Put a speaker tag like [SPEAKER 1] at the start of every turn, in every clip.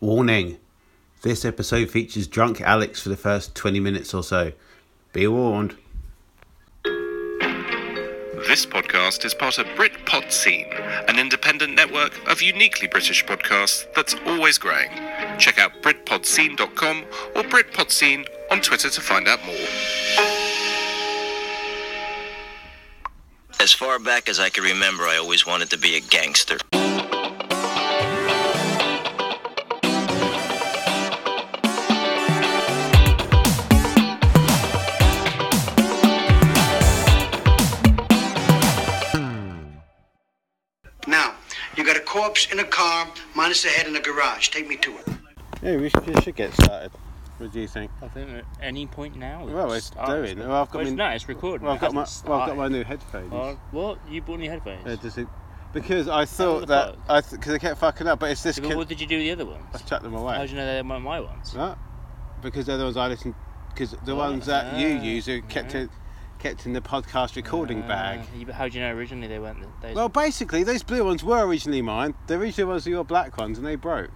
[SPEAKER 1] Warning this episode features drunk Alex for the first 20 minutes or so. Be warned.
[SPEAKER 2] This podcast is part of Britpod Scene, an independent network of uniquely British podcasts that's always growing. Check out BritpodScene.com or Britpod Scene on Twitter to find out more.
[SPEAKER 3] As far back as I can remember, I always wanted to be a gangster.
[SPEAKER 4] Now, you got a corpse in a car, minus the head in a garage. Take me to it.
[SPEAKER 1] Yeah, we should, we should get started. What do you think?
[SPEAKER 5] I think at any point now.
[SPEAKER 1] Well,
[SPEAKER 5] can
[SPEAKER 1] it's
[SPEAKER 5] start.
[SPEAKER 1] doing.
[SPEAKER 5] It's-
[SPEAKER 1] Well, I've got
[SPEAKER 5] it's
[SPEAKER 1] my-
[SPEAKER 5] not. It's recording.
[SPEAKER 1] Well, I've
[SPEAKER 5] It
[SPEAKER 1] got my
[SPEAKER 5] hasn't
[SPEAKER 1] well, I've got my
[SPEAKER 5] started.
[SPEAKER 1] new headphones.
[SPEAKER 5] Uh, what? You bought new headphones?
[SPEAKER 1] They're just- because I
[SPEAKER 5] the
[SPEAKER 1] thought that
[SPEAKER 5] fuck?
[SPEAKER 1] I because I kept fucking up, but it's this.
[SPEAKER 5] Yeah, but
[SPEAKER 1] Kid,
[SPEAKER 5] what did you do with the other ones?
[SPEAKER 1] I've chucked them
[SPEAKER 5] How
[SPEAKER 1] away.
[SPEAKER 5] do you know they weren't my ones?
[SPEAKER 1] Right? Because they're the ones I listen. Because the ones that you use are kept in, kept in the podcast recording bag.
[SPEAKER 5] Uh, yeah, but how do you know originally they weren't th- those?
[SPEAKER 1] Well, basically, those blue ones were originally mine. The original ones were your black ones, and they broke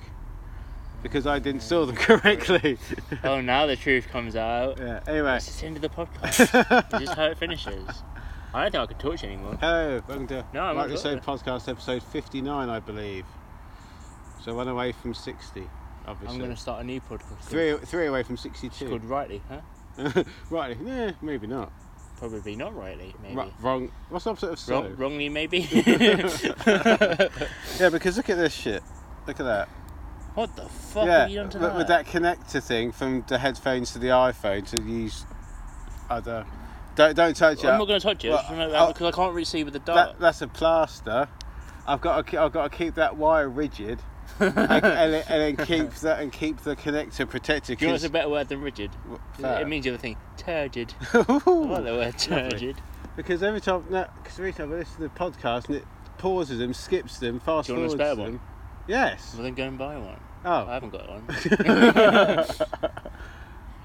[SPEAKER 1] because I didn't store them correctly.
[SPEAKER 5] oh, now the truth comes out.
[SPEAKER 1] yeah. Anyway,
[SPEAKER 5] This is the end of the podcast. this is how it finishes. I don't think I can touch anymore.
[SPEAKER 1] hello, welcome to
[SPEAKER 5] No, I'm not
[SPEAKER 1] Microsoft
[SPEAKER 5] sure.
[SPEAKER 1] Podcast episode fifty-nine, I believe. So one away from sixty, obviously.
[SPEAKER 5] I'm going to start a new podcast.
[SPEAKER 1] Three, three away from
[SPEAKER 5] It's called
[SPEAKER 1] sixty-two.
[SPEAKER 5] Rightly, huh?
[SPEAKER 1] right, yeah, maybe not.
[SPEAKER 5] Probably not rightly, maybe.
[SPEAKER 1] Ru- wrong. What's the opposite of so?
[SPEAKER 5] Wrong, wrongly, maybe.
[SPEAKER 1] Yeah, because look at this shit. Look at that.
[SPEAKER 5] what the fuck
[SPEAKER 1] yeah,
[SPEAKER 5] have you done to
[SPEAKER 1] but with that connector thing from the headphones to the iPhone to use other. Don't don't touch it.
[SPEAKER 5] I'm not going to touch it
[SPEAKER 1] Well,
[SPEAKER 5] just remember-
[SPEAKER 1] I'll-
[SPEAKER 5] because I can't really see with the dark.
[SPEAKER 1] That, that's a plaster. I've got to ke- I've got to keep that wire rigid, and, and, then- and then keep that and keep the connector protected.
[SPEAKER 5] Do you know
[SPEAKER 1] 'cause-
[SPEAKER 5] what's a better word than rigid?
[SPEAKER 1] fair.
[SPEAKER 5] It means the other thing. Turgid. I like
[SPEAKER 1] Ooh,
[SPEAKER 5] the word turgid.
[SPEAKER 1] because every time no, cause every time I listen to the podcast and it pauses them, skips them, fast
[SPEAKER 5] Do you want
[SPEAKER 1] forwards
[SPEAKER 5] a spare
[SPEAKER 1] them.
[SPEAKER 5] one?
[SPEAKER 1] Yes.
[SPEAKER 5] Well, then go and buy one. I
[SPEAKER 1] Oh,
[SPEAKER 5] haven't got one. if, I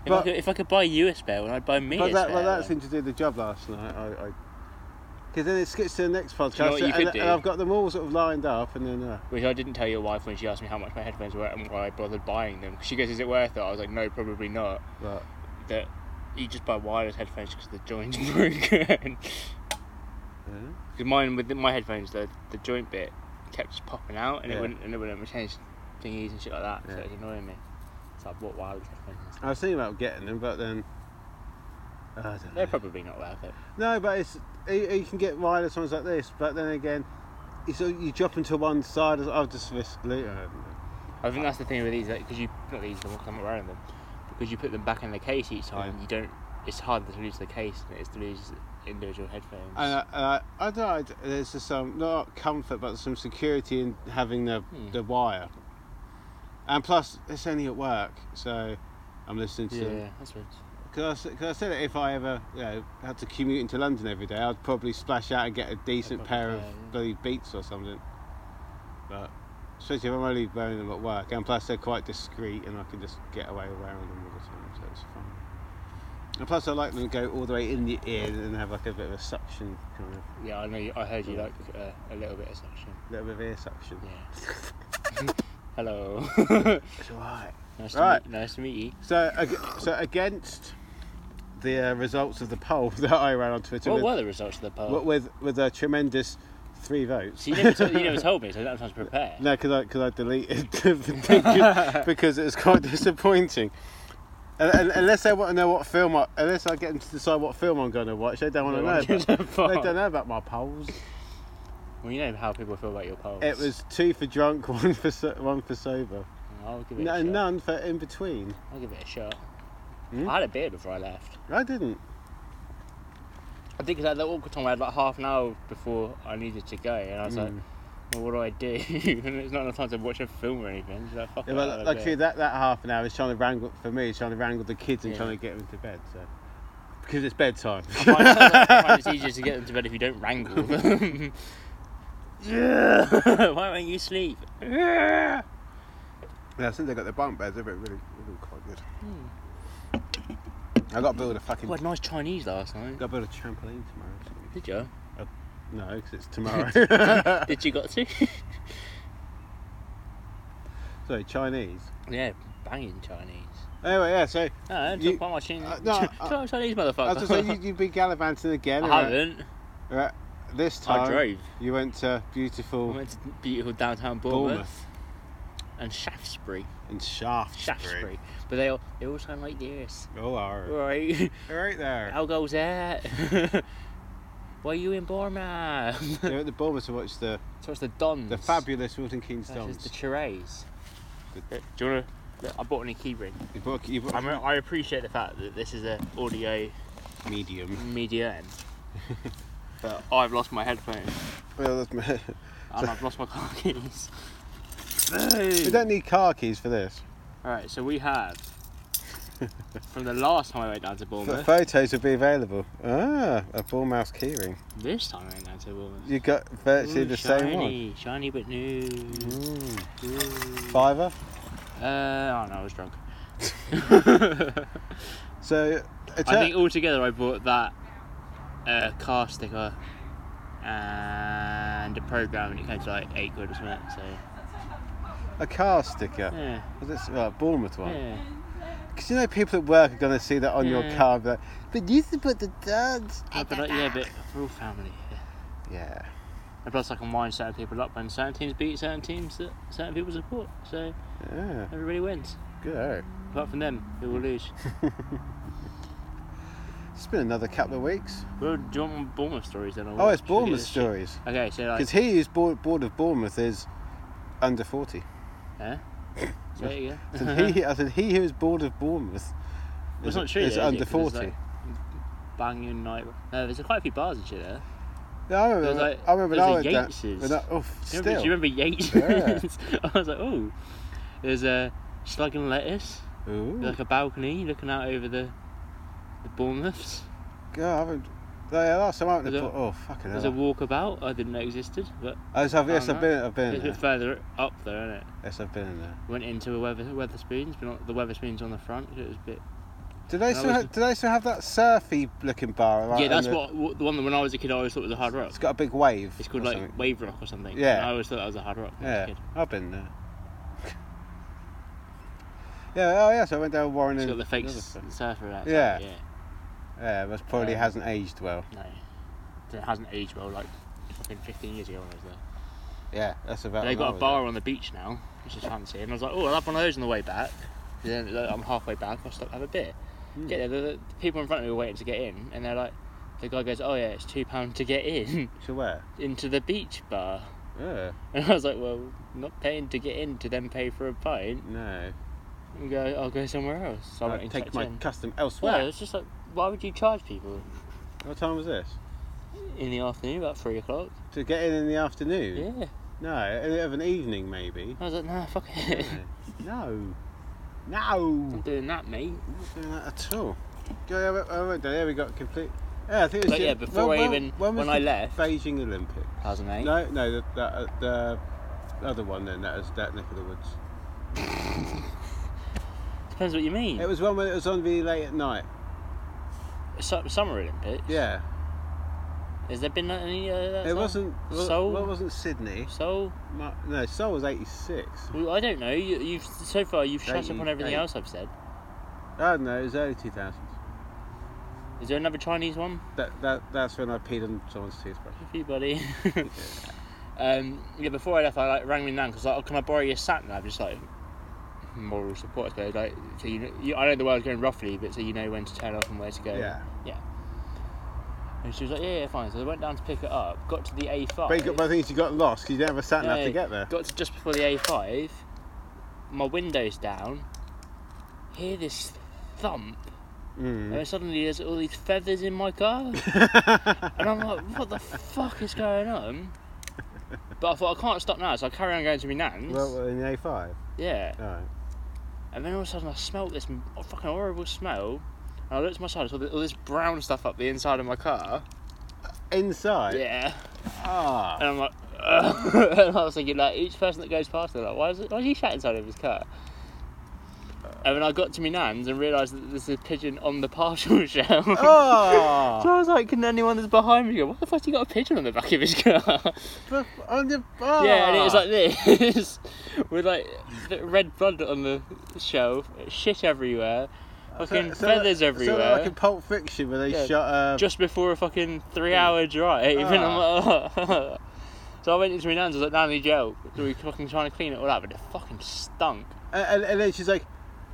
[SPEAKER 1] But-
[SPEAKER 5] could, if I could buy you a spare one, I'd buy me
[SPEAKER 1] but
[SPEAKER 5] a
[SPEAKER 1] that
[SPEAKER 5] spare
[SPEAKER 1] well, that
[SPEAKER 5] one.
[SPEAKER 1] seemed to do the job last night. I. I because then it skips to the next podcast,
[SPEAKER 5] what you
[SPEAKER 1] and,
[SPEAKER 5] could
[SPEAKER 1] and
[SPEAKER 5] do?
[SPEAKER 1] I've got them all sort of lined up, and then uh,
[SPEAKER 5] Which I didn't tell your wife when she asked me how much my headphones were and why I bothered buying them. She goes, "Is it worth it?" I was like, "No, probably not."
[SPEAKER 1] right.
[SPEAKER 5] That you just buy wireless headphones because the joint's broken.
[SPEAKER 1] Yeah.
[SPEAKER 5] Because mine with my headphones, the the joint bit kept just popping out, and
[SPEAKER 1] Yeah.
[SPEAKER 5] it wouldn't and it wouldn't change thingies and shit like that. So
[SPEAKER 1] Yeah.
[SPEAKER 5] it was annoying me. So I bought wireless headphones.
[SPEAKER 1] I was thinking about getting them, but then I don't know.
[SPEAKER 5] They're probably not worth it.
[SPEAKER 1] No, but it's you, you can get wireless ones like this, but then again, you sort of- you drop them to one side. I'll just risk later. I don't know.
[SPEAKER 5] I think that's the thing with these, because you not these, the ones I'm not wearing them, because you put them back in the case each time.
[SPEAKER 1] Yeah.
[SPEAKER 5] You don't. It's harder to lose the case than it is to lose individual headphones.
[SPEAKER 1] And I, and I, I don't know. I d- There's just some not comfort, but some security in having the the wire. And plus, it's only at work, so I'm listening
[SPEAKER 5] yeah,
[SPEAKER 1] to.
[SPEAKER 5] that's right.
[SPEAKER 1] Because I, s- 'cause I said that if I ever you know, had to commute into London every day, I'd probably splash out and get a decent
[SPEAKER 5] Headphones,
[SPEAKER 1] pair of
[SPEAKER 5] yeah, yeah.
[SPEAKER 1] bloody Beats or something. But especially if I'm only wearing them at work, and plus they're quite discreet, and I can just get away with wearing them all the time, so it's fine. And plus, I like them to go all the way in the ear and have like a bit of a suction kind of
[SPEAKER 5] Yeah, I know. You, I heard you like uh, a little bit of suction.
[SPEAKER 1] little bit of ear suction.
[SPEAKER 5] Yeah. Hello.
[SPEAKER 1] It's alright.
[SPEAKER 5] nice,
[SPEAKER 1] Right.
[SPEAKER 5] to meet, nice to meet you.
[SPEAKER 1] So, ag- so against the uh, results of the poll that I ran on Twitter,
[SPEAKER 5] What
[SPEAKER 1] with,
[SPEAKER 5] were the results of the poll?
[SPEAKER 1] with, with with a tremendous three votes.
[SPEAKER 5] So you never, told, you never told me, so I don't have time to prepare.
[SPEAKER 1] No, because I, cause I deleted the because, because it was quite disappointing. And, and, unless they want to know what film, I, unless I get them to decide what film I'm going to watch, they don't want
[SPEAKER 5] No
[SPEAKER 1] to
[SPEAKER 5] one
[SPEAKER 1] know.
[SPEAKER 5] gives a
[SPEAKER 1] About,
[SPEAKER 5] fuck.
[SPEAKER 1] they don't know about my polls.
[SPEAKER 5] Well, you know how people feel about your polls.
[SPEAKER 1] It was two for drunk, one for so, one for sober,
[SPEAKER 5] I'll give it a
[SPEAKER 1] no, Hmm?
[SPEAKER 5] shot.
[SPEAKER 1] none for in between.
[SPEAKER 5] I'll give it a shot. I had a beer before I left.
[SPEAKER 1] I didn't.
[SPEAKER 5] I think 'cause at that awkward time I had like half an hour before I needed to go, and I was
[SPEAKER 1] Mm.
[SPEAKER 5] like, well, what do I do? and it's not enough time to watch a film or anything. So I fuck
[SPEAKER 1] Yeah,
[SPEAKER 5] it, I'll
[SPEAKER 1] but
[SPEAKER 5] have a
[SPEAKER 1] like see,
[SPEAKER 5] beer.
[SPEAKER 1] that, that half an hour is trying to wrangle for me, it's trying to wrangle the kids and
[SPEAKER 5] Yeah.
[SPEAKER 1] trying to get them to bed. So because it's bedtime.
[SPEAKER 5] I find it's easier to get them to bed if you don't wrangle them. yeah. Why won't you sleep?
[SPEAKER 1] yeah, since they got the bunk beds, they've been really, really quite good.
[SPEAKER 5] Hmm.
[SPEAKER 1] I got to build a fucking.
[SPEAKER 5] We Oh, had nice Chinese last night.
[SPEAKER 1] Got to build a trampoline tomorrow. so-
[SPEAKER 5] Did you?
[SPEAKER 1] No, because it's tomorrow.
[SPEAKER 5] Did you got to?
[SPEAKER 1] Sorry, Chinese.
[SPEAKER 5] Yeah, banging Chinese.
[SPEAKER 1] Anyway, yeah. So
[SPEAKER 5] No, don't
[SPEAKER 1] You-
[SPEAKER 5] talk about my Chinese.
[SPEAKER 1] uh, no,
[SPEAKER 5] talk
[SPEAKER 1] I-
[SPEAKER 5] about Chinese
[SPEAKER 1] I was
[SPEAKER 5] motherfucker.
[SPEAKER 1] just saying, you, you've been gallivanting again.
[SPEAKER 5] I
[SPEAKER 1] right?
[SPEAKER 5] haven't.
[SPEAKER 1] Right. This time,
[SPEAKER 5] I drove.
[SPEAKER 1] you went to
[SPEAKER 5] I
[SPEAKER 1] beautiful
[SPEAKER 5] went to beautiful downtown Bournemouth,
[SPEAKER 1] oh. Bournemouth
[SPEAKER 5] and Shaftesbury.
[SPEAKER 1] and Shaftesbury.
[SPEAKER 5] Shaftesbury. But they all, they all sound like this.
[SPEAKER 1] Oh, are
[SPEAKER 5] Right.
[SPEAKER 1] right there.
[SPEAKER 5] How goes that? Why are you in Bournemouth?
[SPEAKER 1] They went to Bournemouth to watch the,
[SPEAKER 5] so it's the Dons.
[SPEAKER 1] the fabulous Wilton Keynes
[SPEAKER 5] Versus
[SPEAKER 1] Dons.
[SPEAKER 5] the Chirays.
[SPEAKER 1] The-
[SPEAKER 5] Do you want to? I bought a new keyring.
[SPEAKER 1] You bought a- you bought a
[SPEAKER 5] I, mean, I appreciate the fact that this is an audio
[SPEAKER 1] medium.
[SPEAKER 5] medium, but I've lost my headphones
[SPEAKER 1] Well, that's my...
[SPEAKER 5] and I've lost my car keys.
[SPEAKER 1] we don't need car keys for this.
[SPEAKER 5] All right, so we have from the last time I went down to
[SPEAKER 1] The
[SPEAKER 5] Bournemouth.
[SPEAKER 1] photos will be available. Ah, a Bournemouth keyring.
[SPEAKER 5] This time I went down to Bournemouth.
[SPEAKER 1] You got virtually
[SPEAKER 5] Ooh,
[SPEAKER 1] the same one.
[SPEAKER 5] shiny, shiny but new.
[SPEAKER 1] Mm.
[SPEAKER 5] Ooh.
[SPEAKER 1] Fiver.
[SPEAKER 5] Uh, oh no, I was drunk.
[SPEAKER 1] So, it's
[SPEAKER 5] I think altogether I bought that uh, car sticker and a program, and it came to like eight quid or something. So
[SPEAKER 1] a car sticker.
[SPEAKER 5] yeah,
[SPEAKER 1] Was this uh, Bournemouth one?
[SPEAKER 5] yeah.
[SPEAKER 1] Because you know people at work are going to see that on your
[SPEAKER 5] Yeah.
[SPEAKER 1] car and be like, but you should put the dads.
[SPEAKER 5] Uh, but, like, yeah, but we're all family. here.
[SPEAKER 1] Yeah.
[SPEAKER 5] And plus, I can wind certain people up when certain teams beat certain teams that certain people support. So
[SPEAKER 1] Yeah.
[SPEAKER 5] everybody wins,
[SPEAKER 1] Ah, Good. arrow.
[SPEAKER 5] apart from them, who will lose.
[SPEAKER 1] It's been another couple of weeks.
[SPEAKER 5] well, do you want more Bournemouth stories then? or
[SPEAKER 1] Oh,
[SPEAKER 5] what?
[SPEAKER 1] it's
[SPEAKER 5] Should we get
[SPEAKER 1] Bournemouth
[SPEAKER 5] this shit-
[SPEAKER 1] stories.
[SPEAKER 5] Okay, so like,
[SPEAKER 1] Because he who's board, board of Bournemouth is under 40.
[SPEAKER 5] say it again.
[SPEAKER 1] I said, he, I said, he who is bored of Bournemouth
[SPEAKER 5] Well,
[SPEAKER 1] is,
[SPEAKER 5] Uh-huh. it's not true.
[SPEAKER 1] is
[SPEAKER 5] though,
[SPEAKER 1] under
[SPEAKER 5] it? 'Cause
[SPEAKER 1] 40.
[SPEAKER 5] there's, Like, Banging night. No, Uh, there's quite a few bars and shit there.
[SPEAKER 1] yeah, I remember,
[SPEAKER 5] there's like-
[SPEAKER 1] I remember
[SPEAKER 5] there's
[SPEAKER 1] when I
[SPEAKER 5] a
[SPEAKER 1] went down.
[SPEAKER 5] Yates's.
[SPEAKER 1] when I- oh,
[SPEAKER 5] Do you
[SPEAKER 1] still.
[SPEAKER 5] remember, do you remember Yates?
[SPEAKER 1] Yeah.
[SPEAKER 5] I was like, oh, there's a slug and lettuce,
[SPEAKER 1] Ooh.
[SPEAKER 5] like a balcony looking out over the the Bournemouths.
[SPEAKER 1] God, I haven't. no, yeah, last time I went to
[SPEAKER 5] There's a-
[SPEAKER 1] Bour- Oh, fucking
[SPEAKER 5] There's a
[SPEAKER 1] hell.
[SPEAKER 5] walkabout I didn't know existed, but
[SPEAKER 1] I was- I've- Yes,
[SPEAKER 5] Oh,
[SPEAKER 1] I've
[SPEAKER 5] no.
[SPEAKER 1] been, I've been
[SPEAKER 5] it's a
[SPEAKER 1] in
[SPEAKER 5] bit
[SPEAKER 1] there.
[SPEAKER 5] further up there, isn't it?
[SPEAKER 1] Yes, I've been in there.
[SPEAKER 5] Went into a weather Weatherspoons, but not, the Weatherspoons on the front. 'cause It was a bit.
[SPEAKER 1] Do they,
[SPEAKER 5] No,
[SPEAKER 1] still
[SPEAKER 5] it's-
[SPEAKER 1] have, do they still have that surfy looking bar? Right
[SPEAKER 5] yeah,
[SPEAKER 1] on
[SPEAKER 5] that's
[SPEAKER 1] the-
[SPEAKER 5] what, what the one that when I was a kid I always thought was a hard rock.
[SPEAKER 1] It's got a big wave.
[SPEAKER 5] It's called
[SPEAKER 1] or
[SPEAKER 5] like
[SPEAKER 1] something.
[SPEAKER 5] Wave Rock or something.
[SPEAKER 1] Yeah.
[SPEAKER 5] And I always thought that was a hard rock. When I was a
[SPEAKER 1] Yeah,
[SPEAKER 5] kid.
[SPEAKER 1] I've been there. yeah, oh yeah, so I went down Warren
[SPEAKER 5] It's
[SPEAKER 1] and
[SPEAKER 5] got the fake
[SPEAKER 1] another
[SPEAKER 5] s-
[SPEAKER 1] thing.
[SPEAKER 5] surfer outside.
[SPEAKER 1] Yeah.
[SPEAKER 5] yeah.
[SPEAKER 1] Yeah, that's probably
[SPEAKER 5] um,
[SPEAKER 1] hasn't aged well.
[SPEAKER 5] No. It hasn't aged well, like fucking 15 years ago when I was there.
[SPEAKER 1] Yeah, that's about.
[SPEAKER 5] They've
[SPEAKER 1] when I
[SPEAKER 5] got a
[SPEAKER 1] was
[SPEAKER 5] bar on the beach now, which is fancy. And I was like, oh, I'll have one of those on the way back. And then like, I'm halfway back, I'll stop have a beer.
[SPEAKER 1] Hmm.
[SPEAKER 5] Get there, the, the people in front of me were waiting to get in, and they're like, the guy goes, oh yeah, it's £2 to get in
[SPEAKER 1] there. To where? Oh,
[SPEAKER 5] into the beach bar.
[SPEAKER 1] Yeah,
[SPEAKER 5] And I was like, well, not paying to get in to then pay for a pint
[SPEAKER 1] no.
[SPEAKER 5] and go, I'll go somewhere else. So I went
[SPEAKER 1] I'll
[SPEAKER 5] and
[SPEAKER 1] take
[SPEAKER 5] checked
[SPEAKER 1] my
[SPEAKER 5] in.
[SPEAKER 1] custom
[SPEAKER 5] Well,
[SPEAKER 1] elsewhere.
[SPEAKER 5] it's just like, why would you charge people
[SPEAKER 1] What time was this?
[SPEAKER 5] in the afternoon, about three o'clock?
[SPEAKER 1] To get in in the afternoon?
[SPEAKER 5] Yeah.
[SPEAKER 1] No, of an evening maybe.
[SPEAKER 5] I was like, nah, fuck it.
[SPEAKER 1] No, no.
[SPEAKER 5] I'm doing that, mate.
[SPEAKER 1] I'm not doing that at all. Go, yeah, well, I went there. Yeah, we got complete. Yeah, I think it was.
[SPEAKER 5] But
[SPEAKER 1] the-
[SPEAKER 5] yeah, before I even-
[SPEAKER 1] was
[SPEAKER 5] when I
[SPEAKER 1] the
[SPEAKER 5] left-
[SPEAKER 1] Beijing Olympic.
[SPEAKER 5] Thousand eight.
[SPEAKER 1] No, no, the, the, uh, the other one then. That was that neck of the woods.
[SPEAKER 5] Depends what you mean.
[SPEAKER 1] It was one when it was on really late at night.
[SPEAKER 5] Su- Summer Olympics.
[SPEAKER 1] Yeah,
[SPEAKER 5] Has there been any? Uh, that
[SPEAKER 1] it
[SPEAKER 5] song?
[SPEAKER 1] wasn't. was
[SPEAKER 5] Seoul?
[SPEAKER 1] Well, it wasn't Sydney.
[SPEAKER 5] So
[SPEAKER 1] Ma- No, Seoul was '86.
[SPEAKER 5] well, I don't know. You, you've so far you've shut up on everything
[SPEAKER 1] Eighty-eight.
[SPEAKER 5] else I've said.
[SPEAKER 1] Oh no, it was early 2000s.
[SPEAKER 5] Is there another Chinese one?
[SPEAKER 1] That, that that's when I peed on someone's toothbrush.
[SPEAKER 5] Everybody. um, yeah. Before I left, I like rang me nan because like, oh, can I borrow your sat nav? Just like moral support, I suppose. Like, so you, know, you, I know the way I was going roughly, but so you know when to turn off and where to go.
[SPEAKER 1] Yeah.
[SPEAKER 5] And she was like, yeah, yeah, fine. So I went down to pick it up. Got to the A5.
[SPEAKER 1] But you got, but the thing is, you got lost because you didn't have a sat nav
[SPEAKER 5] Yeah,
[SPEAKER 1] to get there.
[SPEAKER 5] Got to just before the A5. My window's down. Hear this thump. And
[SPEAKER 1] Mm.
[SPEAKER 5] then suddenly there's all these feathers in my car. and I'm like, what the fuck is going on? But I thought, I can't stop now, so I carry on going to my nan's.
[SPEAKER 1] Well, in the A5.
[SPEAKER 5] yeah.
[SPEAKER 1] Right.
[SPEAKER 5] And then all of a sudden I smelt this m- fucking horrible smell. And I looked to my side, I saw th- all this brown stuff up the inside of my car.
[SPEAKER 1] Inside.
[SPEAKER 5] Yeah.
[SPEAKER 1] Ah.
[SPEAKER 5] And I'm like, and I was thinking, like, each person that goes past, they're like, why is, it, why is he shat inside of his car? And then I got to my nan's and realised that there's a pigeon on the partial shell. So
[SPEAKER 1] Oh,
[SPEAKER 5] I was like, can anyone that's behind me go, what the fuck's he got a pigeon on the back of his car?
[SPEAKER 1] but on the oh.
[SPEAKER 5] Yeah, and it was like this, with like th- red blood on the shelf, shit everywhere, fucking feathers
[SPEAKER 1] Sort
[SPEAKER 5] everywhere.
[SPEAKER 1] of like in Pulp Fiction where they
[SPEAKER 5] Yeah.
[SPEAKER 1] shot. Uh,
[SPEAKER 5] Just before a fucking three-hour drive, and I'm like, "Oh." so I went into my nan's. I was like, "Nan, need your help." So we fucking trying to clean it all up, but it fucking stunk.
[SPEAKER 1] and, and then she's like,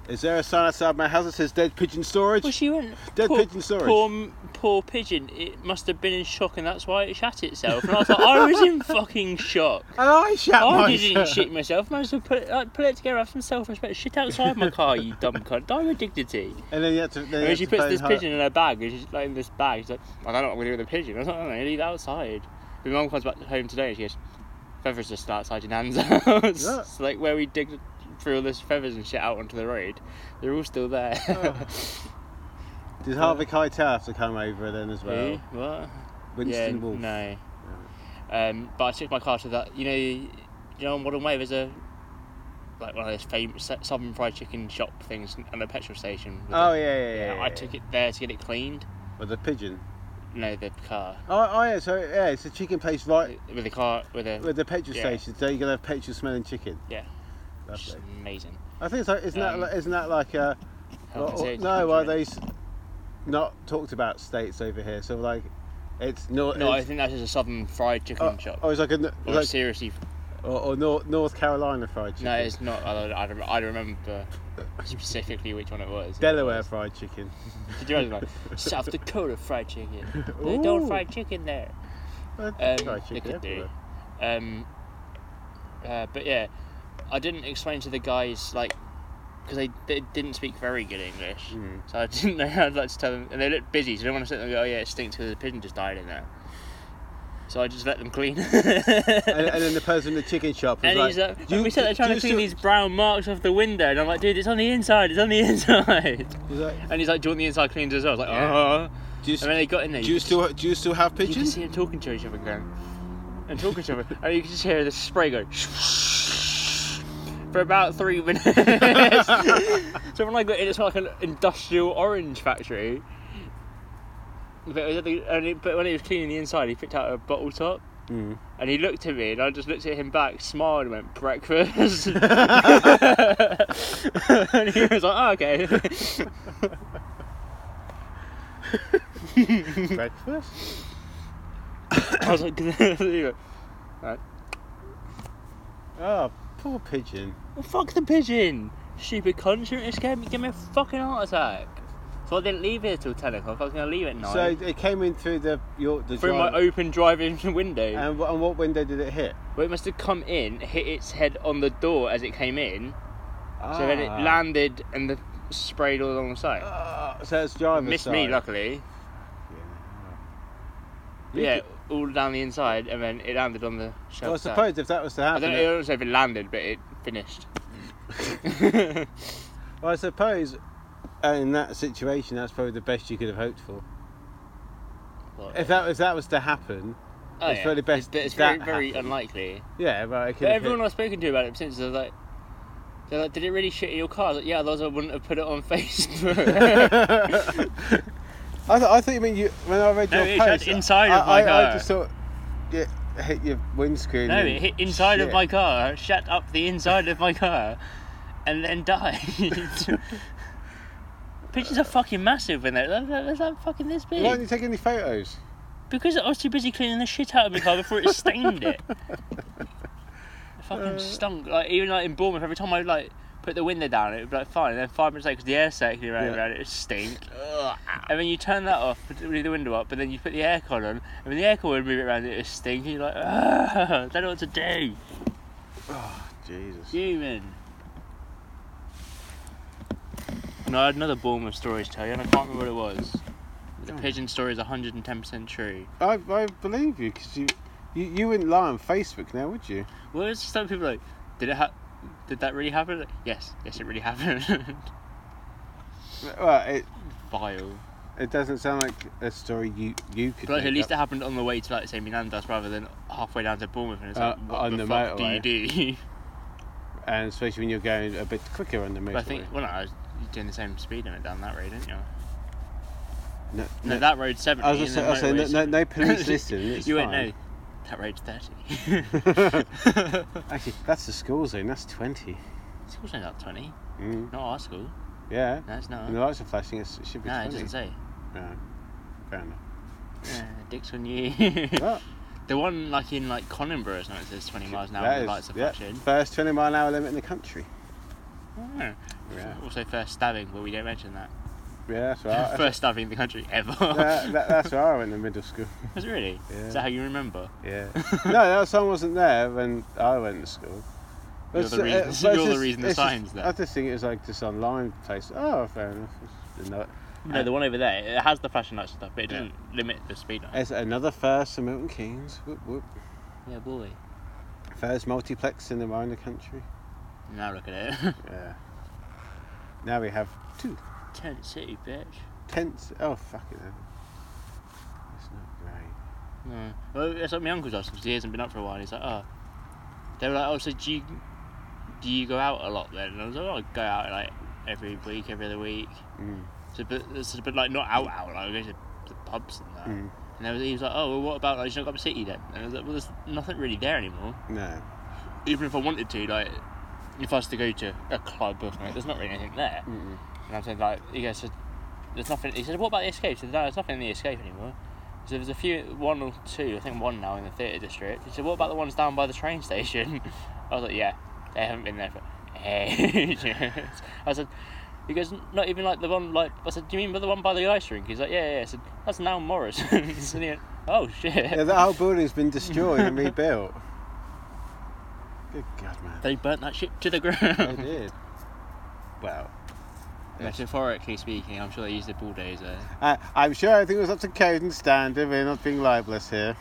[SPEAKER 1] "Is there a sign outside my house that says dead pigeon storage?"
[SPEAKER 5] Well, she went
[SPEAKER 1] Dead
[SPEAKER 5] poor,
[SPEAKER 1] pigeon storage."
[SPEAKER 5] Poor, m- poor pigeon. It must have been in shock, and that's why it shat itself. And I was like, I was in fucking shock.
[SPEAKER 1] and I shat
[SPEAKER 5] I
[SPEAKER 1] myself.
[SPEAKER 5] didn't Oh, shit myself. Managed to put it, like, put it together, have some self-respect. Shit outside my car, you dumb cunt. Die with dignity.
[SPEAKER 1] And then you had to. Then you
[SPEAKER 5] And
[SPEAKER 1] had
[SPEAKER 5] she
[SPEAKER 1] to
[SPEAKER 5] puts
[SPEAKER 1] phone
[SPEAKER 5] this
[SPEAKER 1] her-
[SPEAKER 5] pigeon in her bag, and she's like in this bag. She's like, I don't know what I'm gonna do with the pigeon. I was like, I don't know, leave it outside. My mum comes back home today, and she goes, feathers just outside your nan's house.
[SPEAKER 1] Yeah.
[SPEAKER 5] It's like where we dig through all this feathers and shit out onto the road. They're all still there.
[SPEAKER 1] Oh. Did Harvey Keitel have to come over then as well?
[SPEAKER 5] Eh? what?
[SPEAKER 1] Winston
[SPEAKER 5] yeah,
[SPEAKER 1] Wolfe.
[SPEAKER 5] No. Um, but I took my car to that. You know, you know, on Modern Way, there's a like one of those famous se- southern fried chicken shop things and a petrol station. with
[SPEAKER 1] Oh
[SPEAKER 5] it.
[SPEAKER 1] yeah, yeah, yeah.
[SPEAKER 5] I took it there to get it cleaned.
[SPEAKER 1] With the pigeon.
[SPEAKER 5] No, the car
[SPEAKER 1] Oh, oh yeah. So yeah, it's a chicken place right
[SPEAKER 5] with the car with a
[SPEAKER 1] with the petrol
[SPEAKER 5] Yeah.
[SPEAKER 1] station. So you're gonna have petrol smelling chicken.
[SPEAKER 5] yeah, which is
[SPEAKER 1] Lovely.
[SPEAKER 5] amazing.
[SPEAKER 1] I think it's like, isn't that
[SPEAKER 5] Um,
[SPEAKER 1] like, isn't that like a
[SPEAKER 5] Health and
[SPEAKER 1] well,
[SPEAKER 5] safety
[SPEAKER 1] no? Are
[SPEAKER 5] control.
[SPEAKER 1] these not talked about states over here? So like, it's not.
[SPEAKER 5] No, I
[SPEAKER 1] it's,
[SPEAKER 5] think that's just a southern fried chicken
[SPEAKER 1] oh,
[SPEAKER 5] shop.
[SPEAKER 1] oh, it's like a n-
[SPEAKER 5] or
[SPEAKER 1] like,
[SPEAKER 5] seriously,
[SPEAKER 1] or, or North, North Carolina fried chicken.
[SPEAKER 5] no, it's not. I don't, I don't, I don't remember specifically which one it was.
[SPEAKER 1] Delaware fried chicken.
[SPEAKER 5] Did you imagine that? South Dakota fried chicken. They don't
[SPEAKER 1] Ooh.
[SPEAKER 5] fry chicken there.
[SPEAKER 1] Uh,
[SPEAKER 5] Um,
[SPEAKER 1] fried
[SPEAKER 5] they
[SPEAKER 1] chicken
[SPEAKER 5] could do.
[SPEAKER 1] everywhere.
[SPEAKER 5] Um, uh, but yeah, I didn't explain to the guys like because they, they didn't speak very good English,
[SPEAKER 1] Mm.
[SPEAKER 5] so I didn't know how I'd like to tell them. And they looked busy, so I didn't want to sit there and go, "Oh yeah, it stinks because the pigeon just died in there." So I just let them clean.
[SPEAKER 1] And, and then the person in the chicken shop was
[SPEAKER 5] And
[SPEAKER 1] like,
[SPEAKER 5] he's like,
[SPEAKER 1] "Do you-
[SPEAKER 5] we sat there
[SPEAKER 1] do
[SPEAKER 5] trying
[SPEAKER 1] you
[SPEAKER 5] to clean
[SPEAKER 1] still-"
[SPEAKER 5] these brown marks off the window, and I'm like, dude, it's on the inside, it's on the inside.
[SPEAKER 1] He's like,
[SPEAKER 5] And he's like, do you want the inside cleaned as well? I was like,
[SPEAKER 1] Yeah.
[SPEAKER 5] uh-huh.
[SPEAKER 1] do you,
[SPEAKER 5] And then they got in there.
[SPEAKER 1] do you
[SPEAKER 5] could
[SPEAKER 1] still do you still have
[SPEAKER 5] You can
[SPEAKER 1] pigeons?
[SPEAKER 5] see them talking to each other again. And talking to each other. And you can just hear the spray go for about three minutes. so when I got in, it's like an industrial orange factory. But, it was at the- and it- but when he was cleaning the inside, he picked out a bottle top.
[SPEAKER 1] Mm.
[SPEAKER 5] And he looked at me, and I just looked at him back, smiled, and went, Breakfast. and he was like, oh, okay.
[SPEAKER 1] Breakfast.
[SPEAKER 5] I was like, well,
[SPEAKER 1] Oh, poor pigeon.
[SPEAKER 5] fuck the pigeon. Stupid cunt, shouldn't it scare me? Give me a fucking heart attack. So I didn't leave here till 10 o'clock, I was going to leave at 9.
[SPEAKER 1] So it came in through the your the
[SPEAKER 5] through my
[SPEAKER 1] drive-
[SPEAKER 5] open driving window.
[SPEAKER 1] And, wh- and what window did it hit?
[SPEAKER 5] well, it must have come in, hit its head on the door as it came in, so then it
[SPEAKER 1] Ah.
[SPEAKER 5] landed and the sprayed all along the side.
[SPEAKER 1] Ah, so it's driver's
[SPEAKER 5] Missed
[SPEAKER 1] side.
[SPEAKER 5] me, luckily. But
[SPEAKER 1] You
[SPEAKER 5] yeah,
[SPEAKER 1] could-
[SPEAKER 5] all down the inside, and then it landed on the shelf.
[SPEAKER 1] Well, I
[SPEAKER 5] side.
[SPEAKER 1] suppose if that was to
[SPEAKER 5] I
[SPEAKER 1] happen,
[SPEAKER 5] don't,
[SPEAKER 1] it-
[SPEAKER 5] know, I don't know if it landed, but it finished.
[SPEAKER 1] well, I suppose uh, in that situation, that's probably the best you could have hoped for.
[SPEAKER 5] But-
[SPEAKER 1] If that if that was to happen,
[SPEAKER 5] Oh,
[SPEAKER 1] it's probably best
[SPEAKER 5] But it's very,
[SPEAKER 1] that
[SPEAKER 5] very
[SPEAKER 1] happened.
[SPEAKER 5] unlikely.
[SPEAKER 1] yeah, well, it could
[SPEAKER 5] But
[SPEAKER 1] have
[SPEAKER 5] everyone
[SPEAKER 1] hit-
[SPEAKER 5] I've spoken to about it since they're like, they're like, did it really shit in your car? I was like, yeah, otherwise I wouldn't have put it on Facebook.
[SPEAKER 1] I, th- I thought you mean you when I read
[SPEAKER 5] No,
[SPEAKER 1] your
[SPEAKER 5] it had
[SPEAKER 1] post.
[SPEAKER 5] inside
[SPEAKER 1] I,
[SPEAKER 5] of my
[SPEAKER 1] I, I
[SPEAKER 5] car.
[SPEAKER 1] just thought it hit your windscreen.
[SPEAKER 5] no,
[SPEAKER 1] and
[SPEAKER 5] it hit inside of
[SPEAKER 1] shit.
[SPEAKER 5] my car, shut up the inside of my car, and then died. Pigeons are fucking massive when they're they're- they're like fucking this big.
[SPEAKER 1] Why didn't you take any photos?
[SPEAKER 5] Because I was too busy cleaning the shit out of my car before it stained it. It fucking
[SPEAKER 1] Uh.
[SPEAKER 5] stunk. Like even like in Bournemouth, every time I like put the window down, it would be like fine. And then five minutes later, 'cause the air circulating around,
[SPEAKER 1] Yeah.
[SPEAKER 5] around it, would stink. and then you turn that off, put the leave the window up, but then you put the aircon on, and when the aircon would move it around, it would stink. And you're like, Ugh, don't know what to do.
[SPEAKER 1] Jesus.
[SPEAKER 5] Human. No, I had another Bournemouth story to tell you, and I can't remember what it was. The pigeon story is 110% true.
[SPEAKER 1] I, I believe you because you, you you wouldn't lie on Facebook now, would you?
[SPEAKER 5] Well, it's just some people are like, did it ha- did that really happen? Like, yes, yes, it really happened.
[SPEAKER 1] Well, it
[SPEAKER 5] Vile.
[SPEAKER 1] it doesn't sound like a story you you could.
[SPEAKER 5] But like,
[SPEAKER 1] make
[SPEAKER 5] at least it
[SPEAKER 1] up.
[SPEAKER 5] happened on the way to like say Menandas rather than halfway down to Bournemouth, and it's
[SPEAKER 1] Uh,
[SPEAKER 5] like, what
[SPEAKER 1] on
[SPEAKER 5] the,
[SPEAKER 1] the
[SPEAKER 5] fuck do you
[SPEAKER 1] motorway.
[SPEAKER 5] do?
[SPEAKER 1] and especially when you're going a bit quicker on the motorway.
[SPEAKER 5] But I think, well, no, I was doing the same speed limit down that road, didn't you?
[SPEAKER 1] no,
[SPEAKER 5] No,
[SPEAKER 1] no,
[SPEAKER 5] that road's 70.
[SPEAKER 1] I was just
[SPEAKER 5] and
[SPEAKER 1] saying, I was saying,
[SPEAKER 5] the
[SPEAKER 1] no,
[SPEAKER 5] motorway's
[SPEAKER 1] no, no
[SPEAKER 5] 70.
[SPEAKER 1] police listen. It's
[SPEAKER 5] you
[SPEAKER 1] fine.
[SPEAKER 5] won't know. That road's 30.
[SPEAKER 1] Actually, that's the school zone. That's twenty.
[SPEAKER 5] School's only not 20.
[SPEAKER 1] Mm,
[SPEAKER 5] Not our school.
[SPEAKER 1] yeah.
[SPEAKER 5] No, it's not.
[SPEAKER 1] When the lights are flashing, it's, it should be
[SPEAKER 5] No, it
[SPEAKER 1] twenty.
[SPEAKER 5] doesn't say.
[SPEAKER 1] No, fair enough.
[SPEAKER 5] Uh, dicks on you.
[SPEAKER 1] Well,
[SPEAKER 5] the one like in like Coninborough or something says 20 miles an hour
[SPEAKER 1] that
[SPEAKER 5] and
[SPEAKER 1] is-
[SPEAKER 5] the lights are
[SPEAKER 1] yeah,
[SPEAKER 5] flashing.
[SPEAKER 1] first twenty mile an hour limit in the country.
[SPEAKER 5] Oh.
[SPEAKER 1] Yeah,
[SPEAKER 5] Also, first stabbing, but we don't mention that.
[SPEAKER 1] yeah, that's right.
[SPEAKER 5] first stabbing in the country ever.
[SPEAKER 1] Yeah, that, that's where I went to middle school.
[SPEAKER 5] Was it really?
[SPEAKER 1] Yeah.
[SPEAKER 5] Is that how you remember?
[SPEAKER 1] Yeah. no, that song wasn't there when I went to school.
[SPEAKER 5] You're the reason-
[SPEAKER 1] but
[SPEAKER 5] you're the
[SPEAKER 1] just-
[SPEAKER 5] reason the
[SPEAKER 1] it's just-
[SPEAKER 5] sign's there.
[SPEAKER 1] I just think it was like this online place. Oh, fair enough. It's another,
[SPEAKER 5] No, the one over there, it has the flashing lights and stuff, but it
[SPEAKER 1] Yeah.
[SPEAKER 5] doesn't limit the speed limit.
[SPEAKER 1] it's another first for Milton Keynes. Whoop, whoop.
[SPEAKER 5] Yeah, boy.
[SPEAKER 1] First multiplex cinema in the country.
[SPEAKER 5] Now look at it.
[SPEAKER 1] Yeah. Now we have two
[SPEAKER 5] Tent City, bitch.
[SPEAKER 1] tents. Oh, fuck it. It's not great.
[SPEAKER 5] No. Well, that's what my uncle's asking because he hasn't been up for a while. He's like, oh. They were like, oh, so do you, do you go out a lot then? And I was like, oh, I go out like every week, every other week.
[SPEAKER 1] Mm.
[SPEAKER 5] So, but, so, but like not out, out. Like I go to the pubs and that.
[SPEAKER 1] Mm.
[SPEAKER 5] And I was, he was like, oh, well, what about like you not got a city then? And I was like, well, there's nothing really there anymore.
[SPEAKER 1] No.
[SPEAKER 5] Even if I wanted to, like, if I was to go to a club or something, there's not really anything there.
[SPEAKER 1] Mm-mm.
[SPEAKER 5] And I said like, he goes, "So there's nothing. He said, what about the escape? He said, no, there's nothing in the escape anymore. So there's a few, one or two, I think one now in the theatre district. He said, what about the ones down by the train station? I was like, yeah, they haven't been there for ages. I said, he goes, not even like the one, like, I said, do you mean by the one by the ice rink? He's like, yeah, yeah. I said, that's now Morrison's. and he went, oh, shit.
[SPEAKER 1] Yeah, that whole building's been destroyed and rebuilt. Good God, man.
[SPEAKER 5] they burnt that shit to the
[SPEAKER 1] They
[SPEAKER 5] ground.
[SPEAKER 1] did. Well,
[SPEAKER 5] Metaphorically speaking, I'm sure they used a bulldozer.
[SPEAKER 1] I, I'm sure everything was up to code and standard. We're not being libelous here.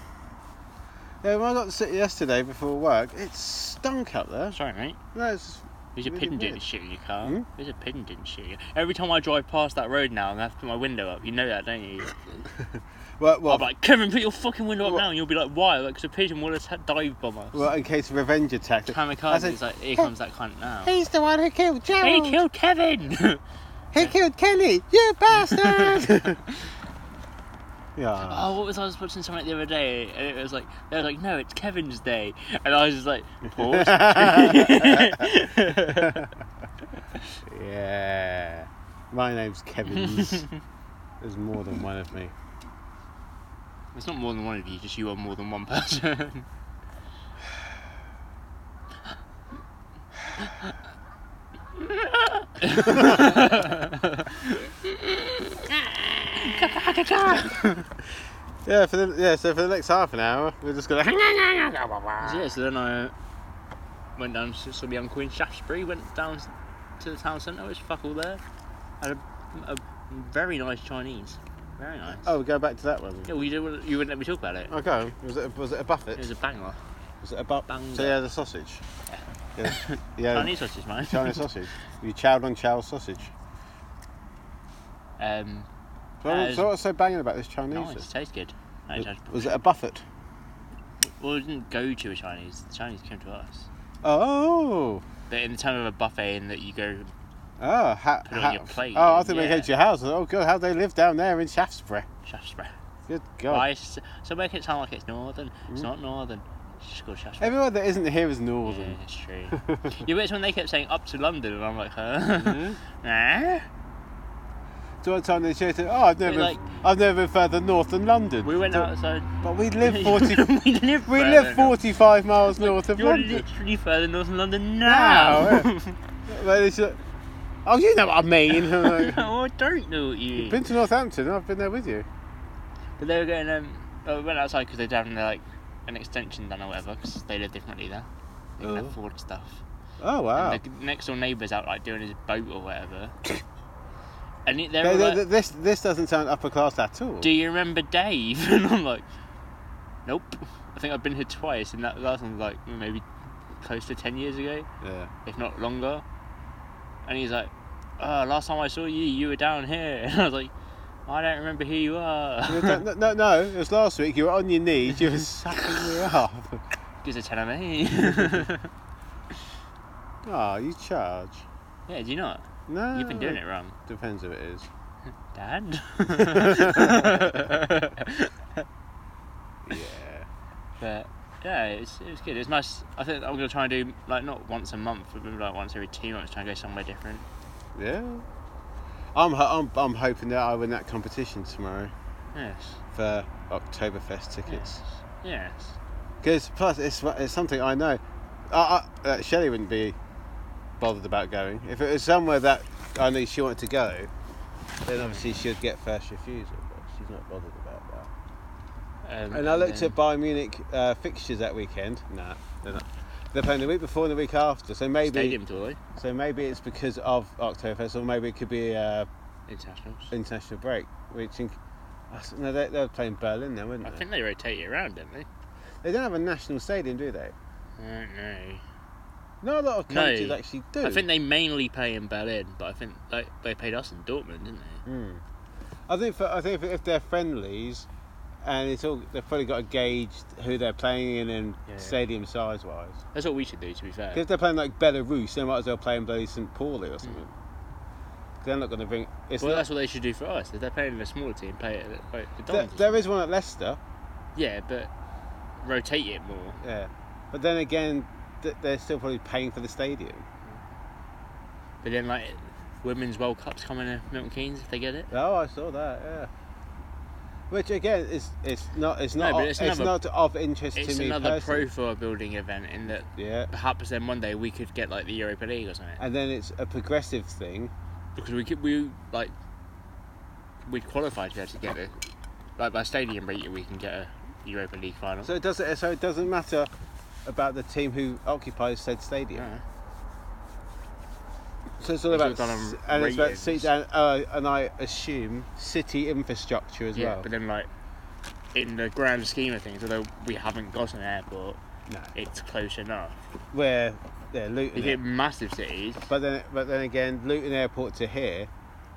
[SPEAKER 1] Yeah, when I got to sit yesterday before work, it stunk up there.
[SPEAKER 5] Sorry, mate.
[SPEAKER 1] No, it's
[SPEAKER 5] There's a
[SPEAKER 1] Really
[SPEAKER 5] pigeon
[SPEAKER 1] weird.
[SPEAKER 5] didn't shoot in your car.
[SPEAKER 1] Hmm?
[SPEAKER 5] There's a pigeon didn't shoot you. Every time I drive past that road now, I'm gonna have to put my window up. You know that, don't you?
[SPEAKER 1] well, well,
[SPEAKER 5] I'm like, Kevin, put your fucking window up
[SPEAKER 1] What?
[SPEAKER 5] now, and you'll be like, why? Like, 'cause a pigeon will attack dive bomber.
[SPEAKER 1] well, in case of revenge attack. I
[SPEAKER 5] Kamikaze
[SPEAKER 1] said,
[SPEAKER 5] is like, here comes that cunt now.
[SPEAKER 1] He's the one who killed
[SPEAKER 5] Hey,
[SPEAKER 1] Gerald.
[SPEAKER 5] kill Kevin!
[SPEAKER 1] He killed Kenny. You bastard. yeah.
[SPEAKER 5] oh, what was I was watching something the other day, and it was like, they were like, no, it's Kevin's day, and I was just like, pause.
[SPEAKER 1] Yeah. My name's Kevin's. There's more than one of me.
[SPEAKER 5] It's not more than one of you, just you are more than one person.
[SPEAKER 1] Yeah. For the yeah. So for the next half an hour, we're just gonna.
[SPEAKER 5] So, yeah, so then I went down to so on Queen Shaftesbury, went down to the town centre, which fuck all there. Had a, a very nice Chinese. Very nice.
[SPEAKER 1] Oh, we go back to that one.
[SPEAKER 5] Yeah, well, you, didn't, you wouldn't let me talk about it.
[SPEAKER 1] Okay. Oh, Was it a, was it a buffet?
[SPEAKER 5] It was a banger.
[SPEAKER 1] Was it a bu-
[SPEAKER 5] Banger.
[SPEAKER 1] So you had a sausage. Yeah. Yeah.
[SPEAKER 5] Chinese sausage, man.
[SPEAKER 1] Um, Chinese sausage. You chowed on chow sausage.
[SPEAKER 5] Um,
[SPEAKER 1] So, what-
[SPEAKER 5] Yeah, it's-
[SPEAKER 1] so what's so banging about this Chinese?
[SPEAKER 5] nice, tastes good. No,
[SPEAKER 1] then?
[SPEAKER 5] Chinese-
[SPEAKER 1] was it a buffet?
[SPEAKER 5] well, we didn't go to a Chinese. The Chinese came to us.
[SPEAKER 1] Oh.
[SPEAKER 5] But in the time of a buffet, in that you go,
[SPEAKER 1] Oh, ha-
[SPEAKER 5] Put it on
[SPEAKER 1] ha-
[SPEAKER 5] your plate,
[SPEAKER 1] Oh, I think they
[SPEAKER 5] yeah.
[SPEAKER 1] go to your house. Oh, God, how they live down there in Shaftesbury.
[SPEAKER 5] Shaftesbury.
[SPEAKER 1] Good God.
[SPEAKER 5] Why? is- So make it sound like it's northern.
[SPEAKER 1] Mm.
[SPEAKER 5] It's not northern. It's just called Shaftesbury.
[SPEAKER 1] Everywhere that isn't here is northern.
[SPEAKER 5] Yeah, it's true. yeah, but it's when they kept saying up to London, and I'm like,
[SPEAKER 1] Mm-hmm.
[SPEAKER 5] huh? nah.
[SPEAKER 1] So one time they said, "Oh, I've never,
[SPEAKER 5] like-
[SPEAKER 1] I've never been further north than London."
[SPEAKER 5] We went
[SPEAKER 1] So-
[SPEAKER 5] outside.
[SPEAKER 1] but we live forty.
[SPEAKER 5] we live.
[SPEAKER 1] we
[SPEAKER 5] further
[SPEAKER 1] live
[SPEAKER 5] north.
[SPEAKER 1] forty-five miles north of
[SPEAKER 5] You're
[SPEAKER 1] London.
[SPEAKER 5] literally further north than London now.
[SPEAKER 1] Now, But they said, oh, you know what I mean. I'm like,
[SPEAKER 5] oh, I don't know what you.
[SPEAKER 1] been to Northampton. I've been there with you.
[SPEAKER 5] But they were going. Um, oh, we went outside because they'd having like an extension done or whatever because they live differently there. They can
[SPEAKER 1] Oh.
[SPEAKER 5] afford stuff.
[SPEAKER 1] Oh wow.
[SPEAKER 5] And the next door neighbour's out like doing his boat or whatever. and it- they
[SPEAKER 1] They-
[SPEAKER 5] were
[SPEAKER 1] they-
[SPEAKER 5] like,
[SPEAKER 1] they- this this doesn't sound upper class at all.
[SPEAKER 5] do you remember Dave? And I'm like, nope. I think I've been here twice, and that last one was like maybe close to 10 years ago,
[SPEAKER 1] yeah.
[SPEAKER 5] if not longer. And he's like, oh, last time I saw you, you were down here. And I was like, I don't remember who you
[SPEAKER 1] no,
[SPEAKER 5] are.
[SPEAKER 1] no, no, no, it was last week. You were on your knees. You were sucking me up.
[SPEAKER 5] Gives a 10 of me.
[SPEAKER 1] Ah, you charge.
[SPEAKER 5] Yeah, do you not?
[SPEAKER 1] No.
[SPEAKER 5] You've been doing it wrong.
[SPEAKER 1] Depends if it is.
[SPEAKER 5] Dad?
[SPEAKER 1] Yeah.
[SPEAKER 5] but yeah, it's, it was good. It's nice. I think I'm going to try and do, like, not once a month, but maybe like once every two months, try and go somewhere different.
[SPEAKER 1] Yeah. I'm, ho- I'm, I'm hoping that I win that competition tomorrow
[SPEAKER 5] Yes.
[SPEAKER 1] for Oktoberfest tickets.
[SPEAKER 5] Yes. Yes.
[SPEAKER 1] Because plus, it's, it's something I know. I, I, uh, Shelley wouldn't be bothered about going. If it was somewhere that I knew she wanted to go, then obviously she'd get first refusal. But she's not bothered about that.
[SPEAKER 5] Um,
[SPEAKER 1] And I looked
[SPEAKER 5] then-
[SPEAKER 1] at Bayern Munich uh, fixtures that weekend. Nah, they're not. They're playing the week before and the week after, so maybe
[SPEAKER 5] Stadium tour,
[SPEAKER 1] so maybe it's because of Oktoberfest, or maybe it could be uh,
[SPEAKER 5] internationals.
[SPEAKER 1] international break. Which in, I s- no, they, they were playing Berlin then, weren't
[SPEAKER 5] I
[SPEAKER 1] they?
[SPEAKER 5] think they rotate it around, don't they?
[SPEAKER 1] They don't have a national stadium, do they?
[SPEAKER 5] I don't know.
[SPEAKER 1] Not a lot of
[SPEAKER 5] No.
[SPEAKER 1] countries actually do.
[SPEAKER 5] I think they mainly play in Berlin, but I think like, they played us in Dortmund, didn't they?
[SPEAKER 1] Hmm. I think for, I think if they're friendlies, and it's all they've probably got to gauge who they're playing in and
[SPEAKER 5] Yeah.
[SPEAKER 1] stadium size wise.
[SPEAKER 5] That's what we should do, to be fair.
[SPEAKER 1] Because they're playing like Belarus, they might as well play in bloody St. Pauli or something. 'Cause they're not going to bring. It's
[SPEAKER 5] Mm. Well,
[SPEAKER 1] not-
[SPEAKER 5] that's what they should do for us. If they're playing in a smaller team, play it at like, the
[SPEAKER 1] there,
[SPEAKER 5] Dons.
[SPEAKER 1] there is one at Leicester,
[SPEAKER 5] Yeah, but rotate it more.
[SPEAKER 1] yeah. But then again, th- they're still probably paying for the stadium.
[SPEAKER 5] But then, like, Women's World Cup's coming to Milton Keynes if they get it.
[SPEAKER 1] Oh, I saw that. Yeah. Which again is it's not it's not
[SPEAKER 5] No, but
[SPEAKER 1] of-
[SPEAKER 5] it's
[SPEAKER 1] it's,
[SPEAKER 5] another-
[SPEAKER 1] not of interest
[SPEAKER 5] It's
[SPEAKER 1] to me
[SPEAKER 5] another
[SPEAKER 1] personally.
[SPEAKER 5] profile building event in that
[SPEAKER 1] Yeah.
[SPEAKER 5] perhaps then one day we could get, like, the Europa League or something.
[SPEAKER 1] And then it's a progressive thing.
[SPEAKER 5] Because we could, we, like, we'd qualify to be able to get it. Like, by stadium rate, we can get a Europa League final.
[SPEAKER 1] So it doesn't so it doesn't matter about the team who occupies said stadium.
[SPEAKER 5] yeah.
[SPEAKER 1] So it's all
[SPEAKER 5] It's
[SPEAKER 1] about
[SPEAKER 5] all done on
[SPEAKER 1] s- and it's about
[SPEAKER 5] ratings.
[SPEAKER 1] seat and, uh, and I assume city infrastructure as
[SPEAKER 5] Yeah,
[SPEAKER 1] well.
[SPEAKER 5] but then, like, in the grand scheme of things, although we haven't got an airport,
[SPEAKER 1] no,
[SPEAKER 5] it's close enough.
[SPEAKER 1] where they're looting.
[SPEAKER 5] You
[SPEAKER 1] It.
[SPEAKER 5] get massive cities,
[SPEAKER 1] But then but then again, Luton Airport to here,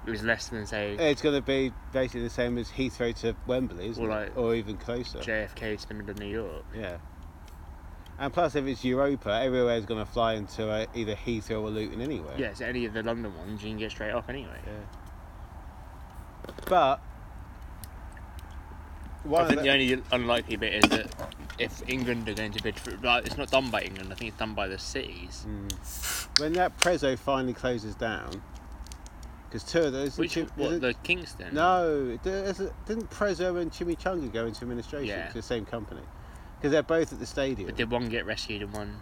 [SPEAKER 5] it was less than, say,
[SPEAKER 1] it's going to be basically the same as Heathrow to Wembley, isn't
[SPEAKER 5] Or
[SPEAKER 1] it?
[SPEAKER 5] like-
[SPEAKER 1] or even closer.
[SPEAKER 5] JFK to the middle of New York.
[SPEAKER 1] yeah. And plus, if it's Europa, everywhere's going to fly into uh, either Heathrow or Luton anyway.
[SPEAKER 5] Yeah, so any of the London ones you can get straight off anyway.
[SPEAKER 1] But one
[SPEAKER 5] I
[SPEAKER 1] of
[SPEAKER 5] think the
[SPEAKER 1] the-
[SPEAKER 5] only unlikely bit is that if England are going to bid for it, like, it's not done by England, I think it's done by the cities.
[SPEAKER 1] Mm. when that Prezzo finally closes down, because two of those.
[SPEAKER 5] Which,
[SPEAKER 1] Chim-
[SPEAKER 5] what,
[SPEAKER 1] isn't-
[SPEAKER 5] the Kingston?
[SPEAKER 1] no, it- there's a- didn't Prezzo and Chimichanga go into administration?
[SPEAKER 5] Yeah.
[SPEAKER 1] The same company, because they're both at the stadium.
[SPEAKER 5] But did one get rescued and one.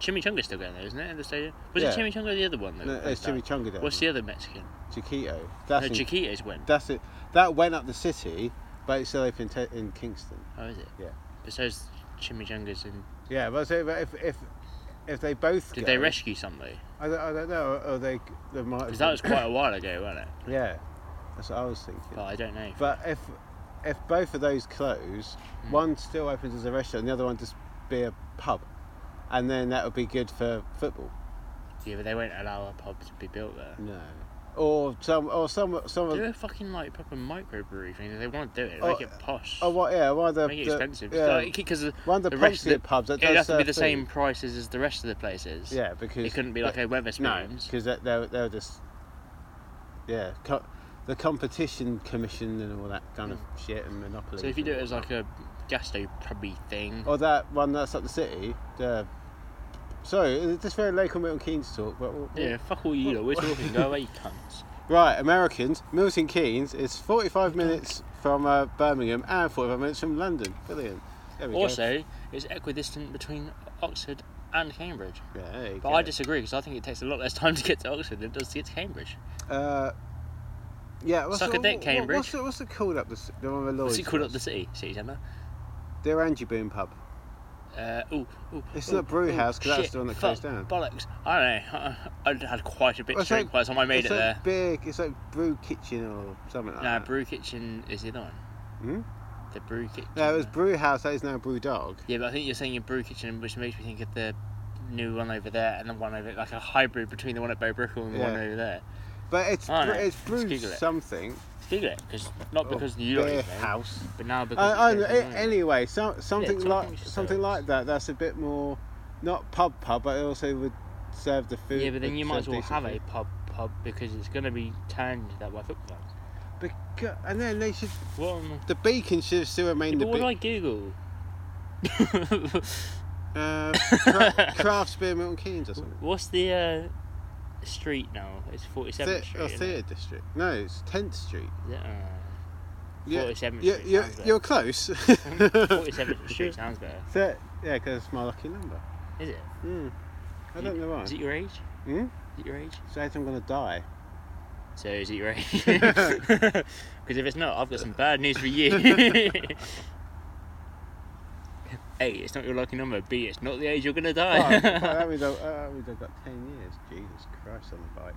[SPEAKER 5] Chimichanga's still going there, isn't it, at the stadium? Was it
[SPEAKER 1] Yeah.
[SPEAKER 5] Chimichanga or the other one? That
[SPEAKER 1] No,
[SPEAKER 5] was
[SPEAKER 1] it's
[SPEAKER 5] down?
[SPEAKER 1] Chimichanga down
[SPEAKER 5] What's the other Mexican?
[SPEAKER 1] Chiquito. That's
[SPEAKER 5] no,
[SPEAKER 1] in-
[SPEAKER 5] Chiquitas went.
[SPEAKER 1] That's it. That went up the city, but it's still open te- in Kingston.
[SPEAKER 5] Oh, is it?
[SPEAKER 1] Yeah.
[SPEAKER 5] But so's Chimichanga's and.
[SPEAKER 1] Yeah, but, so, but if if if they both
[SPEAKER 5] Did
[SPEAKER 1] go-
[SPEAKER 5] they rescue somebody?
[SPEAKER 1] I don't, I don't know. Or they they might. have
[SPEAKER 5] Because that was quite a while ago, wasn't it?
[SPEAKER 1] been- yeah. That's what I was thinking.
[SPEAKER 5] But I don't know.
[SPEAKER 1] But if if both of those close,
[SPEAKER 5] Mm.
[SPEAKER 1] one still opens as a restaurant, and the other one just be a pub, and then that would be good for football.
[SPEAKER 5] Yeah, but they won't allow a pub to be built there.
[SPEAKER 1] No. Or some or some some
[SPEAKER 5] Do
[SPEAKER 1] of
[SPEAKER 5] a fucking like proper microbrewery thing. If they want to do it,
[SPEAKER 1] Oh,
[SPEAKER 5] make it posh.
[SPEAKER 1] or what? Yeah, one of the
[SPEAKER 5] make it
[SPEAKER 1] the-
[SPEAKER 5] expensive.
[SPEAKER 1] Yeah,
[SPEAKER 5] because
[SPEAKER 1] one of the,
[SPEAKER 5] the rest
[SPEAKER 1] Pumpkin
[SPEAKER 5] of the
[SPEAKER 1] pubs that
[SPEAKER 5] it'd have
[SPEAKER 1] does
[SPEAKER 5] to be
[SPEAKER 1] serve
[SPEAKER 5] the same
[SPEAKER 1] food.
[SPEAKER 5] prices as the rest of the places.
[SPEAKER 1] Yeah, because
[SPEAKER 5] It couldn't be like a
[SPEAKER 1] No,
[SPEAKER 5] Weatherspoons.
[SPEAKER 1] because they they were just yeah, co- the competition commission and all that kind of shit and monopoly.
[SPEAKER 5] Mm. so if you do it
[SPEAKER 1] and-
[SPEAKER 5] as like a gastro pubby thing,
[SPEAKER 1] or that one that's up the city, the sorry, it's just very local Milton Keynes talk. But we'll-
[SPEAKER 5] yeah, fuck all you lot. We're talking. Go away, you cunts.
[SPEAKER 1] Right, Americans, Milton Keynes is 45 minutes from uh, Birmingham and 45 minutes from London. Brilliant. There we go.
[SPEAKER 5] Also, it's equidistant between Oxford and Cambridge.
[SPEAKER 1] Yeah, there you
[SPEAKER 5] But
[SPEAKER 1] go.
[SPEAKER 5] I disagree because I think it takes a lot less time to get to Oxford than it does to get to Cambridge.
[SPEAKER 1] Uh, yeah, what's
[SPEAKER 5] Suck
[SPEAKER 1] the,
[SPEAKER 5] a dick,
[SPEAKER 1] what-
[SPEAKER 5] Cambridge.
[SPEAKER 1] What's it, what's it called up the, s- the one with Lloyd's?
[SPEAKER 5] What's it called up the city? City centre.
[SPEAKER 1] The Orangy Boom pub.
[SPEAKER 5] Uh, ooh, ooh,
[SPEAKER 1] It's
[SPEAKER 5] ooh,
[SPEAKER 1] not brew
[SPEAKER 5] ooh,
[SPEAKER 1] house, 'cause that's
[SPEAKER 5] shit,
[SPEAKER 1] the one that
[SPEAKER 5] fuck,
[SPEAKER 1] closed down.
[SPEAKER 5] Bollocks. I don't know. I, I had quite a bit to
[SPEAKER 1] It's like-
[SPEAKER 5] drink by the time I made
[SPEAKER 1] it's
[SPEAKER 5] it there.
[SPEAKER 1] like big, it's like Brew Kitchen or something like uh,
[SPEAKER 5] Nah,
[SPEAKER 1] that.
[SPEAKER 5] Brew Kitchen is the other one. The Brew Kitchen.
[SPEAKER 1] no, it was Brew House, that is now Brew Dog.
[SPEAKER 5] Yeah, but I think you're saying your Brew Kitchen, which makes me think of the new one over there and the one over like a hybrid between the one at Bowbrookle and the one
[SPEAKER 1] Yeah.
[SPEAKER 5] over there.
[SPEAKER 1] But it's,
[SPEAKER 5] Alright,
[SPEAKER 1] Bre- it's
[SPEAKER 5] let's
[SPEAKER 1] Brew
[SPEAKER 5] Google it.
[SPEAKER 1] something.
[SPEAKER 5] Just Google it, because not because
[SPEAKER 1] or
[SPEAKER 5] the you lot
[SPEAKER 1] Beer
[SPEAKER 5] is there,
[SPEAKER 1] Oh, House.
[SPEAKER 5] but now because.
[SPEAKER 1] I, I,
[SPEAKER 5] it's
[SPEAKER 1] a-
[SPEAKER 5] there.
[SPEAKER 1] anyway, so, something
[SPEAKER 5] it's all
[SPEAKER 1] like
[SPEAKER 5] things
[SPEAKER 1] something
[SPEAKER 5] yourselves.
[SPEAKER 1] like that. That's a bit more, not pub pub, but it also would serve the food.
[SPEAKER 5] Yeah, but then
[SPEAKER 1] they
[SPEAKER 5] you might as
[SPEAKER 1] serve
[SPEAKER 5] well
[SPEAKER 1] decent
[SPEAKER 5] have
[SPEAKER 1] food.
[SPEAKER 5] a pub pub because it's going to be turned that way football. fans.
[SPEAKER 1] Becau- and then they should.
[SPEAKER 5] What? Am,
[SPEAKER 1] The beacon should still remain
[SPEAKER 5] but
[SPEAKER 1] the
[SPEAKER 5] what do I
[SPEAKER 1] beacon.
[SPEAKER 5] Google?
[SPEAKER 1] Uh, cra- Crafts, Beer, Milton Keynes or something.
[SPEAKER 5] What's the uh, street now? It's forty seventh
[SPEAKER 1] Thea-
[SPEAKER 5] street.
[SPEAKER 1] or
[SPEAKER 5] isn't
[SPEAKER 1] Theatre
[SPEAKER 5] it?
[SPEAKER 1] oh, District. No, it's 10th Street.
[SPEAKER 5] Is it? Uh,
[SPEAKER 1] Yeah,
[SPEAKER 5] 47th
[SPEAKER 1] yeah,
[SPEAKER 5] Street
[SPEAKER 1] yeah,
[SPEAKER 5] sounds better.
[SPEAKER 1] You're close.
[SPEAKER 5] 47th uh, Street sounds better.
[SPEAKER 1] So, yeah, because it's my lucky number.
[SPEAKER 5] Is it?
[SPEAKER 1] Mm. I don't know why.
[SPEAKER 5] Is it your age?
[SPEAKER 1] Hmm?
[SPEAKER 5] Is it your age?
[SPEAKER 1] So I'm going to die.
[SPEAKER 5] So is it your age? Because if it's not, I've got some bad news for you. A, it's not your lucky number. B, it's not the age you're gonna
[SPEAKER 1] Oh,
[SPEAKER 5] die.
[SPEAKER 1] that means I've, uh, that means I've got 10 years. Jesus Christ on the bike.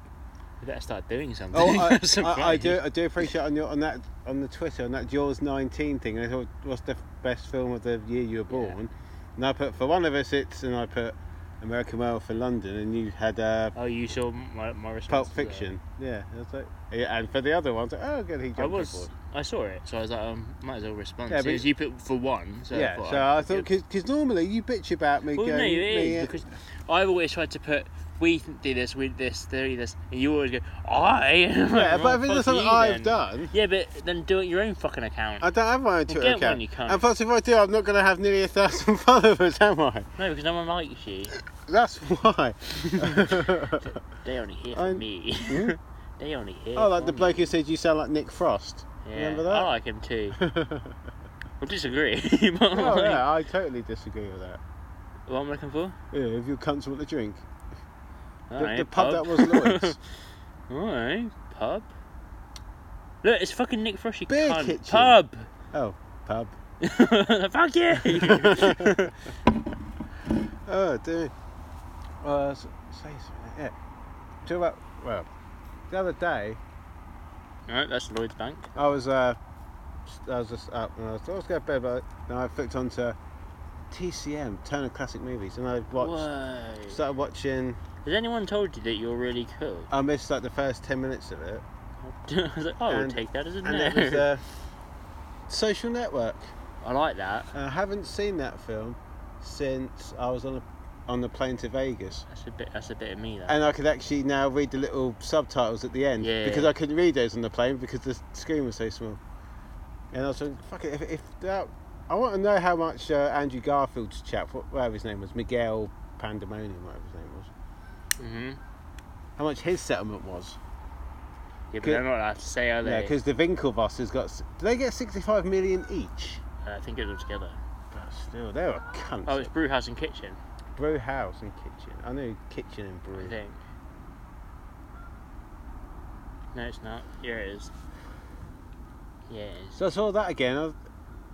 [SPEAKER 5] you better start doing something.
[SPEAKER 1] Oh, I,
[SPEAKER 5] Some
[SPEAKER 1] I, I do.
[SPEAKER 5] plans.
[SPEAKER 1] I do appreciate on your on that on the Twitter on that Jaws 19 thing. I thought, what's the best film of the year you were
[SPEAKER 5] Yeah.
[SPEAKER 1] born? And I put for one of us it's and I put American Werewolf for London, and you had uh,
[SPEAKER 5] Oh, you saw my, my
[SPEAKER 1] Pulp
[SPEAKER 5] response. as well.
[SPEAKER 1] Fiction. Yeah, I was like, yeah, and for the other ones, oh, good, he jumped
[SPEAKER 5] I
[SPEAKER 1] on
[SPEAKER 5] was.
[SPEAKER 1] board.
[SPEAKER 5] I saw it, so I was like, um, might as well respond.
[SPEAKER 1] Yeah,
[SPEAKER 5] Yeah,
[SPEAKER 1] but-
[SPEAKER 5] you put for one. So
[SPEAKER 1] yeah,
[SPEAKER 5] thought
[SPEAKER 1] so
[SPEAKER 5] I'd-
[SPEAKER 1] I thought because normally you bitch about me
[SPEAKER 5] Well,
[SPEAKER 1] going,
[SPEAKER 5] no, it
[SPEAKER 1] me,
[SPEAKER 5] is
[SPEAKER 1] uh,
[SPEAKER 5] because I've always tried to put we do this, we this, do this, and you always go I.
[SPEAKER 1] yeah, but I think
[SPEAKER 5] Fuck
[SPEAKER 1] that's something
[SPEAKER 5] you
[SPEAKER 1] I've
[SPEAKER 5] then.
[SPEAKER 1] done.
[SPEAKER 5] Yeah, but then do it your own fucking account.
[SPEAKER 1] I don't have my own Twitter
[SPEAKER 5] get one,
[SPEAKER 1] account.
[SPEAKER 5] you can't.
[SPEAKER 1] And plus, if I do, I'm not going to have nearly a thousand followers, am I?
[SPEAKER 5] No, because no one likes you.
[SPEAKER 1] That's why.
[SPEAKER 5] They only hear
[SPEAKER 1] I'm-
[SPEAKER 5] from me. they only hear.
[SPEAKER 1] oh, Hmm? like the
[SPEAKER 5] from
[SPEAKER 1] bloke
[SPEAKER 5] me.
[SPEAKER 1] who said you sound like Nick Frost.
[SPEAKER 5] Yeah,
[SPEAKER 1] Remember
[SPEAKER 5] I
[SPEAKER 1] that?
[SPEAKER 5] like him too. I disagree. but I'm
[SPEAKER 1] Oh,
[SPEAKER 5] like-
[SPEAKER 1] yeah, I totally disagree with that.
[SPEAKER 5] What I'm looking for?
[SPEAKER 1] Yeah, if your cunts want to drink. The,
[SPEAKER 5] Alright,
[SPEAKER 1] the pub that was Lloyd's.
[SPEAKER 5] Alright, pub. Look, it's fucking Nick Frosty.
[SPEAKER 1] Beer
[SPEAKER 5] cunt.
[SPEAKER 1] kitchen.
[SPEAKER 5] Pub.
[SPEAKER 1] oh, pub.
[SPEAKER 5] Fuck you.
[SPEAKER 1] Oh, dude. Uh, s- say something. Yeah. Talk about, well, the other day,
[SPEAKER 5] Alright, that's Lloyd's Bank.
[SPEAKER 1] I was uh, I was just up and I was, I was going to bed, but then I flicked onto TCM Turner Classic Movies, and I watched
[SPEAKER 5] Whoa.
[SPEAKER 1] started watching.
[SPEAKER 5] Has anyone told you that you're really cool?
[SPEAKER 1] I missed like the first ten minutes of it,
[SPEAKER 5] I was like, oh, I will
[SPEAKER 1] And-
[SPEAKER 5] take that as a
[SPEAKER 1] and it
[SPEAKER 5] no.
[SPEAKER 1] was uh, Social Network.
[SPEAKER 5] I like that.
[SPEAKER 1] And I haven't seen that film since I was on a, on the plane to Vegas.
[SPEAKER 5] That's a bit. That's a bit of me. That.
[SPEAKER 1] And I could actually now read the little subtitles at the end
[SPEAKER 5] Yeah.
[SPEAKER 1] because I couldn't read those on the plane because the screen was so small. And I was like, fuck it, if, if that. I want to know how much uh, Andrew Garfield's chap, wh- whatever his name was, Miguel Pandemonium, whatever his name was,
[SPEAKER 5] hmm
[SPEAKER 1] how much his settlement was.
[SPEAKER 5] Yeah, but
[SPEAKER 1] Good.
[SPEAKER 5] they're not allowed to say, are
[SPEAKER 1] Yeah,
[SPEAKER 5] they?
[SPEAKER 1] because the Winklevoss has got. s- Do they get 65 million each?
[SPEAKER 5] Uh, I think it was all together.
[SPEAKER 1] But still, they were cunts.
[SPEAKER 5] Oh, it's Brewhouse and Kitchen.
[SPEAKER 1] brew house and kitchen. I knew kitchen and brew.
[SPEAKER 5] I think. No, it's not. Here it is. Yeah. It is.
[SPEAKER 1] So I saw that again, I was-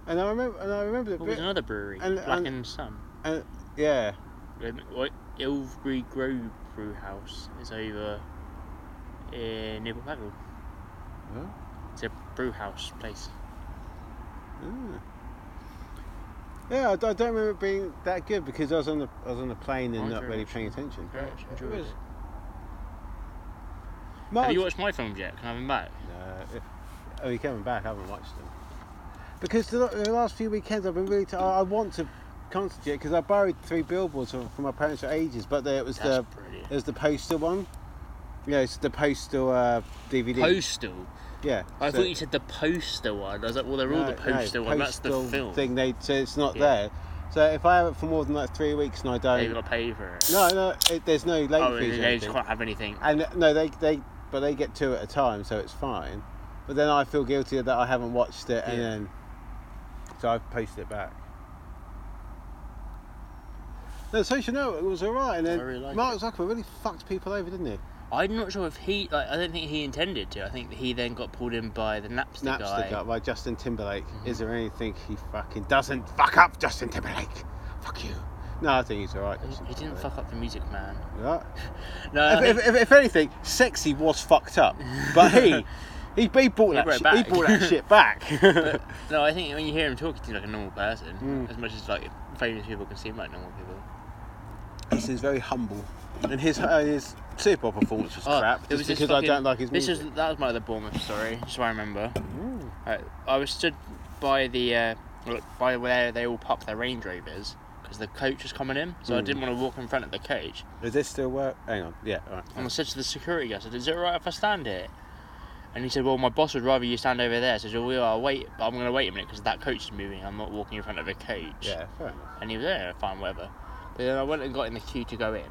[SPEAKER 1] and I remember, and I remember the
[SPEAKER 5] What was
[SPEAKER 1] bit-
[SPEAKER 5] another brewery?
[SPEAKER 1] and-
[SPEAKER 5] Black
[SPEAKER 1] and-
[SPEAKER 5] and, Sun.
[SPEAKER 1] and- yeah.
[SPEAKER 5] Um, what? Ilbury Grove Brewhouse is over eh, in Newport Pagnell.
[SPEAKER 1] Huh?
[SPEAKER 5] It's a brewhouse place.
[SPEAKER 1] Mm. Yeah, I, I don't remember it being that good because I was on the I was on the plane and
[SPEAKER 5] I
[SPEAKER 1] not
[SPEAKER 5] very
[SPEAKER 1] really
[SPEAKER 5] much
[SPEAKER 1] paying attention.
[SPEAKER 5] very much
[SPEAKER 1] It
[SPEAKER 5] enjoyed
[SPEAKER 1] was-
[SPEAKER 5] it.
[SPEAKER 1] March-
[SPEAKER 5] Have you watched my films yet? Can I have them back?
[SPEAKER 1] No, it- oh, you're coming back. I haven't watched them because the, the last few weekends I've been really. T- I, I want to concentrate because I borrowed three billboards from, from my parents for ages, but there it was
[SPEAKER 5] That's
[SPEAKER 1] the
[SPEAKER 5] brilliant.
[SPEAKER 1] it was the postal one. Yeah, it's the postal uh, DVD.
[SPEAKER 5] Postal.
[SPEAKER 1] yeah,
[SPEAKER 5] I
[SPEAKER 1] so-
[SPEAKER 5] thought you said the poster one. I was like, well, they're all the
[SPEAKER 1] No, no,
[SPEAKER 5] poster one. That's the
[SPEAKER 1] postal
[SPEAKER 5] film.
[SPEAKER 1] thing. They so it's not
[SPEAKER 5] Yeah.
[SPEAKER 1] there. So if I have it for more than like three weeks and I
[SPEAKER 5] They've
[SPEAKER 1] don't,
[SPEAKER 5] got to pay for it.
[SPEAKER 1] no, no, it, there's no late
[SPEAKER 5] oh,
[SPEAKER 1] fees.
[SPEAKER 5] they
[SPEAKER 1] or
[SPEAKER 5] they just
[SPEAKER 1] anything.
[SPEAKER 5] can't have anything.
[SPEAKER 1] And uh, no, they they but they get two at a time, so it's fine. But then I feel guilty that I haven't watched it, and
[SPEAKER 5] Yeah.
[SPEAKER 1] then so I've posted it back. No, social network was alright, and then
[SPEAKER 5] I really like
[SPEAKER 1] Mark Zuckerberg really fucked people over, didn't he?
[SPEAKER 5] I'm not sure if he. Like, I don't think he intended to. I think he then got pulled in by the Napster,
[SPEAKER 1] Snaps
[SPEAKER 5] guy. Mm-hmm.
[SPEAKER 1] the gut by Justin Timberlake. Is there anything he fucking doesn't fuck up, Justin Timberlake? Fuck you. No, I think he's alright.
[SPEAKER 5] He,
[SPEAKER 1] Justin
[SPEAKER 5] he didn't
[SPEAKER 1] Timberlake.
[SPEAKER 5] fuck up the music, man.
[SPEAKER 1] Right.
[SPEAKER 5] No, I
[SPEAKER 1] If,
[SPEAKER 5] think-
[SPEAKER 1] if, if, if anything, sexy was fucked up, but he. He, he brought
[SPEAKER 5] He
[SPEAKER 1] that
[SPEAKER 5] brought it
[SPEAKER 1] shit, he
[SPEAKER 5] back.
[SPEAKER 1] brought that shit back.
[SPEAKER 5] no, I think when you hear him talking, he's like a normal person.
[SPEAKER 1] Mm.
[SPEAKER 5] As much as like famous people can seem like normal people.
[SPEAKER 1] he seems very humble, and his uh, his super performance was
[SPEAKER 5] Oh,
[SPEAKER 1] crap.
[SPEAKER 5] it
[SPEAKER 1] Just
[SPEAKER 5] was this
[SPEAKER 1] because I
[SPEAKER 5] fucking-
[SPEAKER 1] don't like his
[SPEAKER 5] This
[SPEAKER 1] music. Hmm.
[SPEAKER 5] is that was my other Bournemouth story, so I remember. I, I was stood by the uh, well, by where they all park their Range Rovers, because the coach was coming in, so I
[SPEAKER 1] Hmm.
[SPEAKER 5] didn't want to walk in front of the coach.
[SPEAKER 1] Does this still work? Hang on. Yeah. All right.
[SPEAKER 5] And I said to the security guy, I said, is it alright if I stand here? And he said, well, my boss would rather you stand over there. So I said, well, I'll wait, but I'm going to wait a minute because that coach is moving. I'm not walking in front of a coach.
[SPEAKER 1] Yeah. Fair enough.
[SPEAKER 5] And he was there, fine, whatever. But then I went and got in the queue to go in,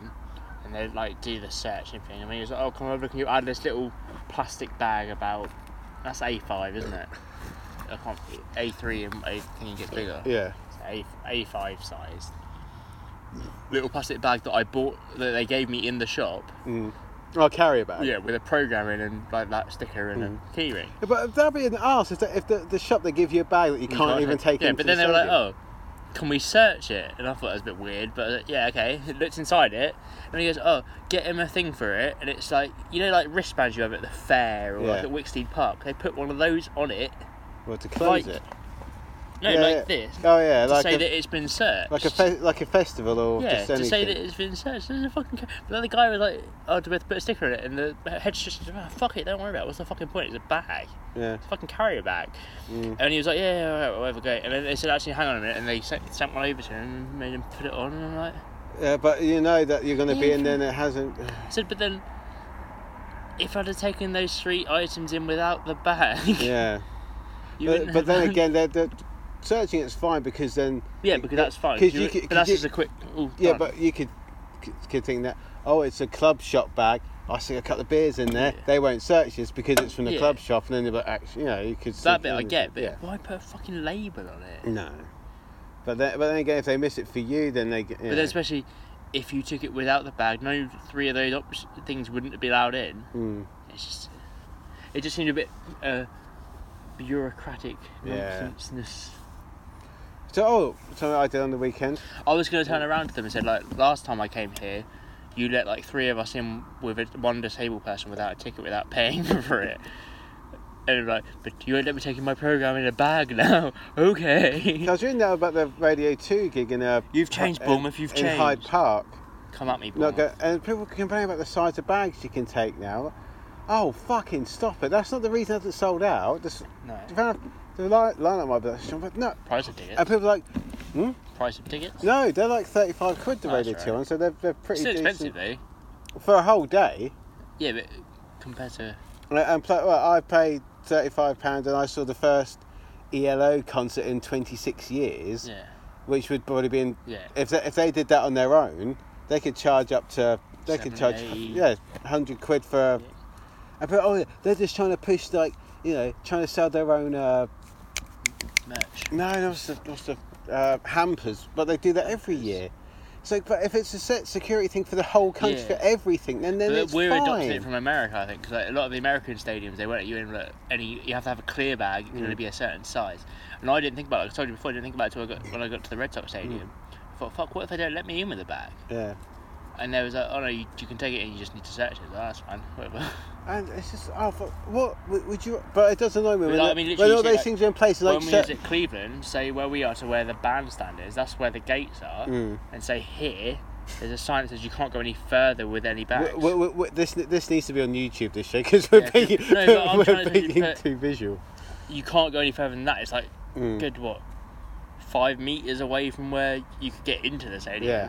[SPEAKER 5] and they like do the search and thing. I mean, he was like, oh, come over, can you add this little plastic bag about, that's A5, isn't it? I can't, A3 and A thing gets bigger.
[SPEAKER 1] Yeah.
[SPEAKER 5] A A5 size little plastic bag that I bought that they gave me in the shop.
[SPEAKER 1] Oh, carry about.
[SPEAKER 5] Yeah, with a programming and like that sticker and
[SPEAKER 1] Hmm.
[SPEAKER 5] a key ring.
[SPEAKER 1] But that'd be an arse if the, if the, the shop they give you a bag that you can't even take
[SPEAKER 5] Yeah,
[SPEAKER 1] into
[SPEAKER 5] but then
[SPEAKER 1] the
[SPEAKER 5] they were like,
[SPEAKER 1] stadium.
[SPEAKER 5] "Oh, can we search it?" And I thought that was a bit weird, but I was like, yeah, okay. Looked inside it, and he goes, "Oh, get him a thing for it." And it's like you know, like wristbands you have at the fair or like
[SPEAKER 1] Yeah.
[SPEAKER 5] at Wicksteed Park. They put one of those on it. oh,
[SPEAKER 1] Well, to close
[SPEAKER 5] like-
[SPEAKER 1] it.
[SPEAKER 5] No,
[SPEAKER 1] Yeah,
[SPEAKER 5] like
[SPEAKER 1] yeah.
[SPEAKER 5] this.
[SPEAKER 1] Oh yeah,
[SPEAKER 5] To
[SPEAKER 1] like
[SPEAKER 5] say
[SPEAKER 1] a,
[SPEAKER 5] that it's been searched.
[SPEAKER 1] like a fe- like a festival or
[SPEAKER 5] Yeah,
[SPEAKER 1] just
[SPEAKER 5] to
[SPEAKER 1] anything.
[SPEAKER 5] say that it's been searched doesn't fucking care. But then the guy was like, "Oh, do we have to put a sticker on it?" And the head's just, oh, "Fuck it, don't worry about it. What's the fucking point? It's a bag.
[SPEAKER 1] yeah.
[SPEAKER 5] It's a fucking carrier bag."
[SPEAKER 1] Mm.
[SPEAKER 5] And he was like, "Yeah, yeah, all right, whatever, great." And then they said, "Actually, hang on a minute." And they sent, sent one over to him and made him put it on. And I'm like,
[SPEAKER 1] yeah, but you know that you're going to be
[SPEAKER 5] Yeah.
[SPEAKER 1] in there and it hasn't.
[SPEAKER 5] I "said, but then, if I'd have taken those three items in without the bag,
[SPEAKER 1] Yeah.
[SPEAKER 5] you
[SPEAKER 1] But,
[SPEAKER 5] wouldn't
[SPEAKER 1] but
[SPEAKER 5] have
[SPEAKER 1] then
[SPEAKER 5] had-
[SPEAKER 1] again, they're, they're searching it's fine because then
[SPEAKER 5] yeah, because that's fine.
[SPEAKER 1] 'Cause
[SPEAKER 5] you
[SPEAKER 1] you
[SPEAKER 5] would-
[SPEAKER 1] could-
[SPEAKER 5] but
[SPEAKER 1] 'cause
[SPEAKER 5] that's
[SPEAKER 1] you-
[SPEAKER 5] just a quick. ooh,
[SPEAKER 1] yeah,
[SPEAKER 5] done.
[SPEAKER 1] but you could could think that oh, it's a club shop bag. I see a couple of beers in there. They won't search this because it's from the
[SPEAKER 5] Yeah.
[SPEAKER 1] club shop, and then they're like, actually, you know, you could.
[SPEAKER 5] that
[SPEAKER 1] sneak
[SPEAKER 5] bit I
[SPEAKER 1] in.
[SPEAKER 5] get. But
[SPEAKER 1] yeah.
[SPEAKER 5] why put a fucking label on it?
[SPEAKER 1] No. But then, but then again, if they miss it for you, then they get.
[SPEAKER 5] But then especially if you took it without the bag, no three of those op- things wouldn't be allowed in.
[SPEAKER 1] Mm.
[SPEAKER 5] It's just, it just seemed a bit uh, bureaucratic
[SPEAKER 1] Yeah.
[SPEAKER 5] nonsenseness.
[SPEAKER 1] So, oh, something I did on the weekend.
[SPEAKER 5] I was going to turn around to them and said, like, last time I came here, you let like three of us in with a, one disabled person without a ticket, without paying for it. And they're like, but you won't let me take my program in a bag now.
[SPEAKER 1] I
[SPEAKER 5] okay.
[SPEAKER 1] was reading now about the Radio 2 gig in uh,
[SPEAKER 5] You've changed,
[SPEAKER 1] in-
[SPEAKER 5] Bournemouth, you've
[SPEAKER 1] in Hyde
[SPEAKER 5] changed. Oh.
[SPEAKER 1] Park.
[SPEAKER 5] Come at me,
[SPEAKER 1] Not
[SPEAKER 5] Bournemouth.
[SPEAKER 1] go, and people complain about the size of bags you can take now. Oh, fucking stop it. That's not the reason that it's sold out. This,
[SPEAKER 5] No.
[SPEAKER 1] the fan- the line, lineup might be that strong, but no.
[SPEAKER 5] Price of tickets.
[SPEAKER 1] And people are like,
[SPEAKER 5] Price of tickets.
[SPEAKER 1] no, they're like 35 quid, the
[SPEAKER 5] Oh, that's
[SPEAKER 1] Radio
[SPEAKER 5] right.
[SPEAKER 1] 2 and so they're, they're
[SPEAKER 5] It's
[SPEAKER 1] pretty
[SPEAKER 5] still
[SPEAKER 1] decent.
[SPEAKER 5] expensive though.
[SPEAKER 1] For a whole day.
[SPEAKER 5] Yeah, but compared to
[SPEAKER 1] And, and play, well, I paid £35 pound and I saw the first ELO concert in 26 years.
[SPEAKER 5] yeah.
[SPEAKER 1] which would probably be in
[SPEAKER 5] Yeah.
[SPEAKER 1] if they, if they did that on their own, they could charge up to they could
[SPEAKER 5] Seven,
[SPEAKER 1] charge
[SPEAKER 5] eight.
[SPEAKER 1] yeah hundred quid for. a- and But oh, yeah, they're just trying to push like you know trying to sell their own. Uh,
[SPEAKER 5] merch.
[SPEAKER 1] no, no, what's the, what's the uh, hampers? But they do that every year. So, but if it's a set security thing for the whole country
[SPEAKER 5] Yeah.
[SPEAKER 1] for everything, then then
[SPEAKER 5] But
[SPEAKER 1] it's
[SPEAKER 5] we're adopting
[SPEAKER 1] fine.
[SPEAKER 5] it from America, I think, because like, a lot of the American stadiums they won't let you in like, any. You have to have a clear bag. It can
[SPEAKER 1] Mm.
[SPEAKER 5] only be a certain size. And I didn't think about. it. Like I told you before, I didn't think about it till I got, when I got to the Red
[SPEAKER 1] Mm.
[SPEAKER 5] Sox stadium. I thought, fuck, what if they don't let me in with a bag?
[SPEAKER 1] yeah,
[SPEAKER 5] And there was like, oh no, you, you can take it and you just need to search it. I was Like, That's fine, whatever.
[SPEAKER 1] and it's just oh, fuck, what would would you? But it does annoy me when,
[SPEAKER 5] like, I
[SPEAKER 1] the-
[SPEAKER 5] mean,
[SPEAKER 1] when
[SPEAKER 5] literally
[SPEAKER 1] all
[SPEAKER 5] you say,
[SPEAKER 1] those
[SPEAKER 5] like,
[SPEAKER 1] things are in place. Like,
[SPEAKER 5] when we
[SPEAKER 1] set-
[SPEAKER 5] was at Cleveland, say where we are to where the bandstand is. That's where the gates are.
[SPEAKER 1] Mm. Hmm.
[SPEAKER 5] And say here, there's a sign that says you can't go any further with any bags.
[SPEAKER 1] W- w- w- this this needs to be on YouTube this show because we're
[SPEAKER 5] Yeah, 'cause-
[SPEAKER 1] being,
[SPEAKER 5] no, but I'm
[SPEAKER 1] we're
[SPEAKER 5] trying to
[SPEAKER 1] being
[SPEAKER 5] put-
[SPEAKER 1] too visual.
[SPEAKER 5] you can't go any further than that. It's like
[SPEAKER 1] Mm.
[SPEAKER 5] good what five meters away from where you could get into the stadium.
[SPEAKER 1] Yeah.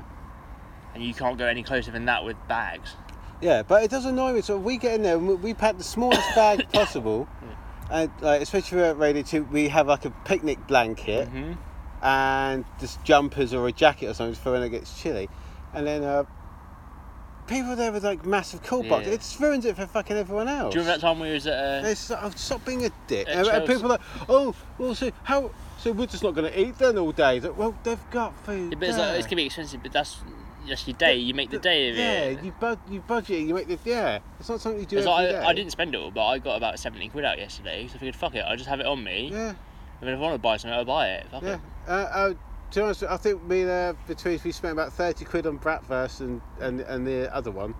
[SPEAKER 5] And you can't go any closer than that with bags.
[SPEAKER 1] Yeah, but it does annoy me. So we get in there and we, we pack the smallest bag possible, and like, especially at Radio Two, we have like a picnic blanket
[SPEAKER 5] Mm-hmm.
[SPEAKER 1] and just jumpers or a jacket or something for when it gets chilly, and then. Uh, People there with like massive cool boxes.
[SPEAKER 5] Yeah.
[SPEAKER 1] It's ruins it for fucking everyone else.
[SPEAKER 5] Do you remember that time we was at? Uh,
[SPEAKER 1] It's like, oh, stop being a dick.
[SPEAKER 5] At
[SPEAKER 1] And, and
[SPEAKER 5] Chelsea.
[SPEAKER 1] people are like, oh, well, so how? So we're just not going to eat then all day. It's like, well, they've got food.
[SPEAKER 5] but it's,
[SPEAKER 1] there.
[SPEAKER 5] like, it's gonna be expensive, but that's that's your day. You make the day of
[SPEAKER 1] yeah,
[SPEAKER 5] it.
[SPEAKER 1] you bud, you budget, you make the yeah. It's not something you do
[SPEAKER 5] It's
[SPEAKER 1] every
[SPEAKER 5] like,
[SPEAKER 1] day.
[SPEAKER 5] I, I didn't spend it all, but I got about seventy quid out yesterday. So I figured, fuck it, I just have it on me.
[SPEAKER 1] Yeah,
[SPEAKER 5] I mean, if I want to buy something, I'll buy it. Fuck
[SPEAKER 1] yeah.
[SPEAKER 5] it.
[SPEAKER 1] Uh, uh, to be honest, I think me and uh, between us, we spent about thirty quid on Bratwurst and and, and the other one.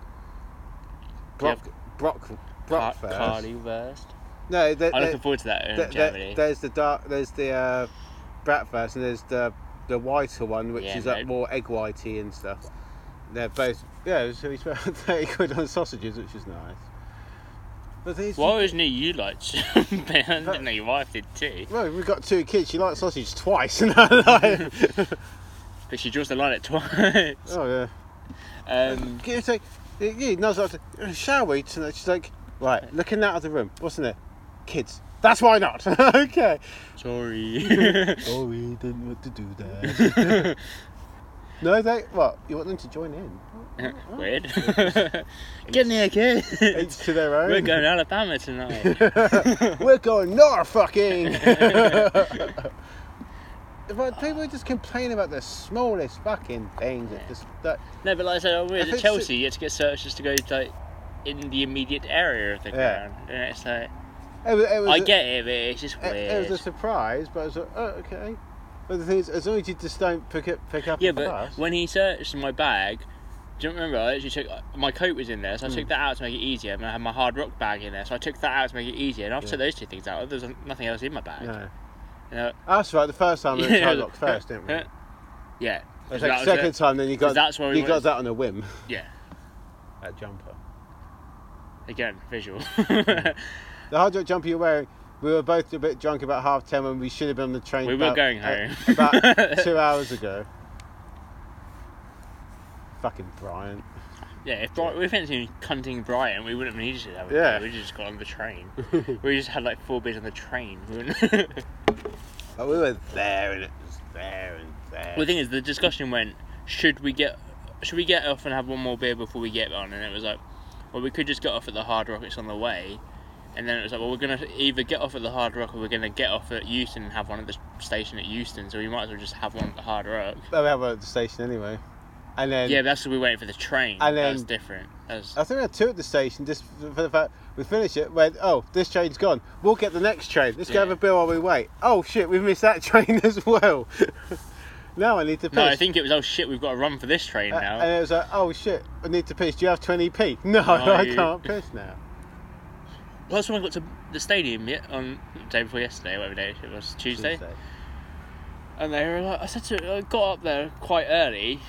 [SPEAKER 1] Brock, Brock,
[SPEAKER 5] Car-
[SPEAKER 1] Brockfurst.
[SPEAKER 5] Carly versed.
[SPEAKER 1] No, they,
[SPEAKER 5] I'm
[SPEAKER 1] they-
[SPEAKER 5] looking forward to that in
[SPEAKER 1] they- they-
[SPEAKER 5] Germany.
[SPEAKER 1] there's the dark. There's the uh, Bratwurst and there's the the whiter one, which
[SPEAKER 5] Yeah,
[SPEAKER 1] is like
[SPEAKER 5] mate.
[SPEAKER 1] more egg whitey and stuff. They're both yeah. So we spent thirty quid on sausages, which is nice. But these.
[SPEAKER 5] well, I always knew you liked champagne. I didn't know your wife did too.
[SPEAKER 1] Well, we've got two kids. She likes sausage twice in her life.
[SPEAKER 5] But she draws the line at twice.
[SPEAKER 1] Oh yeah.
[SPEAKER 5] um,
[SPEAKER 1] Can you say? Yeah, no, so I said, "Uh, shall we? tonight?" She's like, right, looking out of the room. What's in there? Kids. That's why not. okay.
[SPEAKER 5] sorry.
[SPEAKER 1] Oh, we didn't want to do that. no, they. What? You want them to join in?
[SPEAKER 5] Weird. Get in here, kid.
[SPEAKER 1] Each to their own.
[SPEAKER 5] We're going to Alabama tonight.
[SPEAKER 1] We're going north, fucking. But people just complain about the smallest fucking things. It just that
[SPEAKER 5] No, but like I said, when we
[SPEAKER 1] I
[SPEAKER 5] were at
[SPEAKER 1] think
[SPEAKER 5] Chelsea, you had to get searches to go like in the immediate area of the
[SPEAKER 1] Yeah.
[SPEAKER 5] ground. And it's like,
[SPEAKER 1] it was, it was
[SPEAKER 5] I
[SPEAKER 1] a-
[SPEAKER 5] get it, but it's just
[SPEAKER 1] it,
[SPEAKER 5] weird.
[SPEAKER 1] it was a surprise, but I was like, oh, okay. But the thing is, as long as you just don't pick up, pick up
[SPEAKER 5] yeah,
[SPEAKER 1] on
[SPEAKER 5] but
[SPEAKER 1] us.
[SPEAKER 5] when he searched my bag, do you remember? I actually took uh, my coat was in there,
[SPEAKER 1] Hmm.
[SPEAKER 5] so I took that out to make it easier. And I had my hard rock bag in there, so I took that out to make it easier. And after
[SPEAKER 1] Yeah.
[SPEAKER 5] those two things out, there was nothing else in my bag.
[SPEAKER 1] no.
[SPEAKER 5] You know,
[SPEAKER 1] Oh, That's right. The first time we were
[SPEAKER 5] Yeah,
[SPEAKER 1] yeah, locked first, didn't we?
[SPEAKER 5] yeah. yeah.
[SPEAKER 1] It's
[SPEAKER 5] That
[SPEAKER 1] like
[SPEAKER 5] was
[SPEAKER 1] second
[SPEAKER 5] it.
[SPEAKER 1] time, then you got
[SPEAKER 5] 'Cause that's where we
[SPEAKER 1] you
[SPEAKER 5] wanted-
[SPEAKER 1] got that on a whim.
[SPEAKER 5] Yeah.
[SPEAKER 1] That jumper.
[SPEAKER 5] Again, visual.
[SPEAKER 1] Hmm. The hard rock jumper you're wearing. We were both a bit drunk about half ten when we should have been on the train.
[SPEAKER 5] We were
[SPEAKER 1] about-
[SPEAKER 5] going
[SPEAKER 1] uh,
[SPEAKER 5] home.
[SPEAKER 1] about two hours ago. Fucking Brian.
[SPEAKER 5] yeah, if Bri- we hadn't seen cunting Brian, we wouldn't have needed to have it.
[SPEAKER 1] Yeah.
[SPEAKER 5] We just got on the train. we just had like four beers on the train. We wouldn't-
[SPEAKER 1] But we were there and it was there and there.
[SPEAKER 5] Well, the thing is, the discussion went: should we get, should we get off and have one more beer before we get on? And it was like, well, we could just get off at the Hard Rock. It's on the way. And then it was like, well, we're gonna either get off at the Hard Rock or we're gonna get off at Euston and have one at the station at Euston. So we might as well just have one at the Hard Rock.
[SPEAKER 1] But we had one at the station anyway. And then
[SPEAKER 5] yeah, but that's what we waited for the train.
[SPEAKER 1] And
[SPEAKER 5] that was
[SPEAKER 1] then-
[SPEAKER 5] different. That was,
[SPEAKER 1] I think we had two at the station just for for the fact we finish it. Went, oh, this train's gone. We'll get the next train. Let's
[SPEAKER 5] Yeah.
[SPEAKER 1] go have a beer while we wait. Oh shit, we've missed that train as well. now I need to piss.
[SPEAKER 5] no, I think it was oh shit, we've got to run for this train
[SPEAKER 1] Uh,
[SPEAKER 5] now.
[SPEAKER 1] And it was like, oh shit, I need to piss. Do you have 20p? No,
[SPEAKER 5] No,
[SPEAKER 1] I
[SPEAKER 5] you-
[SPEAKER 1] can't piss now.
[SPEAKER 5] Plus, when I got to the stadium yet on the day before yesterday, whatever day it was, Tuesday.
[SPEAKER 1] Tuesday.
[SPEAKER 5] And they were like, I said to, I got up there quite early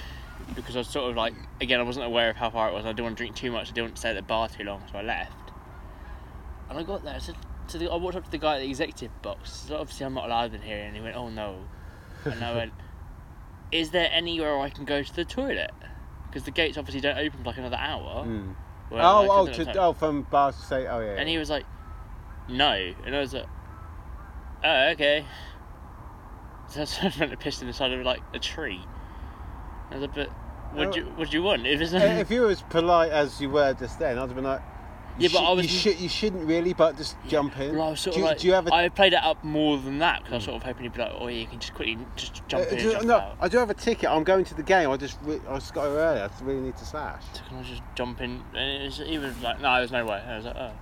[SPEAKER 5] because I was sort of like, again, I wasn't aware of how far it was. I didn't want to drink too much. I didn't want to stay at the bar too long, so I left. And I got there. I said to the, I walked up to the guy at the executive box. I said, Obviously, I'm not allowed in here. And he went, Oh no. And I went, Is there anywhere I can go to the toilet? Because the gates obviously don't open for like another hour.
[SPEAKER 1] Mm.
[SPEAKER 5] Hmm. Well,
[SPEAKER 1] Oh,
[SPEAKER 5] like,
[SPEAKER 1] oh,
[SPEAKER 5] I don't know
[SPEAKER 1] to,
[SPEAKER 5] time.
[SPEAKER 1] oh, from bars to say, oh yeah.
[SPEAKER 5] And he was like, no. And I was like, oh, okay. So I went and pissed in the side of like a tree. I was like, but what do you, what do you want? If it's
[SPEAKER 1] Uh, if you were as polite as you were just then, I'd have been like, you
[SPEAKER 5] Yeah, but I
[SPEAKER 1] should-
[SPEAKER 5] was-
[SPEAKER 1] You, should, you shouldn't really, but just jump in.
[SPEAKER 5] well, I was sort
[SPEAKER 1] do,
[SPEAKER 5] of
[SPEAKER 1] you-
[SPEAKER 5] like,
[SPEAKER 1] do you have a Hmm.
[SPEAKER 5] I played it up more than that because I was sort of hoping he'd be like, oh, yeah, you can just quickly just jump
[SPEAKER 1] Uh,
[SPEAKER 5] in
[SPEAKER 1] do
[SPEAKER 5] and
[SPEAKER 1] you-
[SPEAKER 5] jump
[SPEAKER 1] no,
[SPEAKER 5] out.
[SPEAKER 1] I do have a ticket. I'm going to the game. I just, re- I just got here early. I just really need to slash.
[SPEAKER 5] So can I just jump in? And it was, he was like, no, there's no way. And I was like, oh,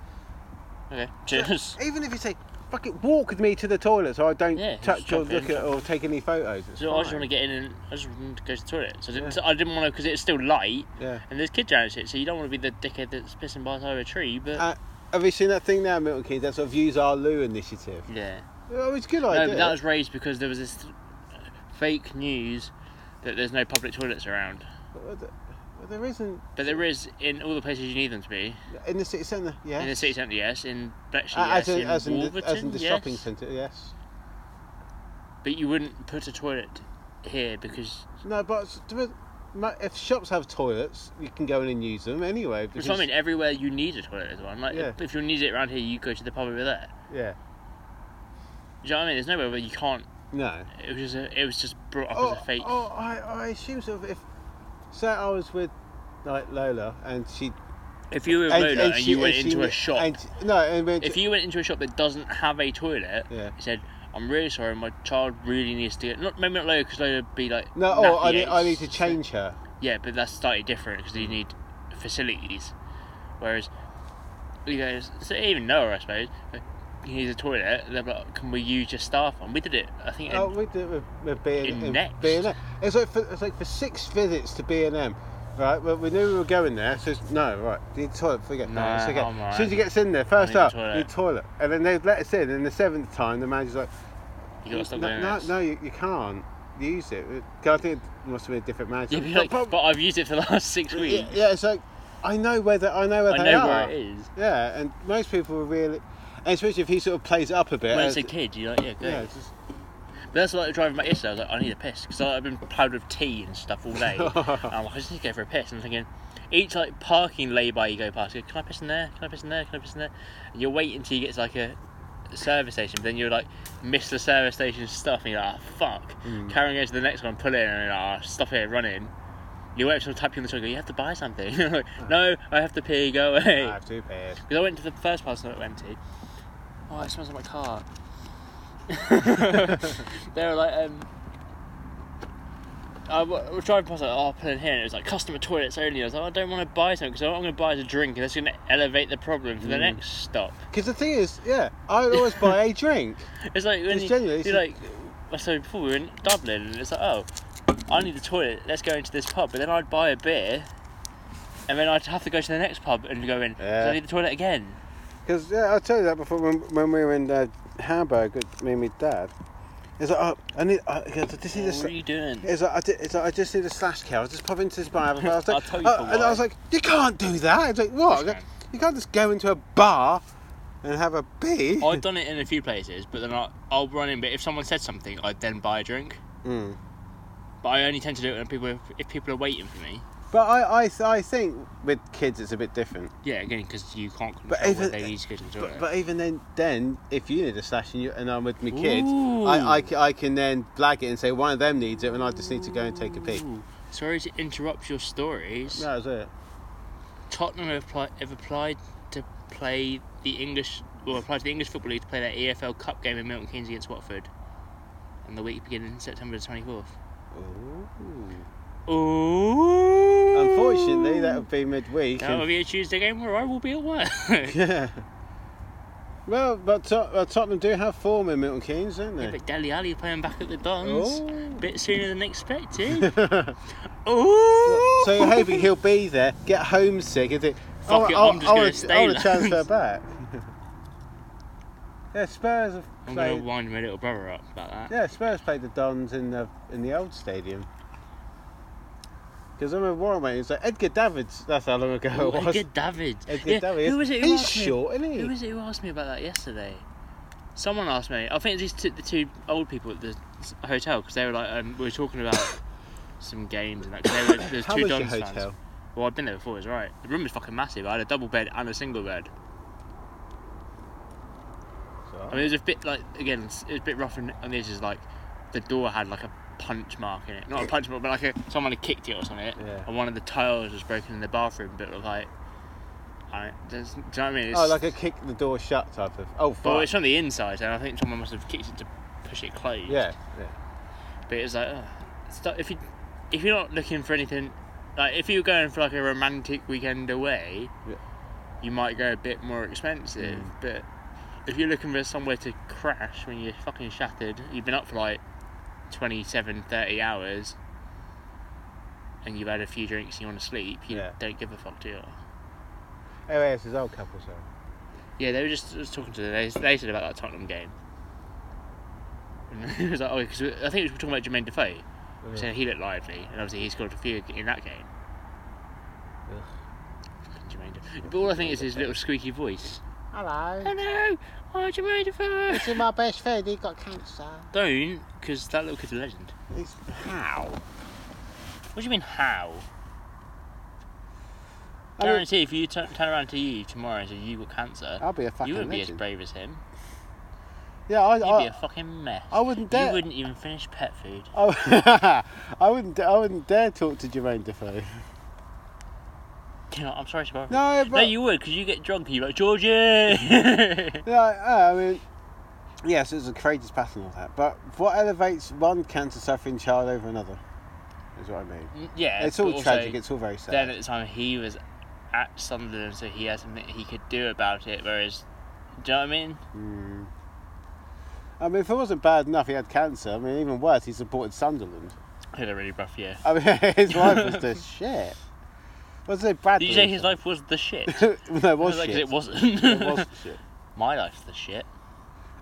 [SPEAKER 5] okay, cheers.
[SPEAKER 1] Even if you say, "Fuck it, walk with me to the toilet," so I don't
[SPEAKER 5] Yeah, just
[SPEAKER 1] touch or
[SPEAKER 5] jump in,
[SPEAKER 1] look at or take any photos. It's
[SPEAKER 5] So I just
[SPEAKER 1] fine.
[SPEAKER 5] want to get in and I just wanted to go to the toilet. So I didn't,
[SPEAKER 1] Yeah.
[SPEAKER 5] so I didn't want to because it's still light
[SPEAKER 1] Yeah.
[SPEAKER 5] and there's kids around shit. So you don't want to be the dickhead that's pissing by the side of a tree. But
[SPEAKER 1] Uh, have you seen that thing now, Milton Keynes? That sort of use our loo initiative.
[SPEAKER 5] yeah,
[SPEAKER 1] Oh, it's a good
[SPEAKER 5] no,
[SPEAKER 1] idea.
[SPEAKER 5] but that was raised because there was this fake news that there's no public toilets around.
[SPEAKER 1] But there- but there isn't
[SPEAKER 5] But there is in all the places you need them to be.
[SPEAKER 1] in the city centre. Yeah.
[SPEAKER 5] In the city centre, yes. In Bletchley,
[SPEAKER 1] Uh, as,
[SPEAKER 5] yes.
[SPEAKER 1] in,
[SPEAKER 5] in
[SPEAKER 1] as, in the,
[SPEAKER 5] Wolverton,
[SPEAKER 1] as in the
[SPEAKER 5] yes.
[SPEAKER 1] shopping centre, yes.
[SPEAKER 5] But you wouldn't put a toilet here because.
[SPEAKER 1] No, but s- to be- ma- if shops have toilets, you can go in and use them anyway.
[SPEAKER 5] Which
[SPEAKER 1] Because,
[SPEAKER 5] I mean, everywhere you need a toilet is one. Like,
[SPEAKER 1] Yeah.
[SPEAKER 5] if, if you need it around here, you go to the pub over there.
[SPEAKER 1] Yeah.
[SPEAKER 5] Do you know what I mean? There's nowhere where you can't.
[SPEAKER 1] No.
[SPEAKER 5] It was just. A, it was just brought up as a fake.
[SPEAKER 1] oh, I, I assume sort of if say I was with like Lola and she
[SPEAKER 5] if you were
[SPEAKER 1] and,
[SPEAKER 5] Lola and,
[SPEAKER 1] she-
[SPEAKER 5] you went
[SPEAKER 1] and she-
[SPEAKER 5] into a shop,
[SPEAKER 1] and she- no and went
[SPEAKER 5] if you went into a shop that doesn't have a toilet,
[SPEAKER 1] Yeah.
[SPEAKER 5] you said, "I'm really sorry, my child really needs to get not maybe not Lola because Lola'd be like
[SPEAKER 1] no oh I
[SPEAKER 5] nappy
[SPEAKER 1] need, I
[SPEAKER 5] age.
[SPEAKER 1] need to change her
[SPEAKER 5] Yeah, but that's slightly different because you need facilities, whereas you guys so even Noah, I suppose, uh, he needs a toilet. They're like, "Can we use your staff one?" We did it. I think.
[SPEAKER 1] oh
[SPEAKER 5] in-
[SPEAKER 1] we did it with, with B
[SPEAKER 5] in
[SPEAKER 1] and
[SPEAKER 5] next.
[SPEAKER 1] B and M it's like for, it's like for six visits to B and M. Right, well, we knew we were going there, so it's, no, right, the toilet, forget
[SPEAKER 5] Nah,
[SPEAKER 1] that, it's okay. As
[SPEAKER 5] I'm
[SPEAKER 1] soon as
[SPEAKER 5] alright.
[SPEAKER 1] he gets in there, first
[SPEAKER 5] need the
[SPEAKER 1] up,
[SPEAKER 5] toilet.
[SPEAKER 1] the toilet. And then they let us in, and the seventh time, the manager's like,
[SPEAKER 5] you gotta stop
[SPEAKER 1] no,
[SPEAKER 5] doing
[SPEAKER 1] no,
[SPEAKER 5] this.
[SPEAKER 1] no, you, you can't use it. 'Cause I think it must have been a different manager.
[SPEAKER 5] You'd be like,
[SPEAKER 1] But-
[SPEAKER 5] but I've used it for the last six weeks.
[SPEAKER 1] Yeah, yeah, it's like I know where the, I know where
[SPEAKER 5] I
[SPEAKER 1] they
[SPEAKER 5] know
[SPEAKER 1] are.
[SPEAKER 5] where it is.
[SPEAKER 1] Yeah, and most people are really, and especially if he sort of plays it up a bit.
[SPEAKER 5] When
[SPEAKER 1] as-
[SPEAKER 5] it's a kid, you're like, yeah, go.
[SPEAKER 1] yeah, it's just,
[SPEAKER 5] that's what I was driving back yesterday. I was like, I need a piss because I've been plowed with tea and stuff all day. And I'm like, I just need to go for a piss. And I'm thinking, each like parking lay-by you go past, you go, can I piss in there? Can I piss in there? Can I piss in there? And you wait until you get to like a service station, but then you're like miss the service station stuff, and you're like, oh, fuck. Carrying over to the next one, pull in, and you're like, oh, stop here, run in. You wait for someone to tap you on the shoulder, go, you have to buy something. You're like, no, I have to pee, go away.
[SPEAKER 1] I have two pairs.
[SPEAKER 5] Because I went to the first person that went to. Oh, it smells like my car. they were like, um, I wa- I was driving past like, oh, pull in here, and it was like customer toilets only. I was like, I don't want to buy something because all I'm going to buy is a drink, and that's going to elevate the problem for the
[SPEAKER 1] Mm.
[SPEAKER 5] next stop.
[SPEAKER 1] Because the thing is, yeah, I would always buy a drink.
[SPEAKER 5] It's like when
[SPEAKER 1] It's
[SPEAKER 5] you,
[SPEAKER 1] genuinely-
[SPEAKER 5] you're like, so before we were in Dublin, and it's like, oh, I need a toilet. Let's go into this pub, but then I'd buy a beer, and then I'd have to go to the next pub and go in. 'cause
[SPEAKER 1] Yeah.
[SPEAKER 5] I need the toilet again.
[SPEAKER 1] Because yeah, I told you that before when, when we were in uh, Hamburg with me and my dad. It's like, oh, I need, I, I just need a,
[SPEAKER 5] What
[SPEAKER 1] sl-
[SPEAKER 5] are you doing?
[SPEAKER 1] it's like, I, did, it's like, I just need a slash care. I was just pop into this bar. and I was like,
[SPEAKER 5] I'll tell you
[SPEAKER 1] oh,
[SPEAKER 5] for
[SPEAKER 1] and I
[SPEAKER 5] why.
[SPEAKER 1] was like, you can't do that. It's like, what? I go,
[SPEAKER 5] can.
[SPEAKER 1] you can't just go into a bar and have a pee.
[SPEAKER 5] I've done it in a few places, but then I, I'll run in. But if someone said something, I'd then buy a drink.
[SPEAKER 1] Mm.
[SPEAKER 5] But I only tend to do it when people if, people are waiting for me.
[SPEAKER 1] But I, I, I think with kids it's a bit different.
[SPEAKER 5] Yeah, again, because you can't control
[SPEAKER 1] But
[SPEAKER 5] but
[SPEAKER 1] even-
[SPEAKER 5] they need to go to the toilet.
[SPEAKER 1] But, but even then, then if you need a slash and, you, and I'm with my kids,
[SPEAKER 5] Ooh.
[SPEAKER 1] I, I c- I can then flag it and say one of them needs it, and I just need to go and take a pee.
[SPEAKER 5] Ooh, sorry to interrupt your stories.
[SPEAKER 1] That was it.
[SPEAKER 5] Tottenham have, apply, have applied to play the English, well, applied to the English Football League to play their EFL Cup game in Milton Keynes against Watford, on the week beginning September the twenty fourth. Ooh.
[SPEAKER 1] Unfortunately, that would be midweek.
[SPEAKER 5] That
[SPEAKER 1] and-
[SPEAKER 5] will be a Tuesday game where I will be at work.
[SPEAKER 1] yeah. Well, but Tot- well, Tottenham do have form in Milton Keynes, don't they?
[SPEAKER 5] But Deli Ali playing back at the Dons.
[SPEAKER 1] Oh.
[SPEAKER 5] Bit sooner than expected. Ooh.
[SPEAKER 1] so you're hoping he'll be there, get homesick, and think,
[SPEAKER 5] Fuck
[SPEAKER 1] I-
[SPEAKER 5] it,
[SPEAKER 1] I-
[SPEAKER 5] I'm just
[SPEAKER 1] I
[SPEAKER 5] gonna
[SPEAKER 1] wanna-
[SPEAKER 5] stay
[SPEAKER 1] I want to
[SPEAKER 5] there.
[SPEAKER 1] transfer back. yeah, Spurs have
[SPEAKER 5] I'm going
[SPEAKER 1] played.
[SPEAKER 5] to wind my little brother up about that.
[SPEAKER 1] Yeah, Spurs played the Dons in the in the old stadium. Because I remember Warren went, he was like Edgar Davids. That's how long ago
[SPEAKER 5] Ooh,
[SPEAKER 1] it was.
[SPEAKER 5] Edgar Davids.
[SPEAKER 1] Edgar
[SPEAKER 5] yeah,
[SPEAKER 1] Davids.
[SPEAKER 5] Who was it who
[SPEAKER 1] He's
[SPEAKER 5] asked
[SPEAKER 1] short,
[SPEAKER 5] me?
[SPEAKER 1] isn't he?
[SPEAKER 5] Who was it who asked me about that yesterday? Someone asked me. I think it was these two, the two old people at the s- hotel because they were like, um, we were talking about some games and that. 'cause they were, there's
[SPEAKER 1] how
[SPEAKER 5] two
[SPEAKER 1] was your
[SPEAKER 5] Dons fans.
[SPEAKER 1] hotel?
[SPEAKER 5] Well, I've been there before. It was right. The room was fucking massive. I had a double bed and a single bed.
[SPEAKER 1] So-
[SPEAKER 5] I mean, it was a bit like again, it was a bit rough on on the edges. Like the door had like a punch mark in it, not a punch mark, but like a someone had kicked it or something.
[SPEAKER 1] Yeah.
[SPEAKER 5] And one of the tiles was broken in the bathroom, but it was like, I there's, do you know what I mean? It's,
[SPEAKER 1] oh, like a kick the door shut type of. Oh,
[SPEAKER 5] but
[SPEAKER 1] fuck.
[SPEAKER 5] it's on the inside, and I think someone must have kicked it to push it closed.
[SPEAKER 1] Yeah, yeah.
[SPEAKER 5] But it's like, ugh. uh, It's like, if you if you're not looking for anything, like if you're going for like a romantic weekend away,
[SPEAKER 1] Yeah. Mm.
[SPEAKER 5] you might go a bit more expensive. But if you're looking for somewhere to crash when you're fucking shattered, you've been up for like 27, 30 hours, and you've had a few drinks, and you want to sleep. You
[SPEAKER 1] Yeah.
[SPEAKER 5] don't give a fuck, do you?
[SPEAKER 1] Anyway, it's his old couple, so.
[SPEAKER 5] Yeah, they were just I was talking to them. They, they said about that Tottenham game. And he was like, oh, because I think we were talking about Jermaine Defoe.
[SPEAKER 1] Yeah.
[SPEAKER 5] So he looked lively, and obviously he scored a few in that game.
[SPEAKER 1] Ugh.
[SPEAKER 5] Fucking Jermaine Defoe. But all I think is his little squeaky voice.
[SPEAKER 1] Hello.
[SPEAKER 5] Oh no! Oh, Jermaine Defoe!
[SPEAKER 1] This is my best friend. He got cancer.
[SPEAKER 5] Don't, because that little kid's a legend.
[SPEAKER 1] It's how?
[SPEAKER 5] What do you mean, how?
[SPEAKER 1] I
[SPEAKER 5] I
[SPEAKER 1] mean-
[SPEAKER 5] guarantee if you turn turn around to you tomorrow and say you got cancer,
[SPEAKER 1] I'll be a fucking
[SPEAKER 5] you wouldn't be as
[SPEAKER 1] legend.
[SPEAKER 5] brave as him.
[SPEAKER 1] yeah, I,
[SPEAKER 5] You'd be
[SPEAKER 1] I,
[SPEAKER 5] a fucking mess.
[SPEAKER 1] I wouldn't dare-
[SPEAKER 5] You wouldn't even finish pet food.
[SPEAKER 1] I, I wouldn't. I wouldn't dare talk to Jermaine Defoe.
[SPEAKER 5] Do you know, I'm sorry to bother.
[SPEAKER 1] No,
[SPEAKER 5] you.
[SPEAKER 1] but
[SPEAKER 5] no, you would, because you get drunk and you're like, Georgie! yeah,
[SPEAKER 1] Yeah, I, I mean, yes, it's a courageous pattern all that. But what elevates one cancer suffering child over another? Is what I mean. it's
[SPEAKER 5] but
[SPEAKER 1] all
[SPEAKER 5] also,
[SPEAKER 1] tragic. It's all very sad.
[SPEAKER 5] Then at the time, he was at Sunderland, so he had something he could do about it, whereas, do you know what I mean?
[SPEAKER 1] Mm. I mean, if it wasn't bad enough, he had cancer. I mean, even worse, he supported Sunderland.
[SPEAKER 5] He had a really rough year.
[SPEAKER 1] I mean, his life was the shit. Was it bad?
[SPEAKER 5] Did you say his life was the shit?
[SPEAKER 1] no, it
[SPEAKER 5] I
[SPEAKER 1] was
[SPEAKER 5] like, 'cause
[SPEAKER 1] shit.
[SPEAKER 5] it wasn't.
[SPEAKER 1] It was shit.
[SPEAKER 5] My life's the shit.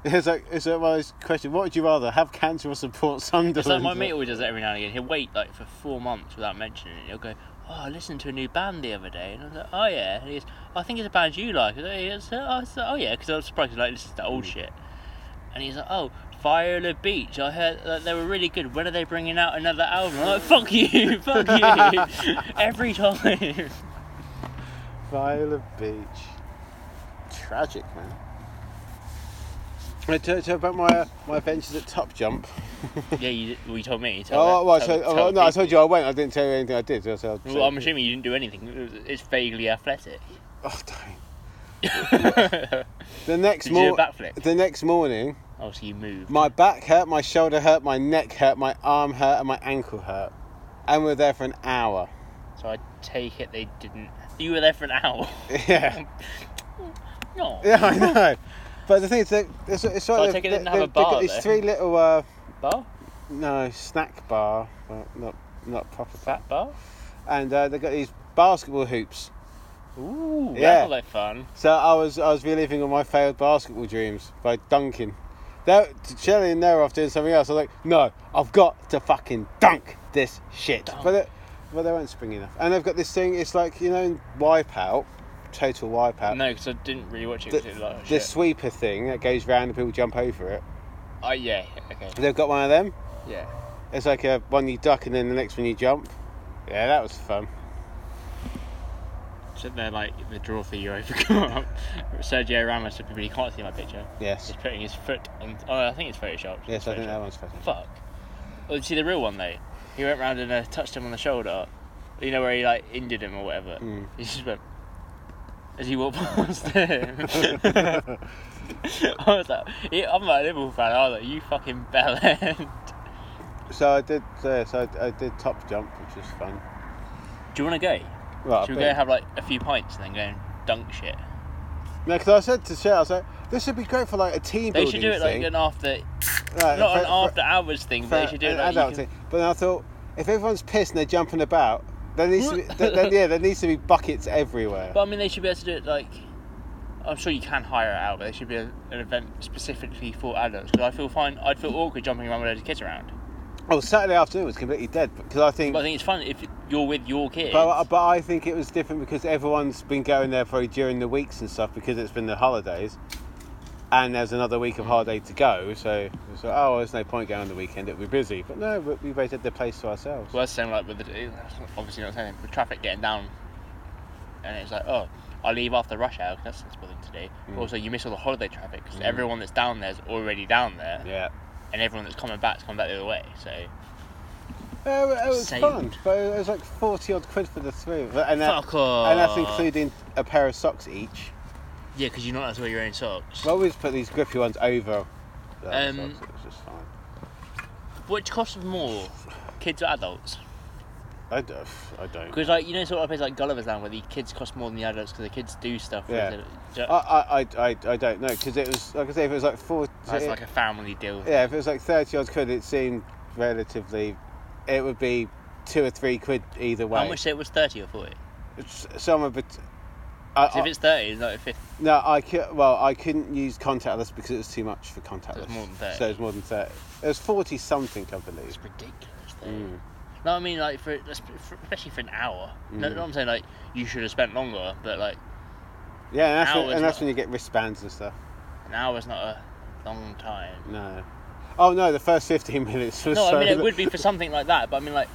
[SPEAKER 1] It's like it's like one of those questions. What would you rather have cancer or support Sunderland?
[SPEAKER 5] It's like my mate always does it every now and again. He'll wait like for four months without mentioning it. He'll go, "Oh, I listened to a new band the other day," and I'm like, "Oh yeah." And he goes, "I think it's a
[SPEAKER 1] Hmm.
[SPEAKER 5] band you like." I was like, "Oh, it's- oh yeah," because I was surprised he like listens to old shit. And he's like, "Oh, Viola Beach. I heard that they were really good. When are they bringing out another album? I'm like, fuck you, fuck you, every time.
[SPEAKER 1] Viola Beach. Tragic, man. I tell you about my uh, my adventures at Top Jump.
[SPEAKER 5] yeah, you, well, you told me. you told
[SPEAKER 1] Oh,
[SPEAKER 5] me-
[SPEAKER 1] well, I told,
[SPEAKER 5] told-
[SPEAKER 1] oh,
[SPEAKER 5] told
[SPEAKER 1] no, I
[SPEAKER 5] people.
[SPEAKER 1] told you I went. I didn't tell you anything I did. so I said-
[SPEAKER 5] Well, I'm assuming you didn't do anything. It was- It's vaguely athletic.
[SPEAKER 1] Oh, dang.
[SPEAKER 5] Obviously,
[SPEAKER 1] The next
[SPEAKER 5] Did you do a
[SPEAKER 1] morning,
[SPEAKER 5] backflip?
[SPEAKER 1] the next morning,
[SPEAKER 5] you moved.
[SPEAKER 1] my back hurt, my shoulder hurt, my neck hurt, my arm hurt, and my ankle hurt. And we were there for an hour.
[SPEAKER 5] So I take it they didn't. You were there for an hour. Oh,
[SPEAKER 1] Yeah,
[SPEAKER 5] no.
[SPEAKER 1] yeah, I know. But the thing is, that it's, it's
[SPEAKER 5] I
[SPEAKER 1] like
[SPEAKER 5] take it
[SPEAKER 1] they-
[SPEAKER 5] they didn't have a
[SPEAKER 1] they- they've got
[SPEAKER 5] bar
[SPEAKER 1] these
[SPEAKER 5] there?
[SPEAKER 1] three little uh,
[SPEAKER 5] Bar?
[SPEAKER 1] no snack bar, but not not proper fat,
[SPEAKER 5] Fat bar?
[SPEAKER 1] and uh, they got these basketball hoops.
[SPEAKER 5] Ooh,
[SPEAKER 1] Yeah.
[SPEAKER 5] that looked fun.
[SPEAKER 1] So I was I was reliving all my failed basketball dreams by dunking. They're, Shelley and they're off doing something else. I was like, no, I've got to fucking dunk this shit. But they, but they weren't springy enough. And they've got this thing. It's like you know, in wipeout, total wipeout.
[SPEAKER 5] No, because I didn't really watch it.
[SPEAKER 1] The,
[SPEAKER 5] 'cause it was like, oh,
[SPEAKER 1] the
[SPEAKER 5] shit.
[SPEAKER 1] sweeper thing that goes round and people jump over it.
[SPEAKER 5] Oh, yeah. Okay.
[SPEAKER 1] They've got one of them.
[SPEAKER 5] Yeah.
[SPEAKER 1] It's like a one you duck and then the next one you jump. Yeah, that was fun.
[SPEAKER 5] So they're like the draw for Europa Cup. Sergio Ramos, if you can't see my picture,
[SPEAKER 1] Yes.
[SPEAKER 5] is putting his foot on. Oh, I think it's photoshopped.
[SPEAKER 1] Yes,
[SPEAKER 5] It's
[SPEAKER 1] I think that
[SPEAKER 5] photoshopped.
[SPEAKER 1] one's fun.
[SPEAKER 5] Fuck. Well, you see the real one though. He went round and uh, touched him on the shoulder. You know where he like injured him or whatever.
[SPEAKER 1] Mm.
[SPEAKER 5] He just went as he walked past him. I was like, yeah, I'm like a Liverpool fan. I was like, you fucking bell end.
[SPEAKER 1] So I did. Uh, so I, I did top jump, which was fun.
[SPEAKER 5] Do you want to go?
[SPEAKER 1] Well,
[SPEAKER 5] Should
[SPEAKER 1] I
[SPEAKER 5] we go
[SPEAKER 1] bet-
[SPEAKER 5] have like a few pints and then go and dunk shit?
[SPEAKER 1] No, because I said to Cher, I was like, this would be great for like a team
[SPEAKER 5] They
[SPEAKER 1] building
[SPEAKER 5] should do it like
[SPEAKER 1] thing.
[SPEAKER 5] an after,
[SPEAKER 1] Right,
[SPEAKER 5] not
[SPEAKER 1] for-
[SPEAKER 5] an
[SPEAKER 1] for-
[SPEAKER 5] after hours thing.
[SPEAKER 1] for
[SPEAKER 5] But they should do
[SPEAKER 1] an
[SPEAKER 5] it like.
[SPEAKER 1] adult
[SPEAKER 5] You can,
[SPEAKER 1] thing. But then I thought, if everyone's pissed and they're jumping about, there needs to be, th- then, yeah, there needs to be buckets everywhere.
[SPEAKER 5] but I mean, they should be able to do it like. I'm sure you can hire it out, but there should be a, an event specifically for adults. Because I feel fine. I'd feel awkward jumping around with loads of kids around.
[SPEAKER 1] oh, Saturday afternoon was completely dead because I think.
[SPEAKER 5] But I think it's fun if you're with your kids.
[SPEAKER 1] But, uh, but I think it was different because everyone's been going there probably during the weeks and stuff because it's been the holidays, and there's another week of holiday to go. So, so oh, well, there's no point going on the weekend; it'll be busy. But no, we- we both had the place to ourselves.
[SPEAKER 5] well, that's the same like with the obviously not saying with traffic getting down, and it's like oh. I leave after rush hour 'cause that's sensible thing to
[SPEAKER 1] Mm.
[SPEAKER 5] do. Also, you miss all the holiday traffic because everyone that's down there is already down there,
[SPEAKER 1] yeah.
[SPEAKER 5] and everyone that's coming back is coming back the other way. So
[SPEAKER 1] Yeah, well, it was
[SPEAKER 5] Saved.
[SPEAKER 1] fun, but it was like forty odd quid for the three, of us, and that,
[SPEAKER 5] Fuck off.
[SPEAKER 1] and that's including a pair of socks each.
[SPEAKER 5] yeah, because you're not allowed to wear your own socks.
[SPEAKER 1] I always put these grippy ones over. the other
[SPEAKER 5] Um,
[SPEAKER 1] socks, it was just fine.
[SPEAKER 5] Which costs more, kids or adults?
[SPEAKER 1] I don't. I don't.
[SPEAKER 5] Because like you know, sort of places like Gulliver's Land where the kids cost more than the adults because the kids do stuff. with
[SPEAKER 1] Yeah. Uh,
[SPEAKER 5] the- ju-
[SPEAKER 1] I, I, I, I, I don't know because it was like I say, if it was like forty,
[SPEAKER 5] that's like a family deal.
[SPEAKER 1] yeah, if it was like thirty odd quid, it seemed relatively. It would be two or three quid either way.
[SPEAKER 5] How much? Say it was thirty or forty.
[SPEAKER 1] It's somewhere, but I,
[SPEAKER 5] So if it's thirty, it's like fifty.
[SPEAKER 1] No, I could. Well, I couldn't use contactless because it was too much for contactless.
[SPEAKER 5] more than 30.
[SPEAKER 1] So it was more than thirty. It was forty something, I believe.
[SPEAKER 5] It's ridiculous. Though.
[SPEAKER 1] Mm.
[SPEAKER 5] No, I mean like for, for especially for an hour. No,
[SPEAKER 1] Mm.
[SPEAKER 5] no, I'm saying like you should have spent longer, but like
[SPEAKER 1] Yeah, and that's,
[SPEAKER 5] Now
[SPEAKER 1] when,
[SPEAKER 5] it's
[SPEAKER 1] and that's
[SPEAKER 5] not-
[SPEAKER 1] when you get wristbands and stuff.
[SPEAKER 5] an hour's not a long time.
[SPEAKER 1] No. Oh no, the first fifteen minutes was.
[SPEAKER 5] No,
[SPEAKER 1] so
[SPEAKER 5] I mean it would be for something like that, but I mean like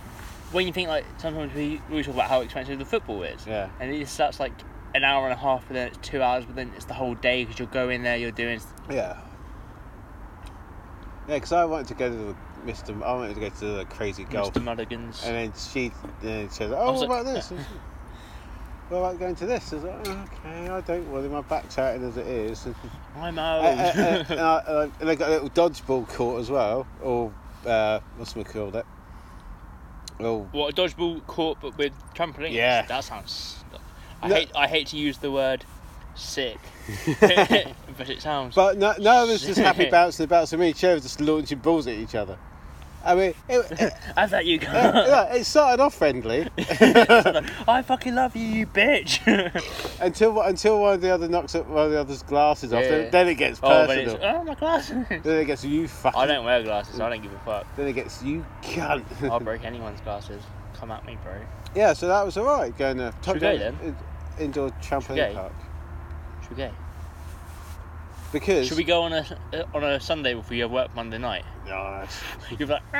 [SPEAKER 5] when you think like sometimes we, we talk about how expensive the football is,
[SPEAKER 1] Yeah.
[SPEAKER 5] and it starts like an hour and a half, but then it's two hours, but then it's the whole day because you're going there, you're doing.
[SPEAKER 1] Yeah. Yeah, because I wanted to go to the Mr. M- I wanted to go to the crazy golf, Uh,
[SPEAKER 5] Mr. Mulligan's.
[SPEAKER 1] and then she then says, "Oh,
[SPEAKER 5] was
[SPEAKER 1] what
[SPEAKER 5] like-
[SPEAKER 1] about this? what about going to this?" I was like, "Oh, "Okay, I don't worry, my back's hurting as it is."
[SPEAKER 5] I'm
[SPEAKER 1] Uh,
[SPEAKER 5] old.
[SPEAKER 1] uh, uh, and, I, and I- and I got a little dodgeball court as well, or uh, what's we called it? Oh,
[SPEAKER 5] what a dodgeball court, but with trampolines.
[SPEAKER 1] Yeah.
[SPEAKER 5] that sounds. I
[SPEAKER 1] No.
[SPEAKER 5] hate I hate to use the word sick, but it sounds.
[SPEAKER 1] but no, no, it was just happy
[SPEAKER 5] Shit.
[SPEAKER 1] bouncing about. So me and Cher were just launching balls at each other. I mean, it, it,
[SPEAKER 5] I thought you.
[SPEAKER 1] yeah, it started off friendly
[SPEAKER 5] I fucking love you, you bitch.
[SPEAKER 1] until until one of the other knocks up one of the other's glasses off. Then,
[SPEAKER 5] Yeah.
[SPEAKER 1] then it gets
[SPEAKER 5] oh, but it's
[SPEAKER 1] personal.
[SPEAKER 5] oh my glasses.
[SPEAKER 1] then it gets you fucking.
[SPEAKER 5] I don't wear glasses. so I don't give a fuck.
[SPEAKER 1] Then it gets you cunt.
[SPEAKER 5] I'll break anyone's glasses. Come at me, bro.
[SPEAKER 1] yeah, so that was all right going to top
[SPEAKER 5] Should we go
[SPEAKER 1] down in- indoor trampoline
[SPEAKER 5] go?
[SPEAKER 1] park.
[SPEAKER 5] Should we go?
[SPEAKER 1] Because
[SPEAKER 5] Should we go on a uh, on a Sunday before you have work Monday night?
[SPEAKER 1] No, that's-
[SPEAKER 5] You'd be like, ah,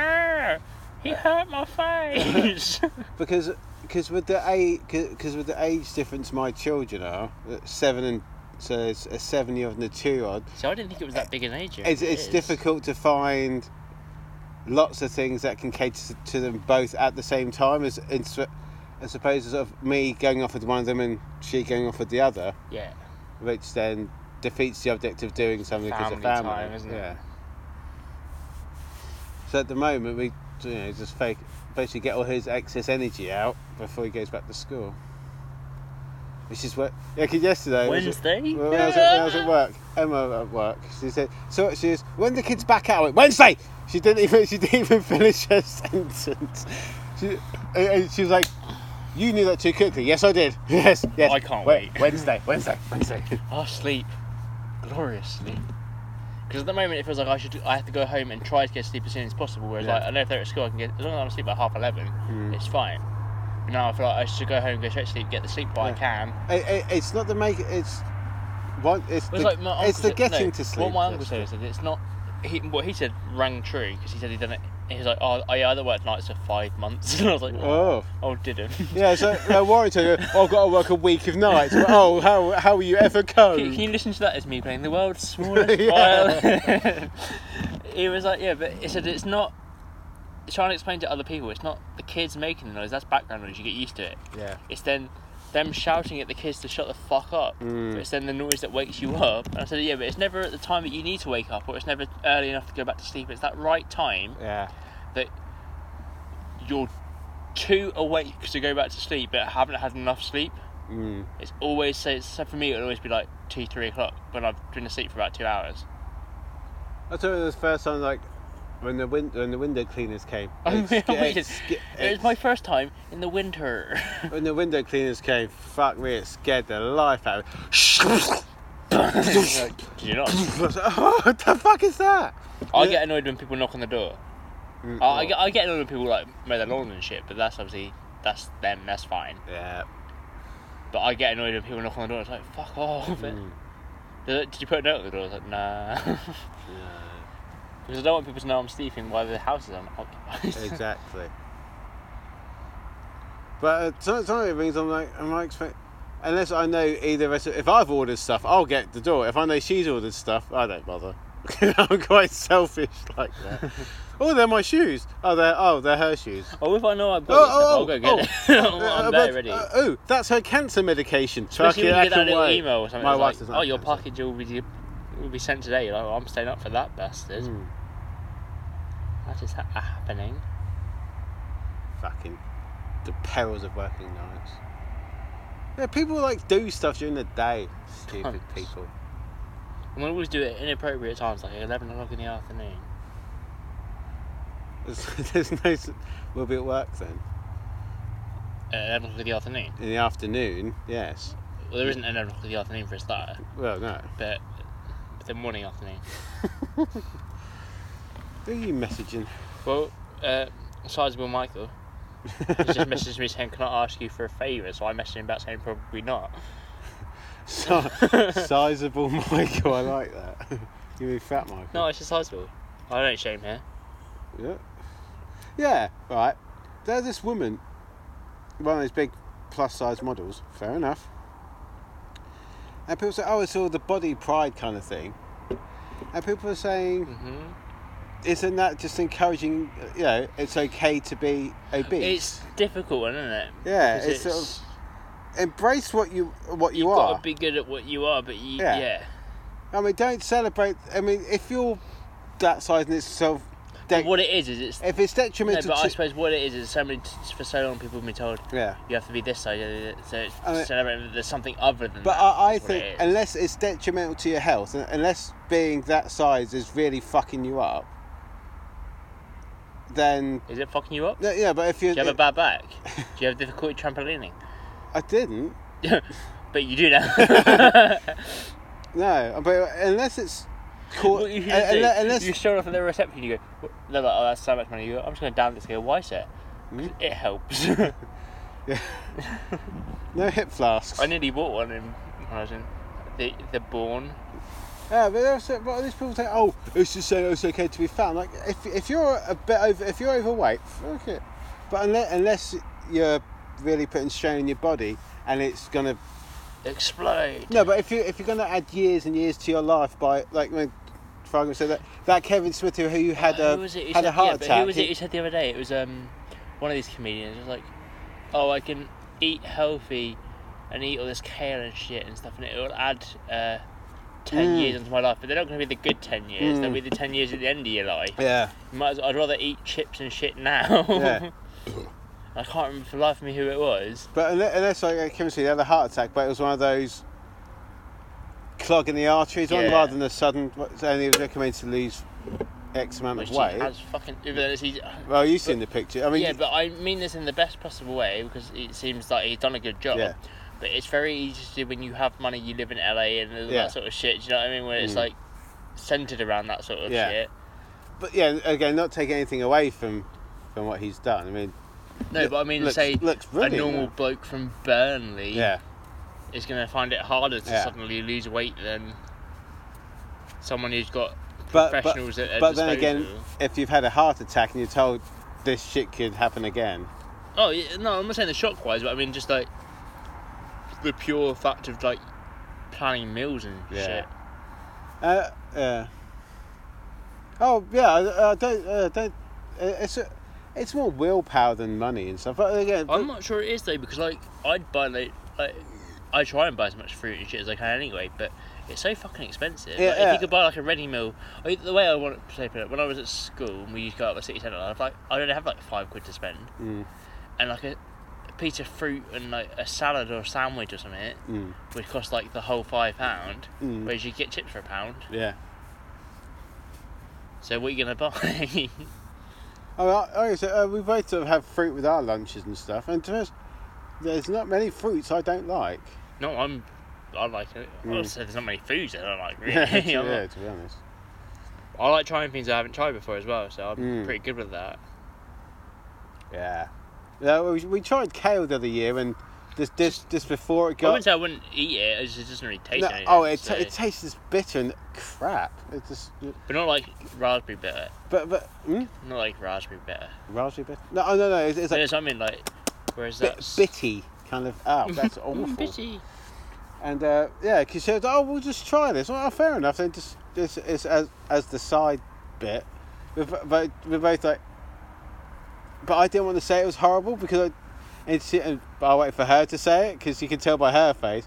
[SPEAKER 1] Uh,
[SPEAKER 5] he hurt my face.
[SPEAKER 1] because because with the age because with the age difference my children are uh, seven and so it's a seven year old and a two year old.
[SPEAKER 5] so I didn't think it was that big an age. gap.
[SPEAKER 1] It's
[SPEAKER 5] It
[SPEAKER 1] it's
[SPEAKER 5] is.
[SPEAKER 1] difficult to find lots of things that can cater to them both at the same time as as as opposed to sort of me going off with one of them and she going off with the other,
[SPEAKER 5] Yeah.
[SPEAKER 1] which then defeats the objective of doing something because of
[SPEAKER 5] Family
[SPEAKER 1] family.
[SPEAKER 5] time, isn't it?
[SPEAKER 1] yeah. So at the moment we you know just fake basically get all his excess energy out before he goes back to school. Which is what yeah, 'cause yesterday was-
[SPEAKER 5] Wednesday.
[SPEAKER 1] well, when, I was at, when I was at work, Emma at work, she said, "So she is when the kids back out." I went, Wednesday. She didn't even she didn't even finish her sentence. She and- and she was like, "You knew that too quickly." Yes, I did. Yes, yes.
[SPEAKER 5] I can't
[SPEAKER 1] Wed-
[SPEAKER 5] wait.
[SPEAKER 1] Wednesday, Wednesday, Wednesday.
[SPEAKER 5] I sleep gloriously. Because at the moment it feels like I should I have to go home and try to get sleep as soon as possible. Whereas
[SPEAKER 1] Yeah.
[SPEAKER 5] like, I know if they're at school I can get as long as I'm asleep by half eleven,
[SPEAKER 1] Hmm.
[SPEAKER 5] it's fine. But now I feel like I should go home, go straight to sleep, get the sleep that I
[SPEAKER 1] Yeah.
[SPEAKER 5] can.
[SPEAKER 1] It- it- it's not the make. It's one. It's
[SPEAKER 5] It
[SPEAKER 1] the,
[SPEAKER 5] was like my uncle
[SPEAKER 1] it's the
[SPEAKER 5] said-
[SPEAKER 1] getting
[SPEAKER 5] no,
[SPEAKER 1] to sleep.
[SPEAKER 5] What my
[SPEAKER 1] that's
[SPEAKER 5] uncle said is that it's not. He, what he said rang true because he said he'd done it. He was like, "Oh, I either worked nights for five months," and I was like,
[SPEAKER 1] the-
[SPEAKER 5] "Oh,
[SPEAKER 1] Oh.
[SPEAKER 5] oh didn't."
[SPEAKER 1] Yeah, so uh, Warren told you, oh, I've got to work a week of nights. Oh, how, how will you ever cope?
[SPEAKER 5] Can, can you listen to that as me playing the world's smallest
[SPEAKER 1] Um, Yeah.
[SPEAKER 5] violin? he was like, yeah, but he said it's not. Trying to explain to other people, it's not the kids making the noise. That's background noise. You get used to it.
[SPEAKER 1] Yeah.
[SPEAKER 5] It's then them shouting at the kids to shut the fuck up. But it's then the noise that wakes you up. And I said, yeah, but it's never at the time that you need to wake up, or it's never early enough to go back to sleep. It's that right time
[SPEAKER 1] Yeah.
[SPEAKER 5] that you're too awake to go back to sleep but haven't had enough sleep.
[SPEAKER 1] Mm.
[SPEAKER 5] It's always so, so for me it'll always be like two, three o'clock when I've been asleep for about two hours.
[SPEAKER 1] I thought it was the first time, like when the win- when the window cleaners came.
[SPEAKER 5] I'm
[SPEAKER 1] It's-
[SPEAKER 5] waiting.
[SPEAKER 1] it's-
[SPEAKER 5] It was my first time in the winter.
[SPEAKER 1] when the window cleaners came, fuck me, it scared the life out of me.
[SPEAKER 5] Did you not?
[SPEAKER 1] I was like, oh, what the fuck is that? Mm,
[SPEAKER 5] I
[SPEAKER 1] Yeah.
[SPEAKER 5] get annoyed when people knock on the door. I, Oh, I get, I get annoyed when people like mow their lawn and shit, but that's obviously that's them. That's fine.
[SPEAKER 1] Yeah.
[SPEAKER 5] But I get annoyed when people knock on the door. It's like fuck off.
[SPEAKER 1] Hmm.
[SPEAKER 5] Did, did you put a note on the door? I was like nah. Because I don't want people to know I'm sleeping while the house is unoccupied.
[SPEAKER 1] Exactly. But uh, some- some of it rings. I'm like, am I expect? Unless I know either of us, if I've ordered stuff, I'll get the door. If I know she's ordered stuff, I don't bother. I'm quite selfish like that. oh, they're my shoes. Oh, they're oh, they're her shoes.
[SPEAKER 5] Oh, if I know I've got
[SPEAKER 1] Oh,
[SPEAKER 5] it, stuff,
[SPEAKER 1] oh,
[SPEAKER 5] I'll go get
[SPEAKER 1] oh,
[SPEAKER 5] it. I'm,
[SPEAKER 1] Uh,
[SPEAKER 5] I'm
[SPEAKER 1] uh,
[SPEAKER 5] there
[SPEAKER 1] but-
[SPEAKER 5] already.
[SPEAKER 1] uh, oh, that's her cancer medication. Fucking
[SPEAKER 5] Especially when you get
[SPEAKER 1] heck
[SPEAKER 5] that little
[SPEAKER 1] away.
[SPEAKER 5] email or something.
[SPEAKER 1] My
[SPEAKER 5] it's
[SPEAKER 1] wife
[SPEAKER 5] like,
[SPEAKER 1] doesn't
[SPEAKER 5] oh, your
[SPEAKER 1] cancer.
[SPEAKER 5] package will be will be sent today. You're Like, "Oh, I'm staying up for that bastard.
[SPEAKER 1] Mm. Hmm.
[SPEAKER 5] That is ha- happening.
[SPEAKER 1] Fucking the perils of working nights. Yeah, people like do stuff during the day. Stupid
[SPEAKER 5] Cunts.
[SPEAKER 1] people.
[SPEAKER 5] And we always do it at inappropriate times, like 11 o'clock in the afternoon.
[SPEAKER 1] There's, there's no. s- We'll be at work then
[SPEAKER 5] At 11 Uh, o'clock in the afternoon.
[SPEAKER 1] in the afternoon. Yes.
[SPEAKER 5] Well, there isn't an 11 o'clock in the afternoon for a start,
[SPEAKER 1] Well, no.
[SPEAKER 5] but but the morning afternoon.
[SPEAKER 1] Who are you messaging?
[SPEAKER 5] Well, uh, Sizable Michael has just messaged me saying, Can I ask you for a favour? So I messaged him back saying, Probably not.
[SPEAKER 1] Si- sizable Michael. I like that. you mean fat Michael?
[SPEAKER 5] No, it's just Sizable. I don't shame here.
[SPEAKER 1] Yeah. Yeah, right. There's this woman, one of those big plus size models, fair enough. And people say, oh, it's all the body pride kind of thing. And people are saying,
[SPEAKER 5] Mhm.
[SPEAKER 1] isn't that just encouraging, you know, it's okay to be obese?
[SPEAKER 5] It's difficult, isn't it?
[SPEAKER 1] Yeah,
[SPEAKER 5] Because
[SPEAKER 1] it's sort of- Embrace what you what you
[SPEAKER 5] you've got
[SPEAKER 1] are.
[SPEAKER 5] to be good at what you are, but you,
[SPEAKER 1] Yeah.
[SPEAKER 5] yeah.
[SPEAKER 1] I mean, don't celebrate. I mean, if you're that size and it's self,
[SPEAKER 5] But what it is is it's.
[SPEAKER 1] if it's
[SPEAKER 5] No,
[SPEAKER 1] detrimental
[SPEAKER 5] but I
[SPEAKER 1] to,
[SPEAKER 5] suppose what it is is so many, for so long people have been told
[SPEAKER 1] yeah.
[SPEAKER 5] you have to be this size, you have to be that- so it's
[SPEAKER 1] I mean-
[SPEAKER 5] celebrating that there's something other than
[SPEAKER 1] But
[SPEAKER 5] that.
[SPEAKER 1] I, I
[SPEAKER 5] is what
[SPEAKER 1] think
[SPEAKER 5] it is.
[SPEAKER 1] unless it's detrimental to your health, un- unless being that size is really fucking you up, then
[SPEAKER 5] is it fucking you up?
[SPEAKER 1] no, yeah. But if you,
[SPEAKER 5] Do you have a bad back? Do you have difficulty trampolining?
[SPEAKER 1] I didn't.
[SPEAKER 5] but you do now.
[SPEAKER 1] No, but unless it's caught,
[SPEAKER 5] what you should
[SPEAKER 1] un-
[SPEAKER 5] do,
[SPEAKER 1] unle- unless
[SPEAKER 5] you show off at the reception, you go, "Wh- they're like, oh, that's so much money. You go, I'm just going to down this. Go, why, sir?
[SPEAKER 1] Hmm?
[SPEAKER 5] 'Cause It helps.
[SPEAKER 1] no hip flasks.
[SPEAKER 5] I nearly bought one in, when I was in the, the Bourne
[SPEAKER 1] Yeah, but also, but these people say, "Oh, it's just saying it's okay to be fat." I'm like, if, if you're a bit over, if you're overweight, fuck it. But unless, unless you're really putting strain on your body, and it's gonna
[SPEAKER 5] Explode.
[SPEAKER 1] no, but if you if you're gonna add years and years to your life by like when Fargo said that that Kevin Smith who who had a
[SPEAKER 5] who was it who
[SPEAKER 1] had a
[SPEAKER 5] said-
[SPEAKER 1] heart
[SPEAKER 5] yeah, but
[SPEAKER 1] attack.
[SPEAKER 5] Who was
[SPEAKER 1] he-
[SPEAKER 5] it who said the other day? It was um, one of these comedians. It was like, oh, I can eat healthy and eat all this kale and shit and stuff, and it will add uh, 10
[SPEAKER 1] Mm.
[SPEAKER 5] years onto my life. But they're not going to be the good 10 years, they'll
[SPEAKER 1] Mm.
[SPEAKER 5] be the 10 years at the end of your life.
[SPEAKER 1] yeah,
[SPEAKER 5] You might as, I'd rather eat chips and shit now.
[SPEAKER 1] Yeah.
[SPEAKER 5] I can't remember for the life of me who it was.
[SPEAKER 1] but unless, unless like uh, Kevin Smith had a heart attack, but it was one of those clogging the arteries one
[SPEAKER 5] Yeah.
[SPEAKER 1] rather than a sudden. And he was recommended to lose X amount
[SPEAKER 5] Which
[SPEAKER 1] of weight.
[SPEAKER 5] has fucking. even though it's easy-
[SPEAKER 1] Well, you've seen the picture. I mean,
[SPEAKER 5] yeah, but I mean this in the best possible way because it seems like he's done a good job.
[SPEAKER 1] Yeah.
[SPEAKER 5] But it's very easy to do when you have money, you live in LA and all
[SPEAKER 1] Yeah.
[SPEAKER 5] that sort of shit. Do you know what I mean? Where it's
[SPEAKER 1] Mm.
[SPEAKER 5] like centered around that sort of
[SPEAKER 1] Yeah.
[SPEAKER 5] shit.
[SPEAKER 1] but yeah, again, not taking anything away from from what he's done. I mean,
[SPEAKER 5] No,
[SPEAKER 1] Look-
[SPEAKER 5] but I mean,
[SPEAKER 1] looks-
[SPEAKER 5] say
[SPEAKER 1] looks
[SPEAKER 5] a
[SPEAKER 1] brilliant,
[SPEAKER 5] normal
[SPEAKER 1] though.
[SPEAKER 5] bloke from Burnley
[SPEAKER 1] yeah,
[SPEAKER 5] is going to find it harder to
[SPEAKER 1] Yeah.
[SPEAKER 5] suddenly lose weight than someone who's got
[SPEAKER 1] but but,
[SPEAKER 5] professionals at their
[SPEAKER 1] but then again,
[SPEAKER 5] disposal.
[SPEAKER 1] if you've had a heart attack and you're told this shit could happen again,
[SPEAKER 5] Oh yeah, no, I'm not saying the shock wise, but I mean just like the pure fact of like planning meals and
[SPEAKER 1] Yeah.
[SPEAKER 5] shit.
[SPEAKER 1] uh, yeah. Oh yeah, I, I don't, uh, don't. uh, It's a, it's more willpower than money and stuff. But again,
[SPEAKER 5] I'm not sure it is though because like I'd buy like, like I try and buy as much fruit and shit as I can anyway, but it's so fucking expensive.
[SPEAKER 1] Yeah,
[SPEAKER 5] like, If
[SPEAKER 1] yeah.
[SPEAKER 5] you could buy like a ready meal, I, the way I want it to put it, when I was at school and we used to go up to city centre, I'd like I'd only have like five quid to spend,
[SPEAKER 1] Mm.
[SPEAKER 5] and like a, a piece of fruit and like a salad or a sandwich or something
[SPEAKER 1] Mm.
[SPEAKER 5] would cost like the whole five pound,
[SPEAKER 1] Mm.
[SPEAKER 5] whereas you get chips for a pound.
[SPEAKER 1] yeah.
[SPEAKER 5] So what are you gonna buy?
[SPEAKER 1] I mean, I- like I said, uh, we both sort of have fruit with our lunches and stuff. And to us, there's not many fruits I don't like.
[SPEAKER 5] no, I'm. I like it.
[SPEAKER 1] Mm.
[SPEAKER 5] Also, there's not many foods that I don't like, really.
[SPEAKER 1] yeah, to,
[SPEAKER 5] I'm not-
[SPEAKER 1] yeah, to be honest.
[SPEAKER 5] I like trying things I haven't tried before as well, so I'm
[SPEAKER 1] Mm.
[SPEAKER 5] pretty good with that.
[SPEAKER 1] Yeah. Yeah, we, we tried kale the other year and this this just before it
[SPEAKER 5] I
[SPEAKER 1] got.
[SPEAKER 5] wouldn't say I wouldn't eat it, it just doesn't really taste
[SPEAKER 1] No,
[SPEAKER 5] anything.
[SPEAKER 1] oh, it,
[SPEAKER 5] so-
[SPEAKER 1] it tastes as bitter and crap. It just
[SPEAKER 5] but not like raspberry bitter.
[SPEAKER 1] but but hmm?
[SPEAKER 5] Not like raspberry bitter.
[SPEAKER 1] raspberry bitter. No, oh, no, no. It's, it's
[SPEAKER 5] So
[SPEAKER 1] like
[SPEAKER 5] there's something like. Whereas
[SPEAKER 1] bit,
[SPEAKER 5] that's.
[SPEAKER 1] bitty kind of. Oh, that's awful.
[SPEAKER 5] Mm, bitty.
[SPEAKER 1] And uh, yeah, because she was, oh, we'll just try this. Well, fair enough. Then just this is as as the side bit. We're, bo- bo- we're both like, but I didn't want to say it was horrible because I, and she, and I waited for her to say it because you can tell by her face.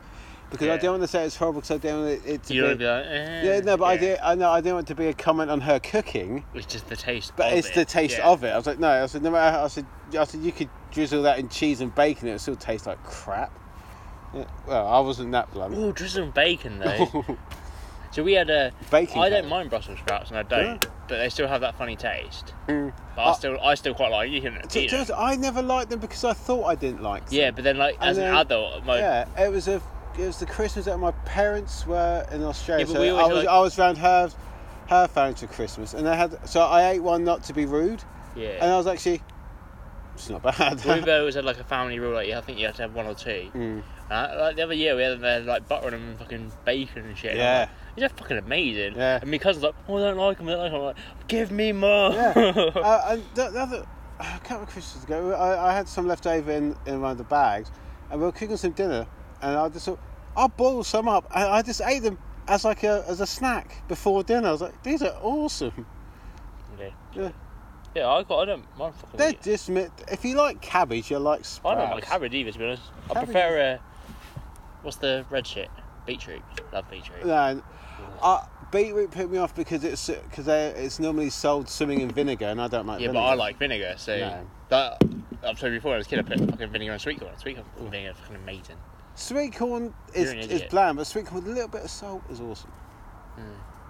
[SPEAKER 1] Because I
[SPEAKER 5] Yeah.
[SPEAKER 1] didn't want to say it's horrible because I didn't want it, it to
[SPEAKER 5] You don't
[SPEAKER 1] be.
[SPEAKER 5] be like, eh,
[SPEAKER 1] yeah, no, but I did. I know I didn't want it to be a comment on her cooking,
[SPEAKER 5] It's just the taste
[SPEAKER 1] but
[SPEAKER 5] of
[SPEAKER 1] it's
[SPEAKER 5] it.
[SPEAKER 1] the taste
[SPEAKER 5] yeah.
[SPEAKER 1] of it. I was like, no. I said no matter. How, I said I said you could drizzle that in cheese and bacon. It would still taste like crap. Yeah, well, I wasn't that blunt.
[SPEAKER 5] Ooh, drizzle and bacon though. so we had a.
[SPEAKER 1] Baking
[SPEAKER 5] I don't
[SPEAKER 1] powder.
[SPEAKER 5] mind Brussels sprouts and I don't, but they still have that funny taste.
[SPEAKER 1] Mm.
[SPEAKER 5] But I
[SPEAKER 1] Uh,
[SPEAKER 5] still, I still quite like. You can
[SPEAKER 1] To,
[SPEAKER 5] eat
[SPEAKER 1] to be
[SPEAKER 5] it.
[SPEAKER 1] honest, I never liked them because I thought I didn't like them.
[SPEAKER 5] Yeah, but then like as
[SPEAKER 1] And
[SPEAKER 5] an
[SPEAKER 1] then-
[SPEAKER 5] adult, my
[SPEAKER 1] Yeah, it was a, it was the Christmas that my parents were in Australia.
[SPEAKER 5] Yeah, but
[SPEAKER 1] so
[SPEAKER 5] we
[SPEAKER 1] I
[SPEAKER 5] always
[SPEAKER 1] was
[SPEAKER 5] like-
[SPEAKER 1] I was around her, her family for Christmas, and they had so I ate one not to be rude,
[SPEAKER 5] yeah.
[SPEAKER 1] and I was actually, it's not bad.
[SPEAKER 5] Uber always had like a family rule, like I think you had to have one or two.
[SPEAKER 1] Mm.
[SPEAKER 5] Uh, like the other year, we had them, they had like butter on 'em and fucking bacon and shit.
[SPEAKER 1] Yeah.
[SPEAKER 5] And I'm like, These are fucking amazing.
[SPEAKER 1] Yeah.
[SPEAKER 5] And my cousin's like, oh, I don't like them, I don't like 'em." I'm like, give me more.
[SPEAKER 1] yeah. Uh, and the, the other, a couple of Christmas ago, I, I had some left over in, in one of the bags, and we were cooking some dinner, and I just thought, I'll boil some up, and I just ate them as like a as a snack before dinner. I was like, these are awesome.
[SPEAKER 5] Okay.
[SPEAKER 1] Yeah.
[SPEAKER 5] Yeah, I, got, I don't mind fucking
[SPEAKER 1] They're
[SPEAKER 5] eat it.
[SPEAKER 1] just mi- if you like cabbage, you like
[SPEAKER 5] I
[SPEAKER 1] sprouts.
[SPEAKER 5] don't like cabbage either, to be honest. I
[SPEAKER 1] Cabbage
[SPEAKER 5] prefer, uh, what's the red shit? Beetroot. Love beetroot.
[SPEAKER 1] No, uh, beetroot put me off because it's because it's normally sold swimming in vinegar, and I don't like.
[SPEAKER 5] yeah,
[SPEAKER 1] vinegar.
[SPEAKER 5] but I like vinegar, so
[SPEAKER 1] No.
[SPEAKER 5] that. I've told you before, as a kid, I put fucking vinegar on sweet corn. Sweet corn vinegar, fucking amazing.
[SPEAKER 1] sweet corn is
[SPEAKER 5] You're an
[SPEAKER 1] is
[SPEAKER 5] idiot.
[SPEAKER 1] bland, but sweet corn with a little bit of salt is awesome.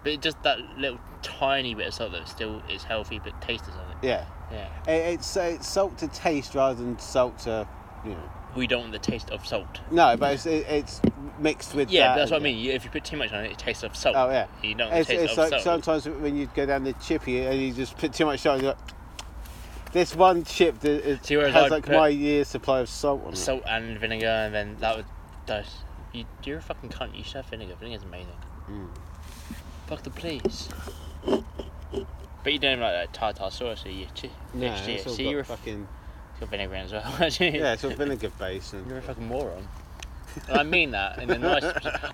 [SPEAKER 5] But it just that little tiny bit of salt that still is healthy but tastes of something.
[SPEAKER 1] Yeah,
[SPEAKER 5] Yeah.
[SPEAKER 1] it, it's uh, it's salt to taste rather than salt to you know.
[SPEAKER 5] We don't want the taste of salt.
[SPEAKER 1] No, but it's it, it's mixed with.
[SPEAKER 5] Yeah,
[SPEAKER 1] that
[SPEAKER 5] but that's what I
[SPEAKER 1] and-
[SPEAKER 5] mean. You, if you put too much on it, it tastes of salt.
[SPEAKER 1] Oh yeah,
[SPEAKER 5] You don't want
[SPEAKER 1] it's,
[SPEAKER 5] the taste
[SPEAKER 1] it's
[SPEAKER 5] of
[SPEAKER 1] like
[SPEAKER 5] salt.
[SPEAKER 1] sometimes when you go down the chippy and you just put too much salt. You're like, this one chip that it
[SPEAKER 5] See, whereas
[SPEAKER 1] has
[SPEAKER 5] I
[SPEAKER 1] like
[SPEAKER 5] put-
[SPEAKER 1] my year's supply of salt on it.
[SPEAKER 5] Salt and vinegar, and then that would. That, you, you're a fucking cunt. You should have vinegar. Vinegar's amazing.
[SPEAKER 1] Mm.
[SPEAKER 5] Fuck the police. But you don't like that tartar sauce, so you ch-
[SPEAKER 1] No,
[SPEAKER 5] next year.
[SPEAKER 1] it's all
[SPEAKER 5] See,
[SPEAKER 1] got
[SPEAKER 5] you're a f-
[SPEAKER 1] fucking
[SPEAKER 5] got vinegar in as well. actually.
[SPEAKER 1] yeah, it's all vinegar based and
[SPEAKER 5] You're a fucking moron. And I mean that in a nice.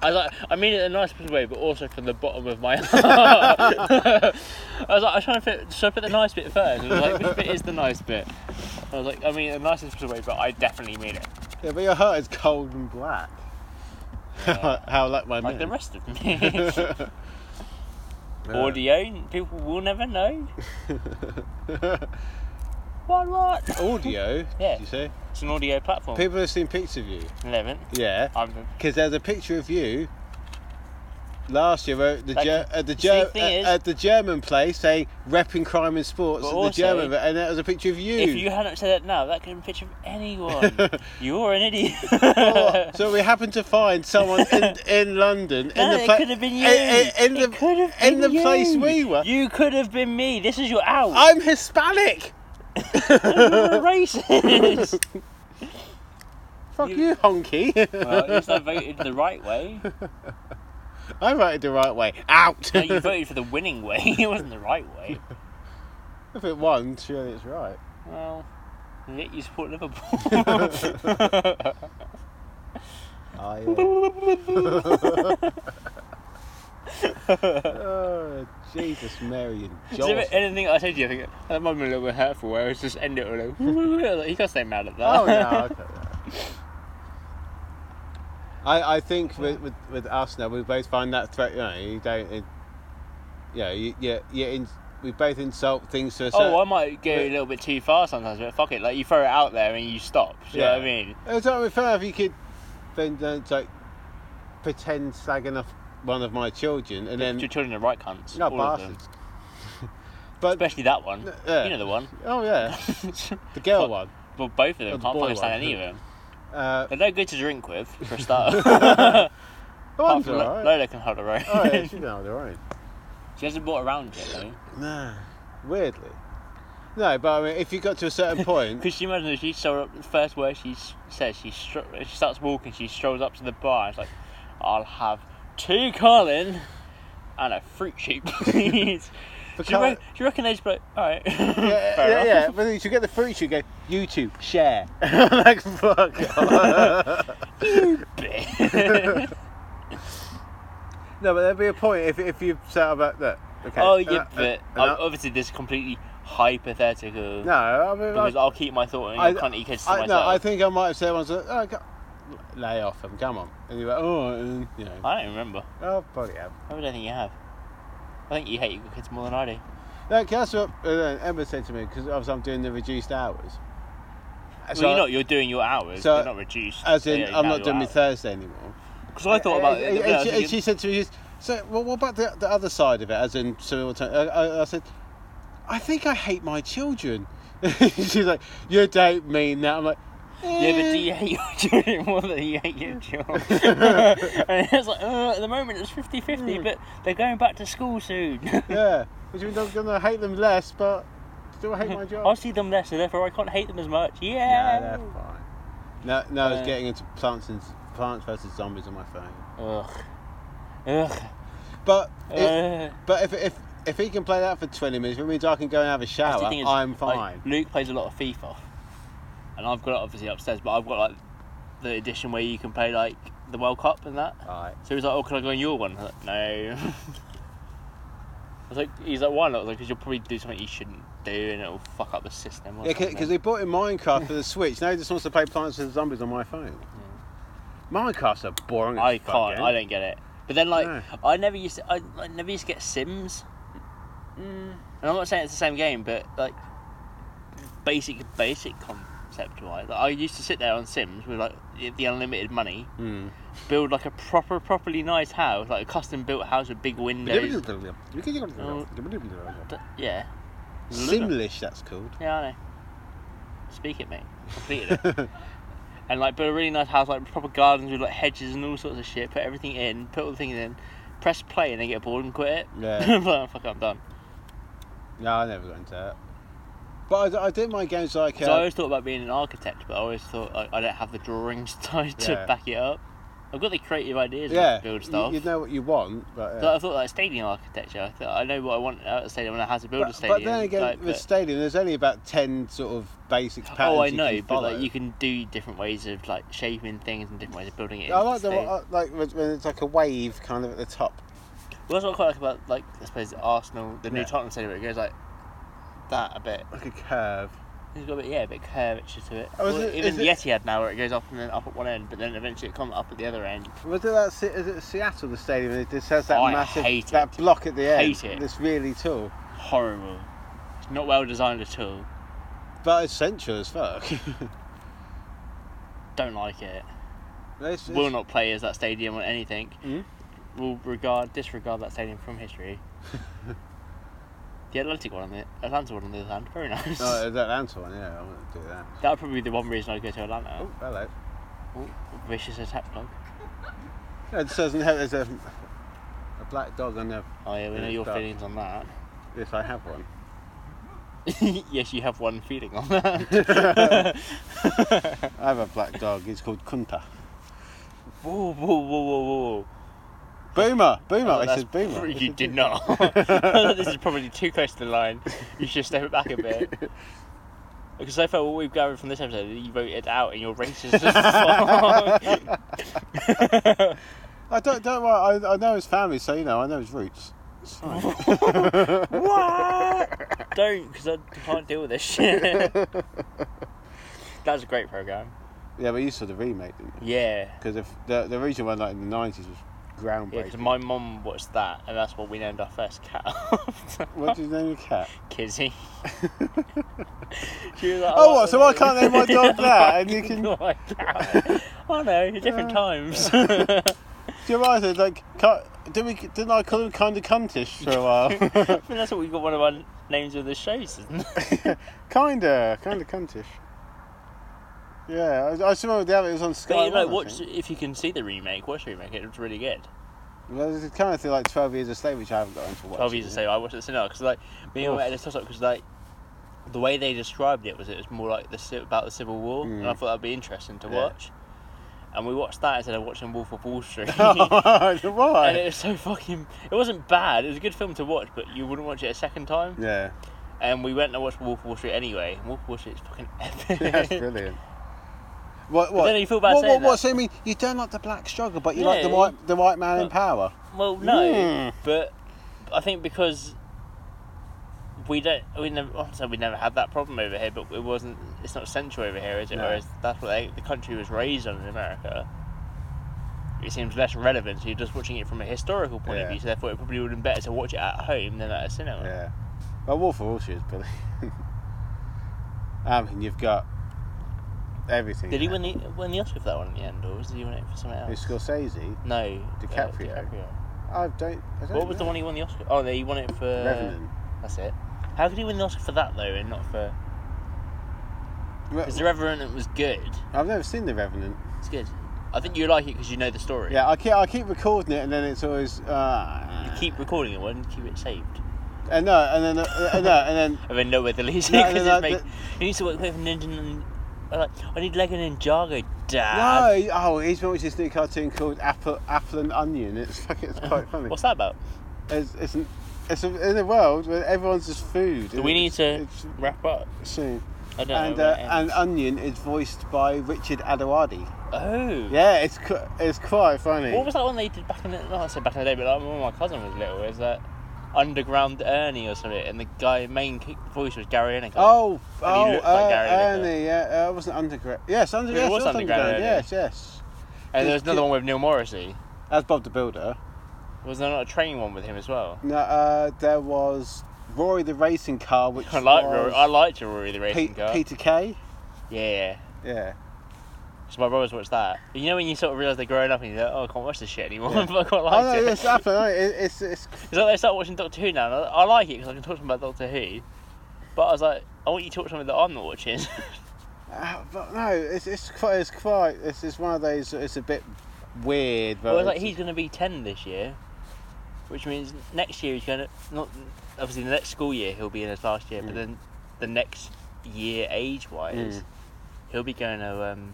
[SPEAKER 5] I like. I mean it in a nice possible way, but also from the bottom of my heart. I was like, I was trying to fit. Should I put the nice bit first? And I was like, which bit is the nice bit? I was like, I mean it in a nice possible way, but I definitely mean it.
[SPEAKER 1] yeah, but your heart is cold and black. How like my
[SPEAKER 5] Like the
[SPEAKER 1] man.
[SPEAKER 5] rest of me.
[SPEAKER 1] Yeah.
[SPEAKER 5] Audio, people will never know. what? What?
[SPEAKER 1] Audio.
[SPEAKER 5] Yeah.
[SPEAKER 1] Did you say
[SPEAKER 5] It's an audio platform.
[SPEAKER 1] people have seen pictures of you?
[SPEAKER 5] Eleven.
[SPEAKER 1] Yeah,
[SPEAKER 5] I'm.
[SPEAKER 1] because there's a picture of you last year at the
[SPEAKER 5] Like,
[SPEAKER 1] Ger- at the
[SPEAKER 5] see,
[SPEAKER 1] Ger-
[SPEAKER 5] thing
[SPEAKER 1] at,
[SPEAKER 5] is-
[SPEAKER 1] at the German place saying repping crime and sports
[SPEAKER 5] But
[SPEAKER 1] at
[SPEAKER 5] also-
[SPEAKER 1] the German, and that was a picture of you.
[SPEAKER 5] If you hadn't said that now, that could have been a picture of anyone. You're an idiot.
[SPEAKER 1] Oh, so we happened to find someone in, in London
[SPEAKER 5] No,
[SPEAKER 1] in the
[SPEAKER 5] Uh, it
[SPEAKER 1] pla-
[SPEAKER 5] could have been you.
[SPEAKER 1] in, in
[SPEAKER 5] It
[SPEAKER 1] the,
[SPEAKER 5] could have
[SPEAKER 1] in the
[SPEAKER 5] been
[SPEAKER 1] place
[SPEAKER 5] you.
[SPEAKER 1] we were.
[SPEAKER 5] You could have been me. This is your out.
[SPEAKER 1] I'm Hispanic.
[SPEAKER 5] You're a racist.
[SPEAKER 1] Fuck
[SPEAKER 5] You-
[SPEAKER 1] you, honky.
[SPEAKER 5] well, at least I voted the right way.
[SPEAKER 1] I voted the right way. Out.
[SPEAKER 5] No, you voted for the winning way. It wasn't the right way.
[SPEAKER 1] if it won, surely it's right.
[SPEAKER 5] Well, yet you support Liverpool.
[SPEAKER 1] I, uh, oh, Jesus, Mary and
[SPEAKER 5] Is there
[SPEAKER 1] Johnson.
[SPEAKER 5] anything I said to you? I think that might be a little bit hurtful. Where I was just end it all. Like, like, you can't stay mad at that.
[SPEAKER 1] Oh no. okay, no. I, I think with, with, with us now we both find that threat. You know, you don't. It, you know, you, you, you in, we both insult things to a certain.
[SPEAKER 5] oh, I might go a little bit too far sometimes, but fuck it. Like you throw it out there and you stop. Do you know what I mean?
[SPEAKER 1] It's like with fair if you could then don't like pretend slagging off one of my children and
[SPEAKER 5] your
[SPEAKER 1] then
[SPEAKER 5] children are right cunts.
[SPEAKER 1] no
[SPEAKER 5] all of them.
[SPEAKER 1] bastards. but
[SPEAKER 5] Especially that one.
[SPEAKER 1] yeah.
[SPEAKER 5] You know the one.
[SPEAKER 1] oh yeah, the girl one.
[SPEAKER 5] Well, both of them.
[SPEAKER 1] Oh, the
[SPEAKER 5] Can't
[SPEAKER 1] boy
[SPEAKER 5] fucking stand
[SPEAKER 1] one.
[SPEAKER 5] any of them.
[SPEAKER 1] Uh,
[SPEAKER 5] They're no good to drink with, for a start. Apart
[SPEAKER 1] the one's
[SPEAKER 5] from Lo-
[SPEAKER 1] Oh, alright.
[SPEAKER 5] Lola can hold her own.
[SPEAKER 1] Oh yeah, she's been on her own.
[SPEAKER 5] she hasn't bought around yet, though.
[SPEAKER 1] Nah, weirdly. No, but I mean, if you got to a certain point,
[SPEAKER 5] Because she imagine if she saw up the first word she s- says, she, stro- she starts walking, she strolls up to the bar, and it's like, I'll have two Colin and a fruit shake, please.
[SPEAKER 1] For
[SPEAKER 5] Do you, re-
[SPEAKER 1] Colin-
[SPEAKER 5] do you reckon they just be like, alright.
[SPEAKER 1] yeah,
[SPEAKER 5] Fair
[SPEAKER 1] yeah,
[SPEAKER 5] enough.
[SPEAKER 1] yeah. But you should get the fruit. You go YouTube share. like fuck. off. no, but there'd be a point if if you set about that. Okay.
[SPEAKER 5] oh, yeah,
[SPEAKER 1] Uh,
[SPEAKER 5] but
[SPEAKER 1] uh, uh,
[SPEAKER 5] ob- obviously this is completely hypothetical.
[SPEAKER 1] no, I mean,
[SPEAKER 5] Because
[SPEAKER 1] I,
[SPEAKER 5] I'll keep my thought on
[SPEAKER 1] I-
[SPEAKER 5] your cunty kids to
[SPEAKER 1] I,
[SPEAKER 5] myself.
[SPEAKER 1] no, I think I might have said once. Oh, go- lay off him. Come on. And you went, oh, and, you know.
[SPEAKER 5] I don't even remember.
[SPEAKER 1] Oh, probably have.
[SPEAKER 5] I don't think you have. I think you hate your kids more than I do.
[SPEAKER 1] No, 'cause that's what uh, Emma said to me because obviously I'm doing the reduced hours.
[SPEAKER 5] well, you're not. You're doing your hours.
[SPEAKER 1] so,
[SPEAKER 5] they're not reduced.
[SPEAKER 1] As
[SPEAKER 5] so
[SPEAKER 1] in,
[SPEAKER 5] yeah, you
[SPEAKER 1] I'm
[SPEAKER 5] have
[SPEAKER 1] not
[SPEAKER 5] your
[SPEAKER 1] doing my
[SPEAKER 5] hours.
[SPEAKER 1] Thursday anymore.
[SPEAKER 5] Because I thought about
[SPEAKER 1] Uh, And,
[SPEAKER 5] it.
[SPEAKER 1] and
[SPEAKER 5] I was
[SPEAKER 1] she, and
[SPEAKER 5] thinking-
[SPEAKER 1] she said to me, she's, "So, well, what about the, the other side of it?" As in, so I, I, I said, "I think I hate my children." she's like, "You don't mean that." I'm like,
[SPEAKER 5] yeah,
[SPEAKER 1] "Eh."
[SPEAKER 5] but do you hate your children more than you hate your job? and it's like, uh, at the moment it's 50
[SPEAKER 1] Hmm.
[SPEAKER 5] 50, but they're going back to school soon.
[SPEAKER 1] yeah." Which means I'm gonna hate them less, but still hate my job.
[SPEAKER 5] I see them less, so therefore I can't hate them as much.
[SPEAKER 1] Nah,
[SPEAKER 5] Yeah!
[SPEAKER 1] they're fine. No, no, I
[SPEAKER 5] Uh,
[SPEAKER 1] was getting into plants and plants versus zombies on my phone.
[SPEAKER 5] Ugh. Ugh. Uh,
[SPEAKER 1] But it,
[SPEAKER 5] Ugh.
[SPEAKER 1] but if if if he can play that for 20 minutes, it means I can go and have a
[SPEAKER 5] That's
[SPEAKER 1] shower.
[SPEAKER 5] the thing is,
[SPEAKER 1] I'm
[SPEAKER 5] like,
[SPEAKER 1] fine.
[SPEAKER 5] Luke plays a lot of FIFA, and I've got it obviously upstairs, but I've got like the edition where you can play like the World Cup and that.
[SPEAKER 1] Alright.
[SPEAKER 5] So he's like, "Oh, can I go on your one?" I was like, "No." I was like, "He's like, why not?" I was like, "Cause you'll probably do something you shouldn't do, and it'll fuck up the system." Or
[SPEAKER 1] Yeah,
[SPEAKER 5] something."
[SPEAKER 1] because they bought in Minecraft for the Switch. Now he just wants to play Plants vs Zombies on my phone. Minecraft's a boring. as
[SPEAKER 5] I
[SPEAKER 1] fuck eh?
[SPEAKER 5] can't.
[SPEAKER 1] game.
[SPEAKER 5] I don't get it. But then, like,
[SPEAKER 1] No.
[SPEAKER 5] I never used to. I, I never used to get Sims. Mm, And I'm not saying it's the same game, but like, basic, basic concept wise, like, I used to sit there on Sims with like the- the unlimited money,
[SPEAKER 1] Mm.
[SPEAKER 5] build like a proper, properly nice house, like a custom built house with big windows. Mm. D- yeah.
[SPEAKER 1] Simlish, that's called.
[SPEAKER 5] Yeah, I know. Speak it, mate. Completed it. and like built a really nice house, like proper gardens with like hedges and all sorts of shit. Put everything in, put all the things in, press play, and then get bored and quit it.
[SPEAKER 1] Yeah.
[SPEAKER 5] I'm like, "Oh, fuck, I'm done.
[SPEAKER 1] No, I never got into that. But I, I did my games like. Uh,
[SPEAKER 5] So I always thought about being an architect, but I always thought like, I don't have the drawings to, to
[SPEAKER 1] Yeah.
[SPEAKER 5] back it up. I've got the creative ideas
[SPEAKER 1] yeah,
[SPEAKER 5] to build
[SPEAKER 1] you-
[SPEAKER 5] stuff.
[SPEAKER 1] You, know what you want, but. uh,
[SPEAKER 5] So I thought like stadium architecture. I thought I know what I want out of a stadium and how to build a
[SPEAKER 1] but,
[SPEAKER 5] stadium.
[SPEAKER 1] but then again,
[SPEAKER 5] like,
[SPEAKER 1] with
[SPEAKER 5] but-
[SPEAKER 1] stadium, there's only about ten sort of basic patterns.
[SPEAKER 5] oh, I
[SPEAKER 1] you
[SPEAKER 5] know,
[SPEAKER 1] can
[SPEAKER 5] but
[SPEAKER 1] follow.
[SPEAKER 5] like you can do different ways of like shaping things and different ways of building it.
[SPEAKER 1] I
[SPEAKER 5] into
[SPEAKER 1] like the uh,
[SPEAKER 5] stadium.
[SPEAKER 1] one- I- like when when it's like a wave kind of at the top.
[SPEAKER 5] Well, that's what I quite like about like I suppose Arsenal, the
[SPEAKER 1] Yeah.
[SPEAKER 5] new Tottenham stadium. It goes like that a bit.
[SPEAKER 1] Like a curve.
[SPEAKER 5] It's got a bit yeah, a bit curvature to it.
[SPEAKER 1] Oh, is
[SPEAKER 5] Well,
[SPEAKER 1] it-
[SPEAKER 5] even
[SPEAKER 1] is it-
[SPEAKER 5] Yeti had now where it goes up and then up at one end, but then eventually it comes up at the other end.
[SPEAKER 1] Was it that? Se- Is it Seattle the stadium? and It just has that
[SPEAKER 5] I
[SPEAKER 1] massive
[SPEAKER 5] hate
[SPEAKER 1] that
[SPEAKER 5] it.
[SPEAKER 1] block at the end.
[SPEAKER 5] Hate it.
[SPEAKER 1] That's really tall,
[SPEAKER 5] Horrible. It's not well designed at all.
[SPEAKER 1] but it's central as fuck. It's-
[SPEAKER 5] Don't like it.
[SPEAKER 1] it's-
[SPEAKER 5] Will not play as that stadium or anything.
[SPEAKER 1] Mhm.
[SPEAKER 5] Will regard disregard that stadium from history. the Atlantic one on the Atlanta one on the other hand, very nice.
[SPEAKER 1] No, that Atlanta one. Oh, Yeah, I wouldn't do that.
[SPEAKER 5] that would probably be the one reason I'd go to Atlanta.
[SPEAKER 1] Oh, hello.
[SPEAKER 5] Ooh, vicious attack dog.
[SPEAKER 1] No, it doesn't have. There's a, a black dog on there
[SPEAKER 5] Oh yeah, we
[SPEAKER 1] Yeah,
[SPEAKER 5] know
[SPEAKER 1] it's
[SPEAKER 5] your
[SPEAKER 1] dark.
[SPEAKER 5] feelings on that.
[SPEAKER 1] if I have one.
[SPEAKER 5] yes, you have one feeling on that.
[SPEAKER 1] I have a black dog. He's called Kunta.
[SPEAKER 5] whoa, whoa, whoa, whoa, whoa.
[SPEAKER 1] Boomer, Boomer.
[SPEAKER 5] Oh,
[SPEAKER 1] I
[SPEAKER 5] that's
[SPEAKER 1] said Boomer.
[SPEAKER 5] pr-
[SPEAKER 1] I
[SPEAKER 5] You
[SPEAKER 1] said
[SPEAKER 5] did
[SPEAKER 1] Boomer.
[SPEAKER 5] not. I thought this is probably too close to the line. You should step it back a bit. Because so far, what we've gathered from this episode, is you wrote it out and you're racist as fuck.
[SPEAKER 1] I don't don't worry. I, I know his family, so you know I know his roots. It's fine.
[SPEAKER 5] what? Don't, because I can't deal with this shit. that was a great program.
[SPEAKER 1] yeah, but you saw the remake, didn't you?
[SPEAKER 5] Yeah.
[SPEAKER 1] Because if the the original one like in the nineties was
[SPEAKER 5] Yeah,
[SPEAKER 1] groundbreaking.
[SPEAKER 5] because my mum watched that, and that's what we named our first cat after.
[SPEAKER 1] What did you name your cat?
[SPEAKER 5] Kizzy. She was like,
[SPEAKER 1] Oh, what, so I can't name my dog that, and you can-
[SPEAKER 5] My cat. oh no, different
[SPEAKER 1] Uh.
[SPEAKER 5] times.
[SPEAKER 1] Do you realise it, like ca- did we didn't I call him kind of cuntish for a
[SPEAKER 5] I
[SPEAKER 1] while?
[SPEAKER 5] think that's what we got one of our names of the shows. Isn't it?
[SPEAKER 1] kinda, kinda cuntish. Yeah, I, I just remember the other it was on Sky.
[SPEAKER 5] But, you know,
[SPEAKER 1] One, I
[SPEAKER 5] watch
[SPEAKER 1] think.
[SPEAKER 5] if you can see the remake. Watch the remake; it was really good.
[SPEAKER 1] Well, it's kind of thing like Twelve Years a Slave, which I haven't got into watching.
[SPEAKER 5] Twelve years to say, I watched it at the cinema because like me and my
[SPEAKER 1] Oof.
[SPEAKER 5] mate had a toss up because like the way they described it was it was more like the ci- about the Civil War, and I
[SPEAKER 1] Mm.
[SPEAKER 5] thought that'd be interesting to
[SPEAKER 1] Yeah.
[SPEAKER 5] watch. And we watched that instead of watching Wolf of Wall Street.
[SPEAKER 1] Oh Why?
[SPEAKER 5] And it was so fucking. It wasn't bad. It was a good film to watch, but you wouldn't watch it a second time.
[SPEAKER 1] Yeah,
[SPEAKER 5] And we went and watched Wolf of Wall Street anyway. and Wolf of Wall Street is fucking epic.
[SPEAKER 1] that's brilliant. What? What?
[SPEAKER 5] then you feel bad
[SPEAKER 1] what,
[SPEAKER 5] saying
[SPEAKER 1] what, what?
[SPEAKER 5] that.
[SPEAKER 1] So you mean you don't like the black struggle, but you like the
[SPEAKER 5] No.
[SPEAKER 1] white, the white man in
[SPEAKER 5] But-
[SPEAKER 1] power?
[SPEAKER 5] well, no,
[SPEAKER 1] Mm.
[SPEAKER 5] but I think because we don't, we never, I say we never had that problem over here. But it wasn't. It's not central over here, is it?
[SPEAKER 1] No.
[SPEAKER 5] Whereas that's what they, the country was raised on in America. It seems less relevant. So you're just watching it from a historical point of
[SPEAKER 1] Yeah.
[SPEAKER 5] view. So therefore, it probably would have been better to watch it at home than at a cinema.
[SPEAKER 1] Yeah. Well, Wolf of Wall Street is brilliant. um, and you've got everything.
[SPEAKER 5] Did he
[SPEAKER 1] there.
[SPEAKER 5] win the win the Oscar for that one in the end, or was he win it for something else?
[SPEAKER 1] Who's Scorsese?
[SPEAKER 5] No. Uh,
[SPEAKER 1] DiCaprio. I don't. I don't
[SPEAKER 5] What was the
[SPEAKER 1] know.
[SPEAKER 5] one he won the Oscar? Oh, no, he won it for.
[SPEAKER 1] Revenant.
[SPEAKER 5] That's it. How could he win the Oscar for that though, and not for?
[SPEAKER 1] Re-
[SPEAKER 5] Because the Revenant was good.
[SPEAKER 1] I've never seen the Revenant.
[SPEAKER 5] It's good. I think you like it because you know the story.
[SPEAKER 1] Yeah, I keep I keep recording it, and then it's always.
[SPEAKER 5] You
[SPEAKER 1] Uh,
[SPEAKER 5] keep recording it and keep it saved.
[SPEAKER 1] And no, and then uh, uh, no, and then
[SPEAKER 5] And then nowhere to leave it
[SPEAKER 1] No, no,
[SPEAKER 5] because
[SPEAKER 1] no,
[SPEAKER 5] it's make. He needs to work with Ninja. and- I'm Like, I need Lego Ninjago,
[SPEAKER 1] no.
[SPEAKER 5] Dad.
[SPEAKER 1] he- Oh, he's watched this new cartoon called Apple Apple and Onion. It's fucking- it's quite funny.
[SPEAKER 5] What's that about?
[SPEAKER 1] It's it's, an, it's a, in a world where everyone's just food.
[SPEAKER 5] Do we need to
[SPEAKER 1] It's,
[SPEAKER 5] wrap up?
[SPEAKER 1] it's soon.
[SPEAKER 5] I don't
[SPEAKER 1] And
[SPEAKER 5] know.
[SPEAKER 1] uh,
[SPEAKER 5] right?
[SPEAKER 1] and Onion is voiced by Richard Adowadi.
[SPEAKER 5] oh.
[SPEAKER 1] Yeah, it's qu- it's quite funny.
[SPEAKER 5] What was that one they did back in the? Well, I said back in the day, but like when my cousin was little, is that Underground Ernie or something? And the guy main ki- voice was Gary Lineker.
[SPEAKER 1] Oh,
[SPEAKER 5] And he
[SPEAKER 1] oh,
[SPEAKER 5] looked
[SPEAKER 1] uh,
[SPEAKER 5] like Gary Lineker.
[SPEAKER 1] Ernie. Yeah, uh, it wasn't underground. Yes, under,
[SPEAKER 5] It
[SPEAKER 1] yes,
[SPEAKER 5] was Underground Ernie.
[SPEAKER 1] Yes, yes.
[SPEAKER 5] and there was another one with Neil Morrissey.
[SPEAKER 1] That's Bob the Builder.
[SPEAKER 5] Was there not a train one with him as well?
[SPEAKER 1] No, uh, there was Rory the racing car, which
[SPEAKER 5] I like
[SPEAKER 1] was
[SPEAKER 5] Rory. I liked Rory the
[SPEAKER 1] Pe-
[SPEAKER 5] racing car.
[SPEAKER 1] Peter Kay.
[SPEAKER 5] Yeah.
[SPEAKER 1] Yeah.
[SPEAKER 5] So my brothers watched that. You know when you sort of realise they're growing up and you're like, oh, I can't watch this shit anymore.
[SPEAKER 1] Yeah.
[SPEAKER 5] but I quite
[SPEAKER 1] I
[SPEAKER 5] like
[SPEAKER 1] know
[SPEAKER 5] it.
[SPEAKER 1] Oh, it's happened. I- it- It's it's
[SPEAKER 5] It's like they start watching Doctor Who now. And I, I like it because I can talk to them about Doctor Who. But I was like, I want you to talk to something that I'm not watching.
[SPEAKER 1] Uh, but no, it's it's quite it's quite it's, it's one of those. It's a bit weird, but
[SPEAKER 5] Well, it's like
[SPEAKER 1] it's-
[SPEAKER 5] he's going to be 10 this year, which means next year he's going to not obviously the next school year he'll be in his last year, but
[SPEAKER 1] Mm.
[SPEAKER 5] then the next year age wise,
[SPEAKER 1] Mm.
[SPEAKER 5] he'll be going to um,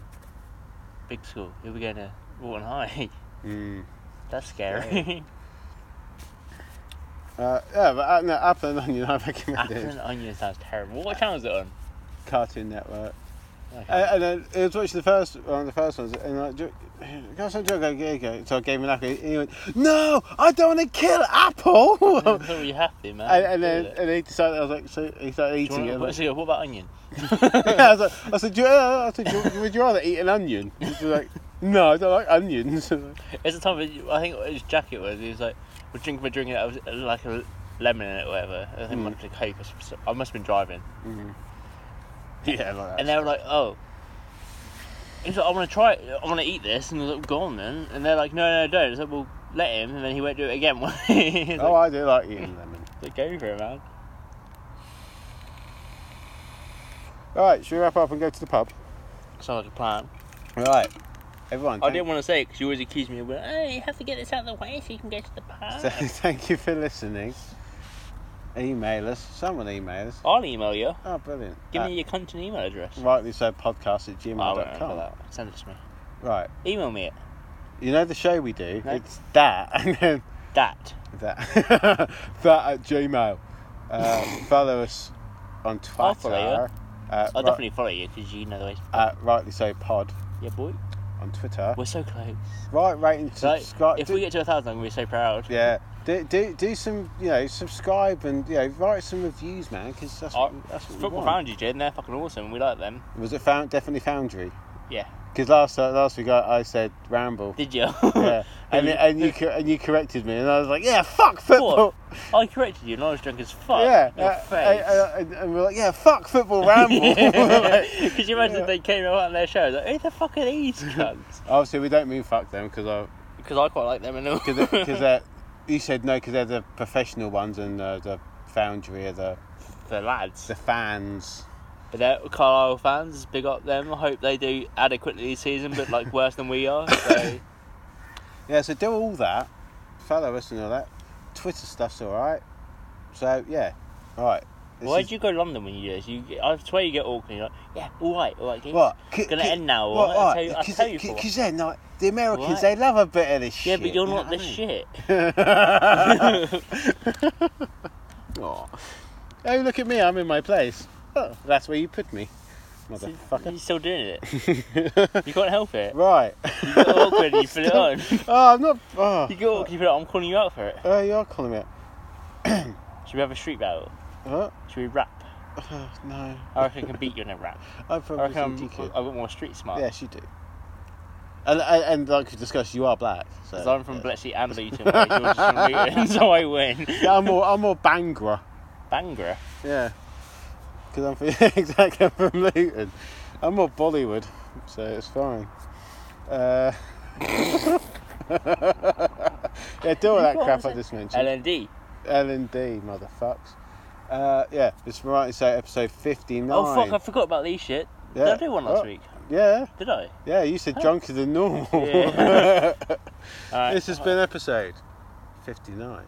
[SPEAKER 5] big school. He'll be going to Bought on high.
[SPEAKER 1] Mm.
[SPEAKER 5] That's scary.
[SPEAKER 1] Uh, yeah, but uh, no, Apple and Onion, I recommend
[SPEAKER 5] Apple and
[SPEAKER 1] it.
[SPEAKER 5] onion sounds terrible. What channel is it on?
[SPEAKER 1] Cartoon Network.
[SPEAKER 5] Okay.
[SPEAKER 1] Uh, and then I was watching the first one of the first ones, and like, do- can I say Joe go go go? So I gave him an apple, and he went, "No, I don't want to kill apple."
[SPEAKER 5] Until you have to, man.
[SPEAKER 1] and, and
[SPEAKER 5] Do
[SPEAKER 1] then uh,
[SPEAKER 5] it.
[SPEAKER 1] and he decided I was like, so he started
[SPEAKER 5] Do you
[SPEAKER 1] eating
[SPEAKER 5] wanna-
[SPEAKER 1] it.
[SPEAKER 5] what,
[SPEAKER 1] Like,
[SPEAKER 5] so yeah, what about onion?
[SPEAKER 1] yeah, I was like, I said, do you, uh, I said, do you- would you rather eat an onion? He was like, no, I don't like onions.
[SPEAKER 5] It's a time of, I think his jacket was, he was like, we're drinking, we're drinking, it was like a lemon in it or whatever. I think it
[SPEAKER 1] Mm.
[SPEAKER 5] might have been Coke or some- I must have been driving.
[SPEAKER 1] yeah, like
[SPEAKER 5] And
[SPEAKER 1] that.
[SPEAKER 5] they were like, oh. He's like, I want to try it, I want to eat this. And I was like, go on then. And they're like, no, no, don't. I was like, well, let him. And then he won't do it again. He's
[SPEAKER 1] Oh,
[SPEAKER 5] like,
[SPEAKER 1] I do like eating lemon.
[SPEAKER 5] like, go for it, man.
[SPEAKER 1] All right, should we wrap up and go to the pub?
[SPEAKER 5] Sounds like a plan.
[SPEAKER 1] All right, everyone.
[SPEAKER 5] I
[SPEAKER 1] thank-
[SPEAKER 5] didn't want to say it because you always accused me of, going, oh, you have to get this out of the way so you can go to the
[SPEAKER 1] So,
[SPEAKER 5] pub.
[SPEAKER 1] thank you for listening. Email us. Someone email us.
[SPEAKER 5] I'll email you.
[SPEAKER 1] Oh, brilliant.
[SPEAKER 5] Give
[SPEAKER 1] Uh,
[SPEAKER 5] me your cunt and email address.
[SPEAKER 1] rightly so podcast at
[SPEAKER 5] I won't remember
[SPEAKER 1] gmail.com.
[SPEAKER 5] that. Send it to me.
[SPEAKER 1] Right.
[SPEAKER 5] Email me it.
[SPEAKER 1] You know the show we do?
[SPEAKER 5] No.
[SPEAKER 1] It's that and then
[SPEAKER 5] That.
[SPEAKER 1] that. that at gmail. Uh, follow us on
[SPEAKER 5] I'll follow you.
[SPEAKER 1] Twitter. Uh,
[SPEAKER 5] I'll
[SPEAKER 1] ri-
[SPEAKER 5] definitely follow you because you know the way.
[SPEAKER 1] at rightly so pod
[SPEAKER 5] Yeah, boy.
[SPEAKER 1] on Twitter.
[SPEAKER 5] We're so close.
[SPEAKER 1] Right, rate and
[SPEAKER 5] Like,
[SPEAKER 1] subscribe.
[SPEAKER 5] if
[SPEAKER 1] do-
[SPEAKER 5] we get to a thousand, I'm gonna be so proud.
[SPEAKER 1] yeah. Do, do, do some, you know, subscribe and, you know, write some reviews, man, because that's,
[SPEAKER 5] Our,
[SPEAKER 1] what- that's what we
[SPEAKER 5] Uh, football
[SPEAKER 1] want.
[SPEAKER 5] Foundry, Jim, they're fucking awesome. We like them.
[SPEAKER 1] Was it found, definitely Foundry?
[SPEAKER 5] Yeah.
[SPEAKER 1] Because last, uh, last week I, I said Ramble.
[SPEAKER 5] Did you?
[SPEAKER 1] Yeah. And, and you cor- and you corrected me, and I was like, "Yeah, fuck football."
[SPEAKER 5] I corrected you, and I was drunk as fuck.
[SPEAKER 1] Yeah,
[SPEAKER 5] Your
[SPEAKER 1] uh,
[SPEAKER 5] face.
[SPEAKER 1] uh, uh, and, and we're like, yeah, fuck football ramble.
[SPEAKER 5] Could you imagine if they came out on their show? Like, who the fuck are these cunts?
[SPEAKER 1] Obviously, we don't mean fuck them because
[SPEAKER 5] Because I quite like them and all.
[SPEAKER 1] because they're you said no because they're the professional ones and uh, the foundry are the
[SPEAKER 5] the lads.
[SPEAKER 1] the fans.
[SPEAKER 5] But they're Carlisle fans, big up them. I hope they do adequately this season, but like worse than we are. So
[SPEAKER 1] Yeah, so do all that, follow us and all that. Twitter stuff's all right. So yeah, all right. This
[SPEAKER 5] why
[SPEAKER 1] is-
[SPEAKER 5] would you go to London when you do this? You, I swear you get awkward. You're like, yeah, all right, all right. Geez.
[SPEAKER 1] What?
[SPEAKER 5] It's gonna end now. All right. I tell you, I tell you for what.
[SPEAKER 1] Because then, like, the Americans,
[SPEAKER 5] What?
[SPEAKER 1] they love a bit of this
[SPEAKER 5] Yeah,
[SPEAKER 1] shit.
[SPEAKER 5] but you're
[SPEAKER 1] you know
[SPEAKER 5] not the
[SPEAKER 1] what I mean?
[SPEAKER 5] shit.
[SPEAKER 1] Aw. Oh, look at me, I'm in my place. Oh, that's where you put me, motherfucker.
[SPEAKER 5] You're still doing it. You can't help it.
[SPEAKER 1] right.
[SPEAKER 5] You get awkward and you put it on.
[SPEAKER 1] Oh, I'm not. Oh,
[SPEAKER 5] You get awkward, you put it on. I'm calling you out for it.
[SPEAKER 1] oh you are calling me out.
[SPEAKER 5] Should we have a street battle?
[SPEAKER 1] What?
[SPEAKER 5] Should we rap?
[SPEAKER 1] Oh, no.
[SPEAKER 5] I reckon I can beat you in a rap.
[SPEAKER 1] I'm
[SPEAKER 5] I
[SPEAKER 1] probably
[SPEAKER 5] reckon
[SPEAKER 1] some
[SPEAKER 5] I'm,
[SPEAKER 1] dickhead.
[SPEAKER 5] I've got more street smart.
[SPEAKER 1] Yes, you do. And, and, and like we discussed, you are black. So.
[SPEAKER 5] Because I'm from Bletchley and Luton, mate, so we're just from Luton, so I win.
[SPEAKER 1] Yeah, I'm more, I'm more Bangra.
[SPEAKER 5] Bangra.
[SPEAKER 1] Yeah. Because I'm from, exactly, I'm from Luton. I'm more Bollywood, so it's fine. Uh, yeah, do all that crap I just mentioned.
[SPEAKER 5] LND.
[SPEAKER 1] L and D, motherfucks. Uh, yeah, it's from right so episode 59.
[SPEAKER 5] Oh fuck, I forgot about these shit.
[SPEAKER 1] Yeah.
[SPEAKER 5] Did I do one last
[SPEAKER 1] Oh.
[SPEAKER 5] week?
[SPEAKER 1] Yeah,
[SPEAKER 5] Did I?
[SPEAKER 1] yeah, you said drunker than normal.
[SPEAKER 5] Yeah. Alright.
[SPEAKER 1] this has been episode 59.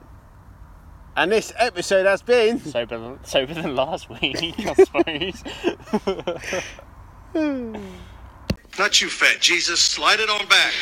[SPEAKER 1] And this episode has been.
[SPEAKER 5] Sober than, sober than last week, I suppose.
[SPEAKER 4] Not you, fat Jesus. Slide it on back.